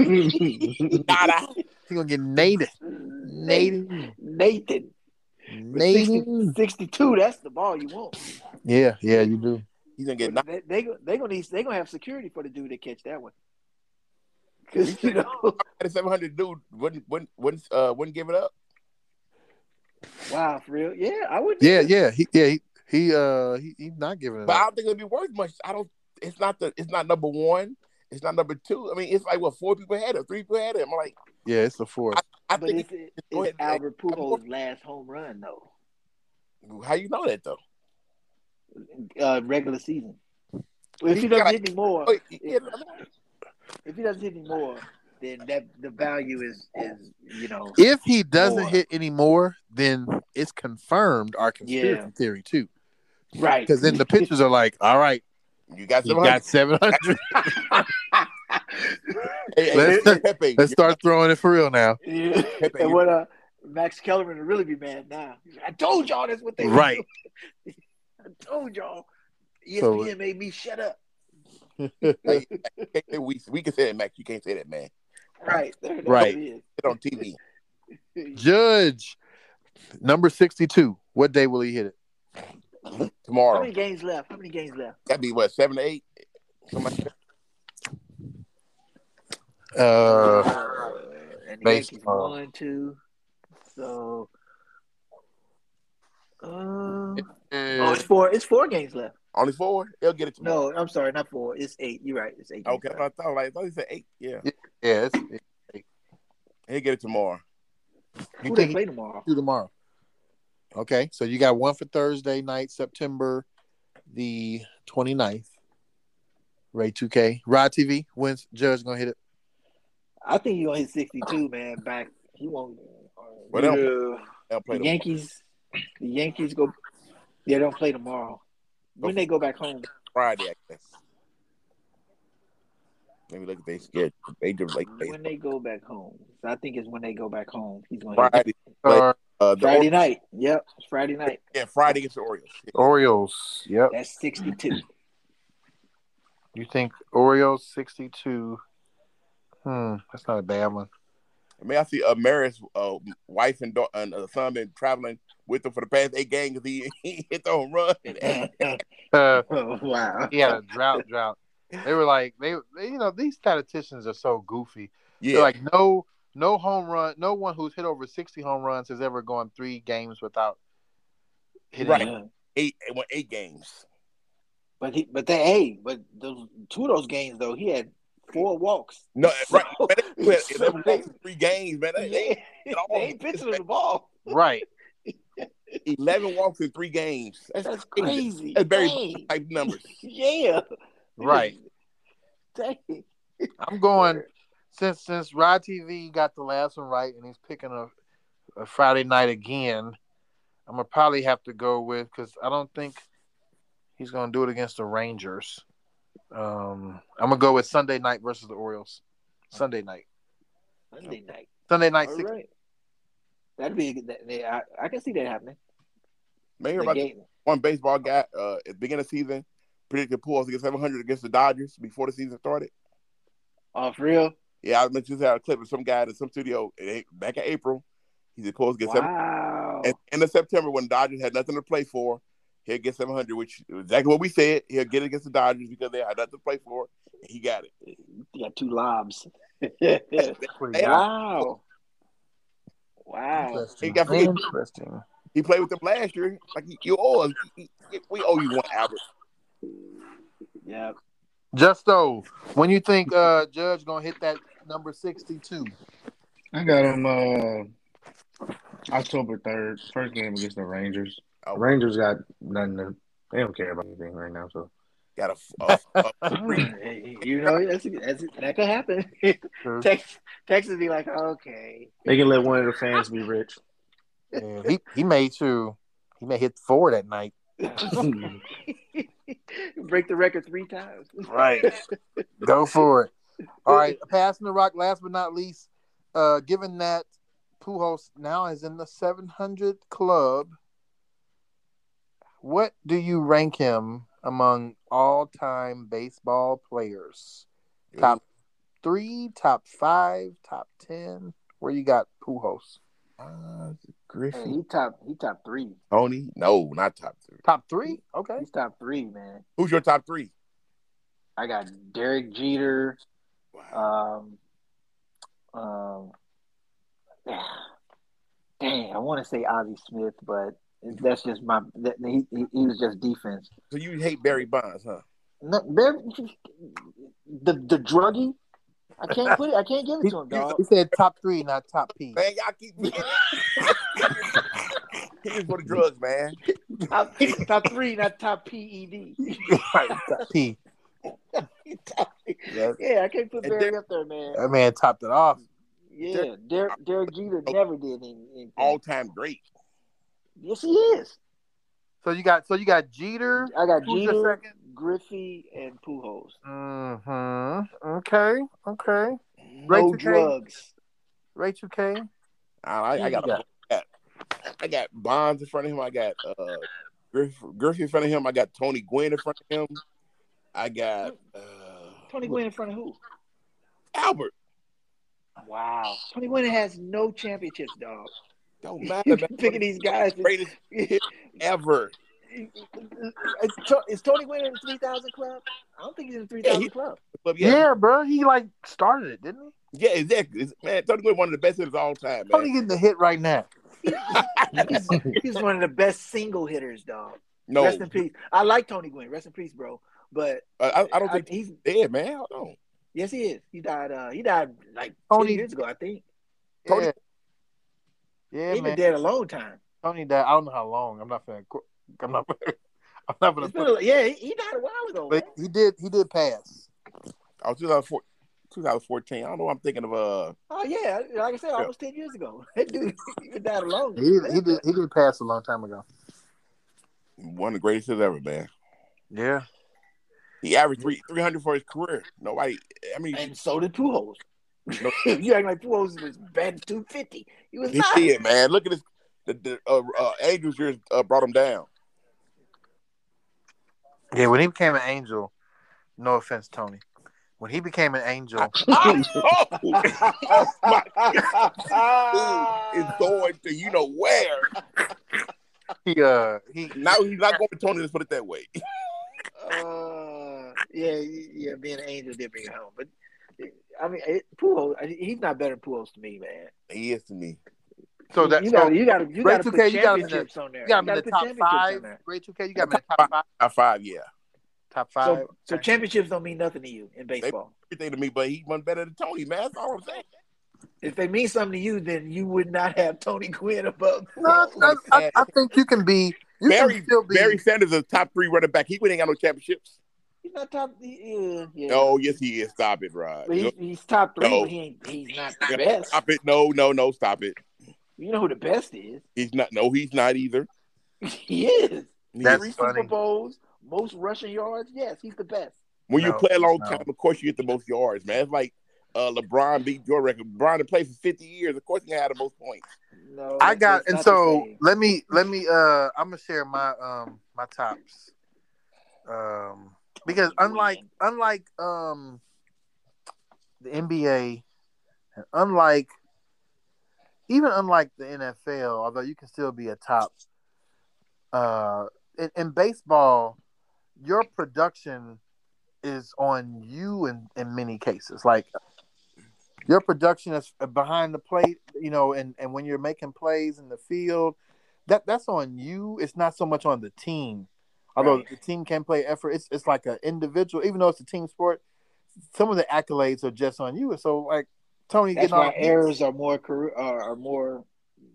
[SPEAKER 2] Not out.
[SPEAKER 1] He gonna get nated,
[SPEAKER 3] Mm, Nathan. Nathan.
[SPEAKER 1] nated.
[SPEAKER 3] 62, that's the ball you want.
[SPEAKER 1] Yeah, yeah, you do.
[SPEAKER 2] He's gonna get
[SPEAKER 3] But
[SPEAKER 2] knocked.
[SPEAKER 3] They, they, go- they gonna need they gonna have security for the dude that catch
[SPEAKER 2] <laughs>
[SPEAKER 3] that one. Cause <laughs> you know,
[SPEAKER 2] Seven hundred dude wouldn't wouldn't wouldn't uh wouldn't give it up.
[SPEAKER 3] wow, for real. Yeah, I would.
[SPEAKER 1] Yeah, yeah, he, yeah. He, he uh, he, he's not giving it
[SPEAKER 2] But I
[SPEAKER 1] up.
[SPEAKER 2] don't think it'd be worth much. I don't. It's not the. It's not number one. It's not number two. I mean, it's like what four people had it, three people had it. I'm like,
[SPEAKER 1] Yeah, it's the fourth.
[SPEAKER 2] I
[SPEAKER 3] But
[SPEAKER 2] think.
[SPEAKER 3] it's, it's
[SPEAKER 2] go ahead, Nate.
[SPEAKER 3] Albert Pujols' last home run though,
[SPEAKER 2] How you know that though?
[SPEAKER 3] uh, regular season. Well, if
[SPEAKER 2] He
[SPEAKER 3] he doesn't
[SPEAKER 2] got-
[SPEAKER 3] hit any more,
[SPEAKER 2] Oh, he- he had another one?
[SPEAKER 3] if he doesn't hit any more, then that the value is is you know
[SPEAKER 1] If he doesn't
[SPEAKER 3] Four.
[SPEAKER 1] hit any more, then it's confirmed our conspiracy
[SPEAKER 3] Yeah.
[SPEAKER 1] theory too.
[SPEAKER 3] right.
[SPEAKER 1] Because
[SPEAKER 3] <laughs>
[SPEAKER 1] then the pitchers are like, "All right,
[SPEAKER 2] You got
[SPEAKER 1] you
[SPEAKER 2] seven hundred.
[SPEAKER 1] got seven hundred.
[SPEAKER 2] Hey, hey,
[SPEAKER 1] Let's- <laughs>
[SPEAKER 2] hey, Pepe,
[SPEAKER 1] Let's start throwing it for real now."
[SPEAKER 3] Yeah.
[SPEAKER 2] Pepe,
[SPEAKER 3] And what uh, Max Kellerman would really be mad now. He's like, I told y'all that's what they would
[SPEAKER 1] <laughs> Right.
[SPEAKER 3] do." I told y'all. E ESPN
[SPEAKER 1] So-
[SPEAKER 3] made me shut up.
[SPEAKER 2] you can't say we we can say that, Max. You can't say that, man.
[SPEAKER 3] Right. There, that's
[SPEAKER 1] Right.
[SPEAKER 3] what it
[SPEAKER 2] Get on TV.
[SPEAKER 3] is.
[SPEAKER 1] Judge number sixty-two. What day will he hit it?
[SPEAKER 3] How
[SPEAKER 2] tomorrow.
[SPEAKER 3] many games left? How many games left?
[SPEAKER 2] That'd be what seven to eight. Something like that.
[SPEAKER 1] Uh,
[SPEAKER 3] and the Yankees
[SPEAKER 1] baseball.
[SPEAKER 3] won two. So. Uh, oh, it's four. It's four games left.
[SPEAKER 2] Only four. They'll get it tomorrow.
[SPEAKER 3] No, I'm sorry, not four. It's eight. You're right. It's eight. games
[SPEAKER 2] Okay, that's
[SPEAKER 3] left.
[SPEAKER 2] what I thought like I thought he said eight. Yeah,
[SPEAKER 1] yeah, it's, it,
[SPEAKER 2] he'll get it tomorrow.
[SPEAKER 1] you
[SPEAKER 3] Who
[SPEAKER 1] think
[SPEAKER 3] they
[SPEAKER 1] he
[SPEAKER 3] play tomorrow?
[SPEAKER 1] do tomorrow. Okay, so you got one for Thursday night, September the 29th. Ray 2K. Rod TV, when's Judge gonna hit it?
[SPEAKER 3] I think he's gonna hit 62, man. Back, he won't.
[SPEAKER 2] Well, they don't-
[SPEAKER 3] Yeah.
[SPEAKER 2] They'll
[SPEAKER 3] the
[SPEAKER 2] play tomorrow.
[SPEAKER 3] Yankees, the Yankees go. They don't play tomorrow. When they go back home,
[SPEAKER 2] Friday, I guess. Let me look at their schedule. They do like they
[SPEAKER 3] when they go back home, so I think it's when they go back home. He's going to
[SPEAKER 2] Friday. Like, uh,
[SPEAKER 3] Friday
[SPEAKER 2] the Friday.
[SPEAKER 3] night. Yep, it's Friday night.
[SPEAKER 2] Yeah, Friday against the Orioles.
[SPEAKER 1] Orioles. Yep.
[SPEAKER 3] That's sixty-two. <laughs>
[SPEAKER 1] You think Orioles 62. Hmm, that's not a bad one.
[SPEAKER 2] I mean, I see uh, Maris' uh, wife and, daughter, and uh, son been traveling with him for the past eight games. 'cause He, <laughs> he hit the home run.
[SPEAKER 1] Uh
[SPEAKER 3] oh, wow.
[SPEAKER 1] he had a drought drought. They were like they, they you know, these statisticians are so goofy.
[SPEAKER 2] Yeah,
[SPEAKER 1] They're like no no home run, no one who's hit over 60 home runs has ever gone 3 games without hitting
[SPEAKER 2] Right. eight. They won eight games.
[SPEAKER 3] But he, but they, hey, but those two of those games though, he had four walks.
[SPEAKER 2] No, right.
[SPEAKER 3] So-
[SPEAKER 2] Man, they went- they won three games, man. They- they-
[SPEAKER 3] <laughs> they ain't pitching the ball.
[SPEAKER 1] Right.
[SPEAKER 2] 11 walks in three games. That's,
[SPEAKER 3] That's crazy.
[SPEAKER 2] That's very
[SPEAKER 3] Dang.
[SPEAKER 2] type numbers.
[SPEAKER 3] Yeah.
[SPEAKER 1] Right.
[SPEAKER 3] <laughs> Dang.
[SPEAKER 1] I'm going since since Rod TV got the last one right and he's picking a, a Friday night again. I'm gonna probably have to go with because I don't think he's gonna do it against the Rangers. Um, I'm gonna go with Sunday night versus the Orioles. Sunday night.
[SPEAKER 3] Sunday night.
[SPEAKER 1] Sunday night.
[SPEAKER 3] All
[SPEAKER 1] six-
[SPEAKER 3] right. That'd be a good. That, yeah, I, I can see that happening.
[SPEAKER 2] Mayor,
[SPEAKER 3] The
[SPEAKER 2] about
[SPEAKER 3] game.
[SPEAKER 2] one baseball guy uh, at the beginning of the season predicted Pujols to get 700 against the Dodgers before the season started.
[SPEAKER 3] Off real.
[SPEAKER 2] Yeah, I mentioned had a clip of some guy at some studio in A- back in April. He said Pujols get seven
[SPEAKER 3] Wow.
[SPEAKER 2] and end of September when the Dodgers had nothing to play for. He'll get 700, which is exactly what we said. He'll get it against the Dodgers because they had nothing to play for. And he got it.
[SPEAKER 3] You got two lobs. <laughs>
[SPEAKER 1] Pretty
[SPEAKER 3] wow. Wow.
[SPEAKER 2] He
[SPEAKER 1] Interesting.
[SPEAKER 2] got forget-
[SPEAKER 1] Interesting.
[SPEAKER 2] He played with them last year. Like he- you owe us. He- he- We owe you one, Albert.
[SPEAKER 3] <laughs> Yeah.
[SPEAKER 1] Just so, when you think uh Judge gonna hit that number sixty-two?
[SPEAKER 4] I got him uh, October third, first game against the Rangers.
[SPEAKER 2] Oh.
[SPEAKER 4] Rangers got nothing. To, they don't care about anything right now. So
[SPEAKER 2] Got a, a, a
[SPEAKER 3] you know that's, that's that could happen. <laughs>
[SPEAKER 1] Sure.
[SPEAKER 3] Texas, Texas be like, okay, <laughs>
[SPEAKER 4] they can let one of the fans be
[SPEAKER 2] <laughs>
[SPEAKER 4] rich.
[SPEAKER 1] Yeah, he he may too. He may hit four that night.
[SPEAKER 3] break the record three times.
[SPEAKER 2] <laughs>
[SPEAKER 1] Right. Go for it. All right, passing the rock. Last but not least, uh, given that Pujols now is in the 700 club, what do you rank him among all-time baseball players? Top three, top five, top ten. Where you got Pujols?
[SPEAKER 2] Uh,
[SPEAKER 3] Hey, <laughs>
[SPEAKER 2] Griffey,
[SPEAKER 3] he top, he top three.
[SPEAKER 2] Tony. No, not top three.
[SPEAKER 1] Top three? Okay.
[SPEAKER 3] He's top three, man.
[SPEAKER 2] Who's your top three?
[SPEAKER 3] I got Derek Jeter.
[SPEAKER 2] Wow.
[SPEAKER 3] Um, um, <sighs> dang, I want to say Ozzie Smith, but that's just my. That, he, he he was just defense.
[SPEAKER 2] so you hate Barry Bonds, huh?
[SPEAKER 3] No, Barry, the the druggie. I can't put it. I can't give it
[SPEAKER 1] He,
[SPEAKER 3] to him, dog.
[SPEAKER 1] he said top three, not top P.
[SPEAKER 2] Man, y'all keep. <laughs> he was for the drugs, man.
[SPEAKER 3] Top, top three, not top E PED. <laughs>
[SPEAKER 1] Top P.
[SPEAKER 3] Top-
[SPEAKER 2] Yeah.
[SPEAKER 3] yeah, I can't put
[SPEAKER 2] And
[SPEAKER 3] Barry
[SPEAKER 2] Derek-
[SPEAKER 3] up there, man.
[SPEAKER 1] That man topped it off.
[SPEAKER 3] Yeah, Uh, Derek, Oh. Derek Jeter never did anything.
[SPEAKER 2] All time great.
[SPEAKER 3] Yes, he is.
[SPEAKER 1] So you got so you got Jeter.
[SPEAKER 3] I got
[SPEAKER 1] Who's your
[SPEAKER 3] Jeter,
[SPEAKER 1] second?
[SPEAKER 3] Griffey, and Pujols.
[SPEAKER 1] Mm-hmm. Okay. Okay. Right
[SPEAKER 3] No
[SPEAKER 1] to K.
[SPEAKER 3] drugs.
[SPEAKER 1] Rachel K.
[SPEAKER 2] I, I, I got. A, I got Bonds in front of him. I got uh, Griff, Griffey in front of him. I got Tony Gwynn in front of him. I got uh,
[SPEAKER 3] Tony Gwynn in front of who?
[SPEAKER 2] Albert.
[SPEAKER 3] Wow. Tony Gwynn has no championships, dog. <laughs>
[SPEAKER 2] Don't matter.
[SPEAKER 3] You
[SPEAKER 2] man.
[SPEAKER 3] picking these guys.
[SPEAKER 2] Greatest
[SPEAKER 3] <laughs>
[SPEAKER 2] ever.
[SPEAKER 3] Is To- is Tony Gwynn in the 3,000 club? I don't think he's in the 3,000
[SPEAKER 2] Yeah, he-
[SPEAKER 3] club.
[SPEAKER 2] But
[SPEAKER 1] Yeah.
[SPEAKER 2] yeah, yeah,
[SPEAKER 1] bro. He like started it, didn't he?
[SPEAKER 2] exactly. It's- Man, Tony Gwynn one of the best hitters of all time, man.
[SPEAKER 1] Tony getting the hit right now.
[SPEAKER 3] He's, <laughs> he's one of the best single hitters, dog.
[SPEAKER 2] no,
[SPEAKER 3] Rest in peace. I like Tony Gwynn. Rest in peace, bro. But
[SPEAKER 2] I, I don't think
[SPEAKER 3] he's
[SPEAKER 2] he's dead, man. Hold on.
[SPEAKER 3] yes, he is. He died. Uh, he died like
[SPEAKER 1] Tony-
[SPEAKER 3] ten years ago, I think.
[SPEAKER 2] Tony-
[SPEAKER 1] Yeah. Yeah,
[SPEAKER 3] He's
[SPEAKER 1] man.
[SPEAKER 3] been dead a long time.
[SPEAKER 1] Tony died. I don't know how long. I'm not gonna. qu- I'm not. <laughs> I'm not gonna.
[SPEAKER 3] It's
[SPEAKER 1] Put,
[SPEAKER 3] been a, yeah, he, he died a while ago.
[SPEAKER 1] but
[SPEAKER 3] man.
[SPEAKER 1] he did. He did pass.
[SPEAKER 2] I was 2004 2014. I don't know. What I'm thinking of uh,
[SPEAKER 3] Oh yeah, like I said, almost ten years ago. <laughs> That dude he died a long.
[SPEAKER 1] He he did. He did pass a long time ago.
[SPEAKER 2] one of the greatest hitters ever, man.
[SPEAKER 1] Yeah.
[SPEAKER 2] He averaged three three hundred for his career. Nobody. I mean,
[SPEAKER 3] And so did Pujols. <laughs>
[SPEAKER 2] No.
[SPEAKER 3] you act like Pujols was batting two fifty. He
[SPEAKER 2] <laughs>
[SPEAKER 3] was
[SPEAKER 2] he
[SPEAKER 3] not.
[SPEAKER 2] did, man. Look at his. The, the uh, uh, Angels years uh, brought him down.
[SPEAKER 1] Yeah. When he became an angel, no offense, Tony. When he became an angel,
[SPEAKER 2] oh, my God. It's
[SPEAKER 3] <laughs>
[SPEAKER 2] going to you know where.
[SPEAKER 1] he uh he
[SPEAKER 2] Now he's not going to Tony. Let's put it that way.
[SPEAKER 3] Uh, yeah, yeah, being an angel did bring it home, but I mean, it, Pujols, he's not better than Pujols to me, man.
[SPEAKER 2] He is to me.
[SPEAKER 1] so that
[SPEAKER 3] you
[SPEAKER 1] so,
[SPEAKER 3] got, you got, you got
[SPEAKER 1] Rachel
[SPEAKER 3] to put
[SPEAKER 1] K, you got him in the-
[SPEAKER 3] championships on there.
[SPEAKER 1] you got him in
[SPEAKER 3] gotta
[SPEAKER 1] the
[SPEAKER 3] put
[SPEAKER 1] top
[SPEAKER 3] championships
[SPEAKER 1] five.
[SPEAKER 3] on there.
[SPEAKER 1] Rachel K, you got him in the top five.
[SPEAKER 2] Top five, yeah.
[SPEAKER 1] Top five.
[SPEAKER 3] So, so championships don't mean nothing to you in baseball.
[SPEAKER 2] Everything to me, but he wasn't better than Tony, man. That's all I'm saying.
[SPEAKER 3] if they mean something to you, then you would not have Tony Gwynn above.
[SPEAKER 1] <laughs> No, no, I, I think you can be. You
[SPEAKER 2] Barry,
[SPEAKER 1] can still be.
[SPEAKER 2] Barry Sanders is a top three running back. He ain't got no championships.
[SPEAKER 3] He's not top. He, uh, yeah.
[SPEAKER 2] Oh, yes, he is. Stop it, Rod.
[SPEAKER 3] But he's, he's top three,
[SPEAKER 2] No.
[SPEAKER 3] but he ain't, he's not the best.
[SPEAKER 2] Stop it. No, no, no. Stop it.
[SPEAKER 3] You know who the best is? <laughs>
[SPEAKER 2] He's not. No, he's not either.
[SPEAKER 3] He is.
[SPEAKER 2] He
[SPEAKER 1] That's
[SPEAKER 2] is.
[SPEAKER 3] Three Super
[SPEAKER 1] funny.
[SPEAKER 3] Bowls, most rushing yards. Yes, he's the best.
[SPEAKER 2] When you
[SPEAKER 1] No,
[SPEAKER 2] play a long
[SPEAKER 1] no.
[SPEAKER 2] time, of course you get the most yards, man. It's like uh, LeBron beat your record. LeBron had played for fifty years. Of course, he had the most points.
[SPEAKER 3] No,
[SPEAKER 1] I got
[SPEAKER 3] it's
[SPEAKER 1] and
[SPEAKER 3] not the
[SPEAKER 1] so
[SPEAKER 3] same.
[SPEAKER 1] let me let me uh I'm gonna share my um my tops. Um because unlike unlike um the NBA and unlike even unlike the NFL, although you can still be a top uh in, in baseball, your production is on you in, in many cases. Like your production is behind the plate, you know, and, and when you're making plays in the field, that that's on you. It's not so much on the team. Although
[SPEAKER 3] Right.
[SPEAKER 1] the team can play effort, it's it's like an individual, even though it's a team sport, some of the accolades are just on you. And so like Tony
[SPEAKER 3] That's
[SPEAKER 1] getting all
[SPEAKER 3] why errors are more career, are, are more.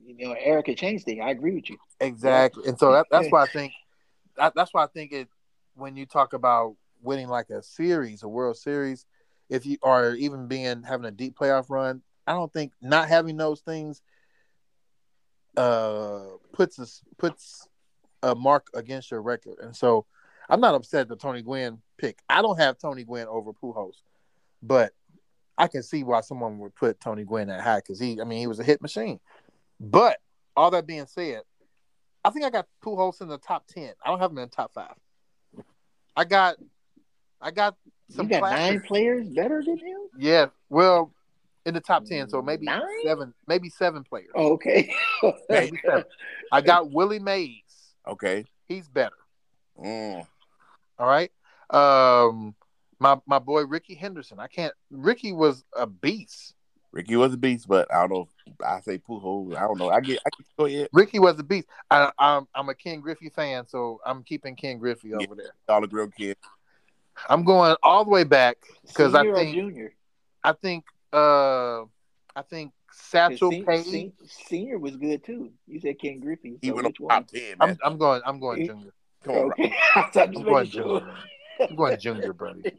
[SPEAKER 3] You know, error can change things. I agree with you.
[SPEAKER 1] Exactly, and so that, that's why I think that, that's why I think it when you talk about winning like a series, a World Series, if you are even being having a deep playoff run, I don't think not having those things uh puts us puts a mark against your record. And so I'm not upset the Tony Gwynn pick. I don't have Tony Gwynn over Pujols, but I can see why someone would put Tony Gwynn at high because he, I mean, he was a hit machine. But all that being said, I think I got Pujols in the top ten. I don't have him in the top five. I got, I got some
[SPEAKER 3] you got
[SPEAKER 1] classics.
[SPEAKER 3] nine players better than him.
[SPEAKER 1] Yeah, well, in the top ten, so maybe
[SPEAKER 3] Nine?
[SPEAKER 1] seven, maybe seven players.
[SPEAKER 3] Oh, okay.
[SPEAKER 1] Maybe seven. I got Willie Mays.
[SPEAKER 2] Okay.
[SPEAKER 1] He's better.
[SPEAKER 2] Mm.
[SPEAKER 1] All right. Um, my my boy Ricky Henderson. I can't. Ricky was a beast.
[SPEAKER 2] Ricky was a beast, but I don't know. if I say Pujols. I don't know. I get. I get go ahead.
[SPEAKER 1] Ricky was a beast. I, I'm I'm a Ken Griffey fan, so I'm keeping Ken Griffey over there.
[SPEAKER 2] Dollar Grill kid.
[SPEAKER 1] I'm going all the way back because I
[SPEAKER 3] <laughs> Senior or
[SPEAKER 1] think
[SPEAKER 3] junior.
[SPEAKER 1] I think uh I think Satchel
[SPEAKER 3] Sen-
[SPEAKER 1] Paige.
[SPEAKER 3] sen- senior was good too. You said Ken Griffey.
[SPEAKER 2] He
[SPEAKER 3] so
[SPEAKER 2] went on
[SPEAKER 3] which one?
[SPEAKER 2] top ten, man.
[SPEAKER 1] I'm I'm going I'm going
[SPEAKER 3] He-
[SPEAKER 1] junior.
[SPEAKER 2] Come on, bro.
[SPEAKER 3] Okay. <laughs> I was
[SPEAKER 1] I'm
[SPEAKER 3] just
[SPEAKER 1] going
[SPEAKER 3] making sure.
[SPEAKER 1] junior. I'm going junior, buddy.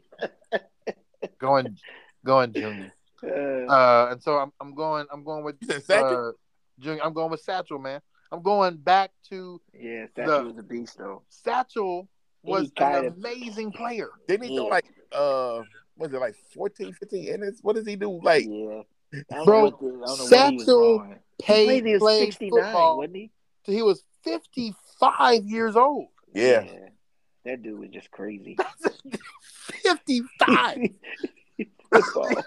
[SPEAKER 3] <laughs>
[SPEAKER 1] Going going junior.
[SPEAKER 3] Uh,
[SPEAKER 1] Uh, and so I'm I'm going I'm going with
[SPEAKER 2] You said second.
[SPEAKER 1] uh, junior. I'm going with Satchel, man. I'm going back to
[SPEAKER 3] yeah, that
[SPEAKER 1] the-
[SPEAKER 3] was a beast though.
[SPEAKER 1] Satchel was
[SPEAKER 3] He got
[SPEAKER 1] an
[SPEAKER 3] it.
[SPEAKER 1] amazing player.
[SPEAKER 2] Didn't he throw
[SPEAKER 3] Yeah.
[SPEAKER 2] like uh, was it like 14, 15 innings? What does he do? Like
[SPEAKER 3] yeah. I don't
[SPEAKER 1] Bro,
[SPEAKER 3] know what the- I don't know what he was
[SPEAKER 1] Satchel
[SPEAKER 3] doing. He
[SPEAKER 1] Paige
[SPEAKER 3] played in
[SPEAKER 1] played
[SPEAKER 3] 69,
[SPEAKER 1] football
[SPEAKER 3] wasn't he?
[SPEAKER 1] till he was 55 years old.
[SPEAKER 2] yeah,
[SPEAKER 3] That dude was just <laughs> crazy.
[SPEAKER 1] <laughs> 55.
[SPEAKER 3] <laughs> Football.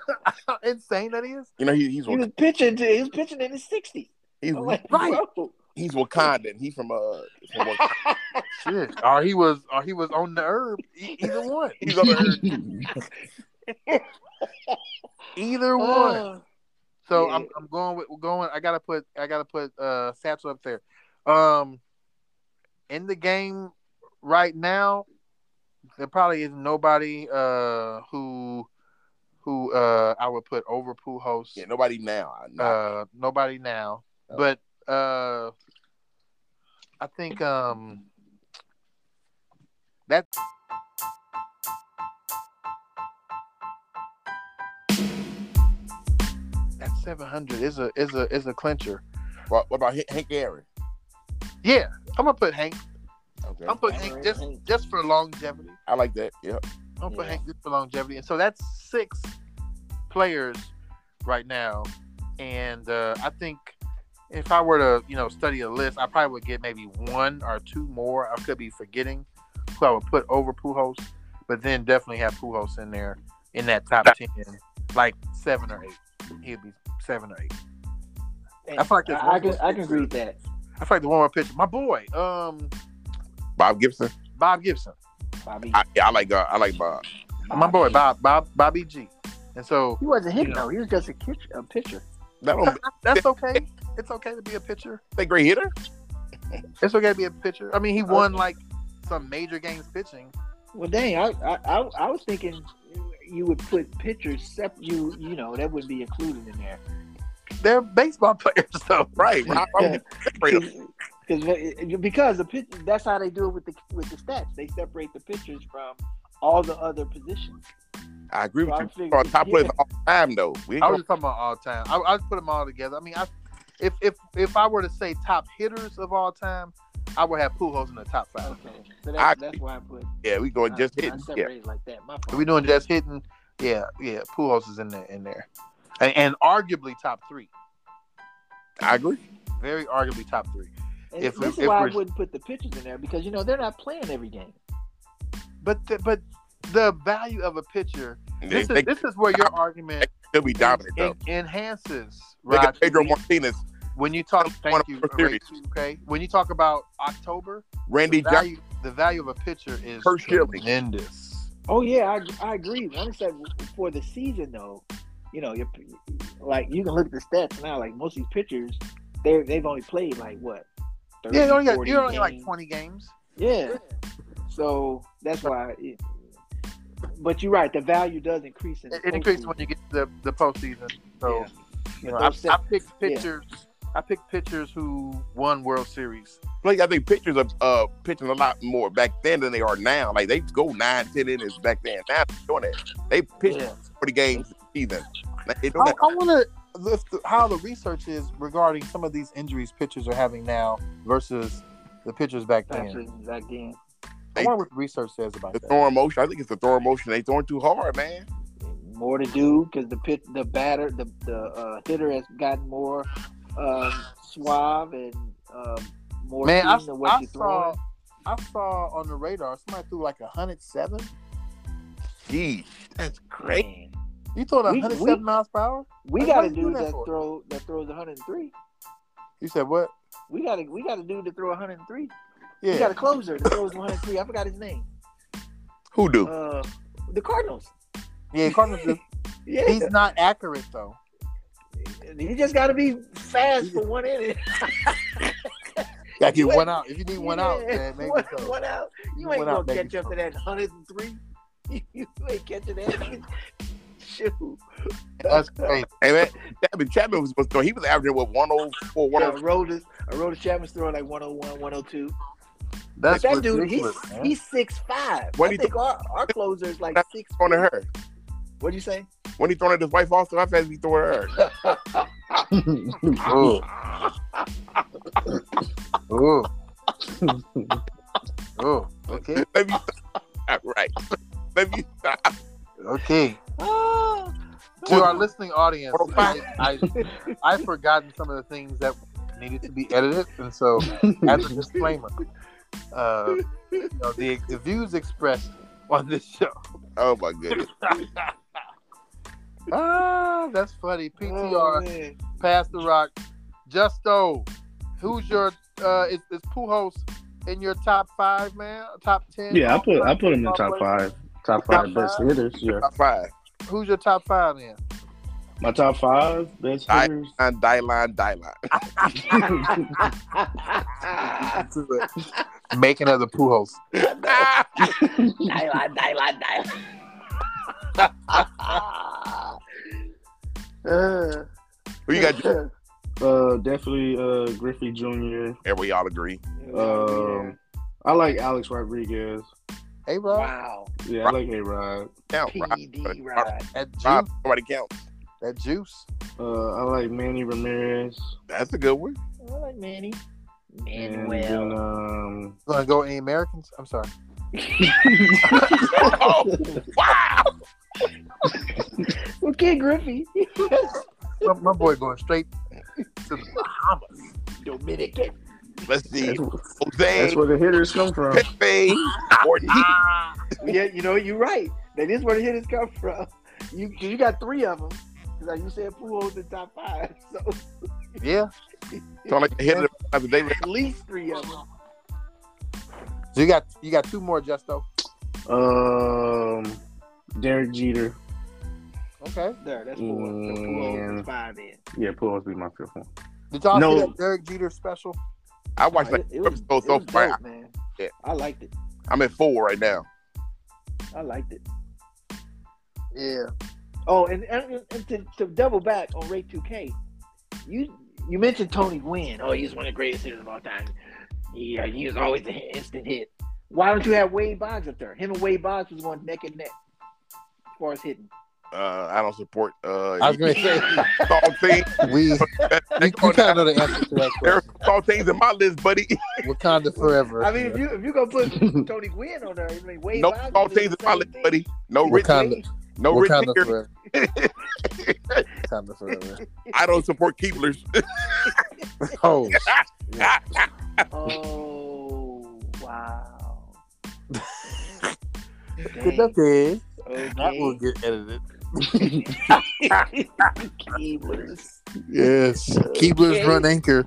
[SPEAKER 1] How insane that is.
[SPEAKER 2] you know he, he's
[SPEAKER 3] he
[SPEAKER 2] Wak-
[SPEAKER 3] was pitching. To, he was pitching in his 60s.
[SPEAKER 2] he's
[SPEAKER 3] I'm like,
[SPEAKER 1] Right.
[SPEAKER 3] <laughs> bro.
[SPEAKER 2] he's Wakandan. He's from uh,
[SPEAKER 1] <laughs>
[SPEAKER 2] from Wak-
[SPEAKER 1] Shit. Or he was or he was on the herb. E- either one.
[SPEAKER 2] he's on the
[SPEAKER 1] <laughs> Either one.
[SPEAKER 3] Uh,
[SPEAKER 1] So
[SPEAKER 3] yeah.
[SPEAKER 1] I'm I'm going with going I gotta put I gotta put uh Satchel up there. Um in the game right now, there probably is nobody uh who who uh I would put over Pujols.
[SPEAKER 2] Yeah, nobody now. I- nah.
[SPEAKER 1] uh nobody now
[SPEAKER 2] No.
[SPEAKER 1] but uh i think um that that 700 is a is a is a clincher
[SPEAKER 2] what, what about Han- Hank Aaron?
[SPEAKER 1] yeah i'm gonna put hank
[SPEAKER 2] Okay,
[SPEAKER 1] i'm putting
[SPEAKER 3] Yeah,
[SPEAKER 1] hank
[SPEAKER 3] right,
[SPEAKER 1] just
[SPEAKER 3] Hank.
[SPEAKER 1] just for longevity
[SPEAKER 2] I like that. Yeah,
[SPEAKER 1] i'm gonna put
[SPEAKER 3] Yeah.
[SPEAKER 1] hank just for longevity and so that's six players right now and uh i think if I were to, you know, study a list, I probably would get maybe one or two more. I could be forgetting who I would put over Pujols, but then definitely have Pujols in there in that top ten, like seven or eight. He'd be seven or eight. I feel like there's
[SPEAKER 3] I, I
[SPEAKER 1] one
[SPEAKER 3] can
[SPEAKER 1] more
[SPEAKER 3] I can agree with
[SPEAKER 1] picture.
[SPEAKER 3] that.
[SPEAKER 1] I feel like the one more pitcher, my boy, um,
[SPEAKER 2] Bob Gibson.
[SPEAKER 1] Bob Gibson,
[SPEAKER 3] Bobby.
[SPEAKER 2] I, yeah, I like uh, I like Bob.
[SPEAKER 1] my boy, Bob, Bob, Bobby G. And so
[SPEAKER 3] He wasn't hitting though. He was just a pitcher. A pitcher.
[SPEAKER 2] That don't make
[SPEAKER 1] that's okay. It's okay to be a pitcher.
[SPEAKER 2] a great hitter.
[SPEAKER 1] It's okay to be a pitcher. I mean, he won like some major games pitching.
[SPEAKER 3] Well, dang. I I, I, I was thinking you would put pitchers. Sep- you you know that would be included in there.
[SPEAKER 1] They're baseball <laughs> players, though.
[SPEAKER 2] Right. Rob,
[SPEAKER 3] Yeah.
[SPEAKER 2] Freedom.
[SPEAKER 3] uh, Because because the pitch, that's how they do it with the with the stats. They separate the pitchers from all the other positions.
[SPEAKER 2] I agree
[SPEAKER 3] So I
[SPEAKER 2] with you.
[SPEAKER 3] figured-
[SPEAKER 2] Our top players
[SPEAKER 3] yeah.
[SPEAKER 2] all the time though. We ain't
[SPEAKER 1] I was
[SPEAKER 2] gonna-
[SPEAKER 1] just talking about all time. I, I put them all together. I mean, I if if if I were to say top hitters of all time, I would have Pujols in the top five.
[SPEAKER 3] Okay, so that's,
[SPEAKER 2] I-
[SPEAKER 3] that's why I put.
[SPEAKER 2] yeah, we going just
[SPEAKER 3] I, I
[SPEAKER 2] hitting. Yeah.
[SPEAKER 3] separated like that. My
[SPEAKER 1] If
[SPEAKER 3] fault.
[SPEAKER 1] we doing just hitting, yeah, yeah, Pujols is in there in there, and, and arguably top three.
[SPEAKER 2] I agree.
[SPEAKER 1] Very arguably top three.
[SPEAKER 3] And
[SPEAKER 1] if we-
[SPEAKER 3] this is
[SPEAKER 1] if
[SPEAKER 3] why I
[SPEAKER 1] we're-
[SPEAKER 3] wouldn't put the pitchers in there because you know they're not playing every game.
[SPEAKER 1] But the, but the value of a pitcher.
[SPEAKER 2] They,
[SPEAKER 1] This
[SPEAKER 2] they
[SPEAKER 1] is this is where your argument
[SPEAKER 2] could be dominant though.
[SPEAKER 1] en- enhances.
[SPEAKER 2] Look
[SPEAKER 1] Rod,
[SPEAKER 2] at Pedro
[SPEAKER 1] when you-
[SPEAKER 2] Martinez,
[SPEAKER 1] when you talk,
[SPEAKER 2] one
[SPEAKER 1] thank you,
[SPEAKER 2] of the
[SPEAKER 1] Ray, okay. When you talk about October,
[SPEAKER 2] Randy
[SPEAKER 1] the
[SPEAKER 2] Johnson.
[SPEAKER 1] value, the value of a pitcher is
[SPEAKER 2] Per shilling.
[SPEAKER 1] tremendous.
[SPEAKER 3] Oh yeah, I, I agree. When I said for the season though, you know, you're, like you can look at the stats now. Like most of these pitchers, they they've only played like what. 30,
[SPEAKER 1] Yeah, you only got
[SPEAKER 3] 40
[SPEAKER 1] you only got like
[SPEAKER 3] games.
[SPEAKER 1] twenty games.
[SPEAKER 3] Yeah. So that's why. It, but you're right. The value does increase. In
[SPEAKER 1] It, it increases when you get to the, the postseason. So you know,
[SPEAKER 3] But
[SPEAKER 1] I,
[SPEAKER 3] those
[SPEAKER 1] I
[SPEAKER 3] sec-
[SPEAKER 1] picked pitchers. I picked pitchers who won World Series.
[SPEAKER 2] Like I think pitchers of uh pitching a lot more back then than they are now. Like they go nine, ten innings back then. Now they're doing that. They pitch
[SPEAKER 3] Yeah.
[SPEAKER 2] forty games either. Like, they do
[SPEAKER 1] I,
[SPEAKER 2] that.
[SPEAKER 1] I want to how the research is regarding some of these injuries pitchers are having now versus the pitchers back then.
[SPEAKER 3] Actually, back then,
[SPEAKER 1] I wonder what the research says about
[SPEAKER 2] The
[SPEAKER 1] that.
[SPEAKER 2] throwing motion. I think it's the throwing motion. They throwing too hard, man.
[SPEAKER 3] more to do because the pit, the batter, the the uh, hitter has gotten more um, suave and um, more
[SPEAKER 1] Man, I,
[SPEAKER 3] keen to what
[SPEAKER 1] I
[SPEAKER 3] you're
[SPEAKER 1] saw
[SPEAKER 3] throwing.
[SPEAKER 1] I saw on the radar somebody threw like hundred seven.
[SPEAKER 2] Gee, that's great.
[SPEAKER 3] Man.
[SPEAKER 1] You throwing
[SPEAKER 3] We-
[SPEAKER 1] hundred
[SPEAKER 3] we-
[SPEAKER 1] seven miles per hour?
[SPEAKER 3] We
[SPEAKER 1] Like,
[SPEAKER 3] got
[SPEAKER 1] what
[SPEAKER 3] a
[SPEAKER 1] you do
[SPEAKER 3] dude
[SPEAKER 1] that
[SPEAKER 3] that
[SPEAKER 1] for?
[SPEAKER 3] throw that throws 103.
[SPEAKER 1] You said what?
[SPEAKER 3] We got a we got a dude to throw 103.
[SPEAKER 1] Yeah,
[SPEAKER 3] We got a closer that throws 103. I forgot his name.
[SPEAKER 2] Who do?
[SPEAKER 3] Uh, the Cardinals.
[SPEAKER 1] yeah. Cardinals.
[SPEAKER 3] <laughs>
[SPEAKER 1] is-
[SPEAKER 3] Yeah,
[SPEAKER 1] he's not accurate though.
[SPEAKER 3] you just got to be fast for one inning.
[SPEAKER 1] Got
[SPEAKER 3] You
[SPEAKER 1] you
[SPEAKER 3] ain't-
[SPEAKER 1] one out. If
[SPEAKER 3] <laughs>
[SPEAKER 1] you need one out,
[SPEAKER 3] Yeah,
[SPEAKER 1] man, make
[SPEAKER 3] one,
[SPEAKER 1] it so.
[SPEAKER 3] one out. You
[SPEAKER 1] One
[SPEAKER 3] ain't
[SPEAKER 1] out,
[SPEAKER 3] gonna
[SPEAKER 1] make
[SPEAKER 3] catch
[SPEAKER 1] it
[SPEAKER 3] up to that 103. <laughs> you ain't catching that. Shoot.
[SPEAKER 1] <laughs> That's crazy.
[SPEAKER 2] Hey man, Chapman, Chapman was supposed to throw. He was averaging what 104,
[SPEAKER 3] Yeah,
[SPEAKER 2] 105.
[SPEAKER 3] Rodas, Rodas Chapman's throwing like 101, 102.
[SPEAKER 1] That's
[SPEAKER 3] that dude,
[SPEAKER 1] ridiculous,
[SPEAKER 3] he's
[SPEAKER 1] man.
[SPEAKER 3] he's six five.
[SPEAKER 2] What
[SPEAKER 3] I
[SPEAKER 2] he
[SPEAKER 3] think our, our closer is like
[SPEAKER 2] That's
[SPEAKER 3] six.
[SPEAKER 2] throwing at her.
[SPEAKER 3] What'd you say?
[SPEAKER 2] When he throwing at his wife also, how fast he throwing at her?
[SPEAKER 3] <laughs>
[SPEAKER 1] Ooh. <laughs> Ooh. <laughs> Ooh. Okay.
[SPEAKER 2] Let me stop. All right. Let me stop.
[SPEAKER 1] Okay.
[SPEAKER 3] Ah,
[SPEAKER 1] To our listening audience,
[SPEAKER 2] World
[SPEAKER 1] I, I, I've forgotten some of the things that needed to be edited, and so as a disclaimer, uh, you know, the, the views expressed on this show.
[SPEAKER 2] Oh my goodness.
[SPEAKER 1] Ah, that's funny. PTR.
[SPEAKER 3] oh, man.
[SPEAKER 1] Pass the rock. Justo, who's your uh is, is Pujols in your top five, man? Top ten?
[SPEAKER 4] yeah, I put I put him in top five, top five best
[SPEAKER 1] five?
[SPEAKER 4] hitters. Yeah,
[SPEAKER 2] Top five.
[SPEAKER 1] Who's your top five then?
[SPEAKER 4] my top five best
[SPEAKER 2] I-
[SPEAKER 4] hitters.
[SPEAKER 2] And die line, die line.
[SPEAKER 3] Oh, Daylight,
[SPEAKER 1] Making of the Pujols.
[SPEAKER 3] daylight, daylight. Uh,
[SPEAKER 2] <laughs> Who you got? Jim?
[SPEAKER 3] <laughs>
[SPEAKER 4] Uh, definitely uh Griffey Jr.
[SPEAKER 2] There we all agree.
[SPEAKER 4] Um, I like Alex Rodriguez.
[SPEAKER 1] Hey Rob,
[SPEAKER 3] wow.
[SPEAKER 4] Yeah, I like A Rod.
[SPEAKER 2] Count. Rob.
[SPEAKER 3] PD ride.
[SPEAKER 1] that juice,
[SPEAKER 2] Rob, nobody counts.
[SPEAKER 1] that juice.
[SPEAKER 4] Uh, I like Manny Ramirez.
[SPEAKER 2] That's a good one.
[SPEAKER 3] I like Manny.
[SPEAKER 4] And um,
[SPEAKER 3] Manuel.
[SPEAKER 1] You gonna go any Americans? I'm sorry.
[SPEAKER 2] oh, wow.
[SPEAKER 3] Well, Kid Griffey.
[SPEAKER 1] My, my boy going straight to the Bahamas.
[SPEAKER 3] Dominican.
[SPEAKER 2] Let's see.
[SPEAKER 4] then um,
[SPEAKER 2] Jose,
[SPEAKER 4] that's where the hitters come from.
[SPEAKER 3] <laughs>
[SPEAKER 2] Pepe, Ortiz.
[SPEAKER 3] yeah, you know, you're right. That is where the hitters come from. You 'cause you got three of them. 'Cause Like you said, Pujols in top five. <laughs> So
[SPEAKER 1] Yeah.
[SPEAKER 2] Sound like the hitter of the day.
[SPEAKER 3] at least three of them.
[SPEAKER 1] So you got you got two more, Justo.
[SPEAKER 4] Um, Derek Jeter.
[SPEAKER 1] Okay.
[SPEAKER 3] There, that's four.
[SPEAKER 2] Mm-hmm.
[SPEAKER 3] So Pujols is five in.
[SPEAKER 4] Yeah, Pujols be my fifth one.
[SPEAKER 1] Did y'all
[SPEAKER 4] No.
[SPEAKER 1] see that Derek Jeter special?
[SPEAKER 2] I watched that
[SPEAKER 3] It, it was,
[SPEAKER 2] episode
[SPEAKER 3] it
[SPEAKER 2] so
[SPEAKER 3] was
[SPEAKER 2] far.
[SPEAKER 3] dope, man.
[SPEAKER 2] Yeah.
[SPEAKER 3] I liked it.
[SPEAKER 2] I'm at four right now.
[SPEAKER 3] I liked it. Yeah. Oh, and, and, and to, to double back on Ray 2K, you you uh, mentioned Tony Gwynn. Oh, he's one of the greatest hitters of all time. Yeah, he was always an instant hit. Why don't you have Wade Boggs up there? Him and Wade Boggs was going neck and neck as far as hitting.
[SPEAKER 2] Uh, I don't support. Uh,
[SPEAKER 1] I was gonna say <laughs>
[SPEAKER 2] saltine.
[SPEAKER 1] we we,
[SPEAKER 2] They call
[SPEAKER 1] kind of know
[SPEAKER 2] that-
[SPEAKER 1] the answer to that
[SPEAKER 2] There are
[SPEAKER 1] question.
[SPEAKER 2] saltines in my list, buddy.
[SPEAKER 1] Wakanda forever.
[SPEAKER 3] I mean, if you if you
[SPEAKER 1] <laughs>
[SPEAKER 3] gonna put Tony Gwynn on there, I mean Wade
[SPEAKER 2] No
[SPEAKER 3] Boggs
[SPEAKER 2] saltines
[SPEAKER 3] is
[SPEAKER 2] in
[SPEAKER 3] the
[SPEAKER 2] my
[SPEAKER 3] same
[SPEAKER 2] list,
[SPEAKER 3] thing.
[SPEAKER 2] buddy. No
[SPEAKER 1] What
[SPEAKER 2] rich,
[SPEAKER 1] kind
[SPEAKER 3] Wade-
[SPEAKER 2] no rich
[SPEAKER 1] Wakanda
[SPEAKER 2] here.
[SPEAKER 1] forever. Wakanda forever.
[SPEAKER 2] I don't support <laughs> Keeblers.
[SPEAKER 1] Oh,
[SPEAKER 3] Oh wow.
[SPEAKER 1] good luck eh? there.
[SPEAKER 3] Okay.
[SPEAKER 1] That will get edited.
[SPEAKER 3] <laughs> Keeblers.
[SPEAKER 1] Yes, Keebler's run anchor.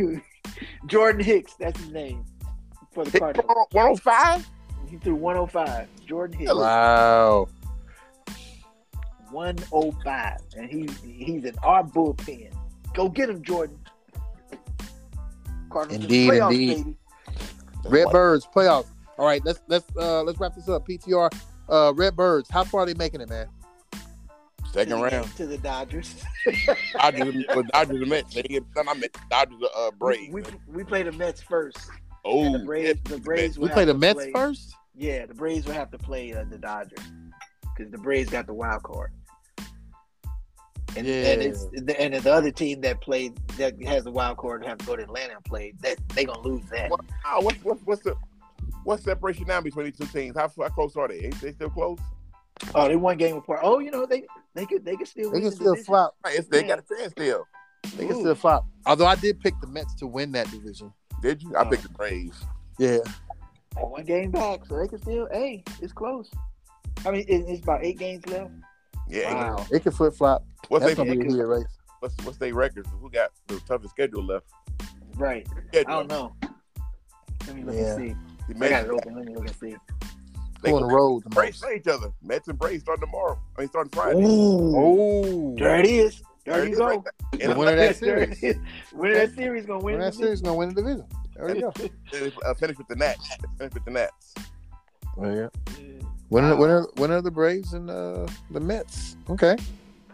[SPEAKER 3] Dude. <laughs> Jordan Hicks, that's his name for the Cardinals.
[SPEAKER 2] 105.
[SPEAKER 3] He threw 105. Jordan Hicks,
[SPEAKER 1] Wow.
[SPEAKER 3] 105, and he's he's in our bullpen. Go get him, Jordan. Cardinals in the
[SPEAKER 1] Indeed,
[SPEAKER 3] playoffs,
[SPEAKER 1] indeed.
[SPEAKER 3] baby.
[SPEAKER 1] Redbirds playoffs. All right, let's let's uh let's wrap this up. PTR. Uh, Redbirds. How far are they making it, man?
[SPEAKER 3] To
[SPEAKER 2] Second
[SPEAKER 3] the-
[SPEAKER 2] round.
[SPEAKER 3] to the Dodgers.
[SPEAKER 2] Dodgers, well, Dodgers the Mets. They get I meant Dodgers the uh, Braves.
[SPEAKER 3] We, we play the Mets first.
[SPEAKER 2] oh,
[SPEAKER 3] and the Braves, the Braves.
[SPEAKER 1] We
[SPEAKER 3] would
[SPEAKER 1] play
[SPEAKER 3] have
[SPEAKER 1] the
[SPEAKER 3] to
[SPEAKER 1] Mets
[SPEAKER 3] play-
[SPEAKER 1] first.
[SPEAKER 3] Yeah, the Braves would have to play uh, the Dodgers because the Braves got the wild card. And, and it's the, and the other team that played that has the wild card have to go to Atlanta and play that they gonna lose that.
[SPEAKER 2] What? Oh, what's what's what's the what's separation now between these two teams? How, how close are they? They, they still close?
[SPEAKER 3] Oh, they won game apart. Oh, you know they they could they could still
[SPEAKER 1] They can
[SPEAKER 3] win the
[SPEAKER 1] still
[SPEAKER 3] division.
[SPEAKER 1] flop.
[SPEAKER 2] Right, it's, they got a chance still.
[SPEAKER 1] They can
[SPEAKER 3] Ooh.
[SPEAKER 1] still flop. Although I did pick the Mets to win that division.
[SPEAKER 2] Did you? I picked the Braves.
[SPEAKER 1] Yeah.
[SPEAKER 3] one game back, so they can still. Hey, it's close. I mean, it, it's about eight games left.
[SPEAKER 2] Yeah.
[SPEAKER 3] Wow.
[SPEAKER 1] It can flip flop.
[SPEAKER 2] What's
[SPEAKER 1] That's
[SPEAKER 2] they
[SPEAKER 1] gonna be a weird race.
[SPEAKER 2] what's, what's their record? Who got the toughest schedule left?
[SPEAKER 3] Right. I
[SPEAKER 2] Schedule.
[SPEAKER 3] don't know. Let me look
[SPEAKER 1] Yeah.
[SPEAKER 3] and see.
[SPEAKER 2] The
[SPEAKER 3] I got
[SPEAKER 2] Mets,
[SPEAKER 3] it open. Let me look and see.
[SPEAKER 2] they
[SPEAKER 1] Who on the road the
[SPEAKER 2] Braves
[SPEAKER 1] most?
[SPEAKER 2] play each other. Mets and Braves starting tomorrow. I mean, starting Friday.
[SPEAKER 4] Ooh.
[SPEAKER 1] Oh,
[SPEAKER 3] There it is.
[SPEAKER 2] There
[SPEAKER 3] There,
[SPEAKER 2] it
[SPEAKER 3] you
[SPEAKER 2] is
[SPEAKER 3] go.
[SPEAKER 2] right
[SPEAKER 1] the
[SPEAKER 2] And
[SPEAKER 1] winner of that
[SPEAKER 3] There it
[SPEAKER 1] series.
[SPEAKER 3] is. <laughs> Winner of that series gonna win.
[SPEAKER 1] Winner of that
[SPEAKER 3] the
[SPEAKER 1] series gonna win the division. There you go.
[SPEAKER 2] uh, finish with the Nats. Finish with the Nats.
[SPEAKER 1] yeah.
[SPEAKER 3] league.
[SPEAKER 1] Winner,
[SPEAKER 3] Wow.
[SPEAKER 1] winner, winner of the Braves and uh, the Mets. Okay,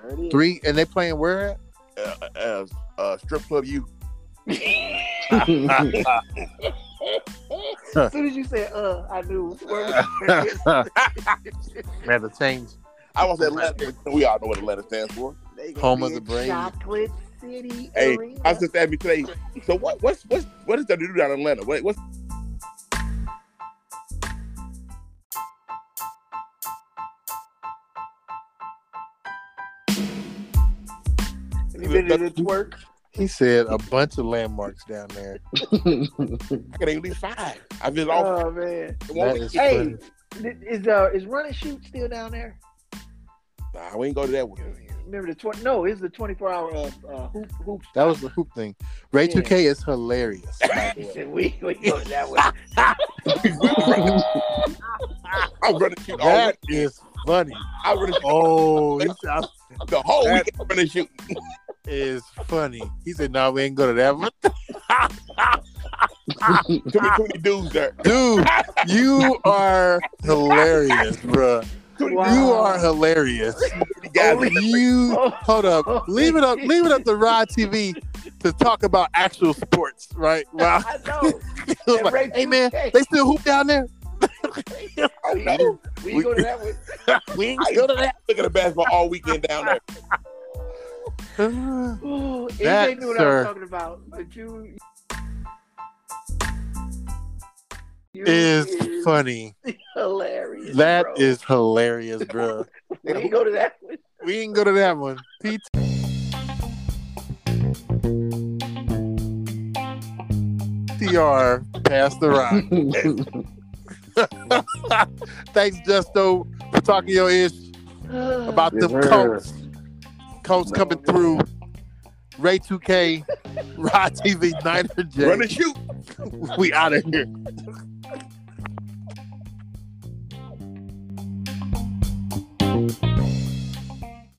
[SPEAKER 3] There it is.
[SPEAKER 1] three, <laughs> and they playing where <laughs> at?
[SPEAKER 2] Uh, uh, uh, strip club, you.
[SPEAKER 3] <laughs> as soon as you said "uh," I knew. Where was
[SPEAKER 1] Never change.
[SPEAKER 2] I was at Atlanta. but We all know what Atlanta stands for.
[SPEAKER 3] They gonna
[SPEAKER 1] Home
[SPEAKER 3] be
[SPEAKER 1] of the
[SPEAKER 3] in
[SPEAKER 1] Braves.
[SPEAKER 3] Chocolate City
[SPEAKER 2] Hey,
[SPEAKER 3] Arena.
[SPEAKER 2] I was just asking me today. So what? What's what's what is there to do down in Atlanta? What, what's
[SPEAKER 3] Have you been to the <laughs> twerk?
[SPEAKER 1] He said a bunch of landmarks down there.
[SPEAKER 2] I can at least five. I visit all.
[SPEAKER 3] Oh man.
[SPEAKER 2] it
[SPEAKER 1] Uh,
[SPEAKER 2] won't
[SPEAKER 1] That
[SPEAKER 2] be-
[SPEAKER 1] is
[SPEAKER 3] Hey,
[SPEAKER 1] funny.
[SPEAKER 3] is uh is Run and Shoot still down there?
[SPEAKER 2] nah, we ain't go to that one.
[SPEAKER 3] Remember the twenty? No, it's the twenty-four hour uh, uh, hoop hoop.
[SPEAKER 1] That was the hoop thing. Ray Two K is hilarious. by the way.
[SPEAKER 3] we we go that <laughs> way.
[SPEAKER 2] I'm running shoot all
[SPEAKER 1] Ah. that
[SPEAKER 2] week.
[SPEAKER 1] is funny.
[SPEAKER 2] I'm running shoot
[SPEAKER 1] Oh, he said,
[SPEAKER 2] the whole
[SPEAKER 1] That-
[SPEAKER 2] week. I'm running shoot.
[SPEAKER 1] is funny. He said, "No, we ain't go to that one,
[SPEAKER 2] Too
[SPEAKER 1] Ah.
[SPEAKER 2] many, too many dudes there.
[SPEAKER 1] dude. You are hilarious, bruh.
[SPEAKER 2] Too many,
[SPEAKER 3] Wow.
[SPEAKER 1] You are hilarious.
[SPEAKER 2] too many guys.
[SPEAKER 1] You
[SPEAKER 3] Oh,
[SPEAKER 1] hold up. Leave it up. Leave it up to Rod TV to talk about actual sports, right? <laughs>
[SPEAKER 3] <laughs>
[SPEAKER 1] Wow.
[SPEAKER 3] I know.
[SPEAKER 1] Like,
[SPEAKER 3] Ray
[SPEAKER 1] hey man,
[SPEAKER 3] 2K.
[SPEAKER 1] they still hoop down there.
[SPEAKER 2] Oh no!
[SPEAKER 3] we,
[SPEAKER 1] we-
[SPEAKER 3] go
[SPEAKER 1] <laughs>
[SPEAKER 3] to that way.
[SPEAKER 1] We ain't
[SPEAKER 2] I
[SPEAKER 1] go
[SPEAKER 2] go to that. Look at the basketball all weekend down there.
[SPEAKER 1] to.
[SPEAKER 3] Ooh, AJ
[SPEAKER 1] That,
[SPEAKER 3] knew what I
[SPEAKER 1] sir,
[SPEAKER 3] was talking about, but you. you
[SPEAKER 1] Is funny.
[SPEAKER 3] hilarious.
[SPEAKER 1] That
[SPEAKER 3] bro.
[SPEAKER 1] is hilarious, bruh.
[SPEAKER 3] We go to that one.
[SPEAKER 1] We ain't go to that one. PT. TR pass the rock. Thanks, Justo, for talking your ish about
[SPEAKER 4] Yes,
[SPEAKER 1] them
[SPEAKER 4] sir.
[SPEAKER 1] Colts. Colts coming
[SPEAKER 3] No,
[SPEAKER 1] through. Ray 2K, Rod TV, Niner
[SPEAKER 2] Run
[SPEAKER 1] J.
[SPEAKER 2] and shoot.
[SPEAKER 1] We out of here.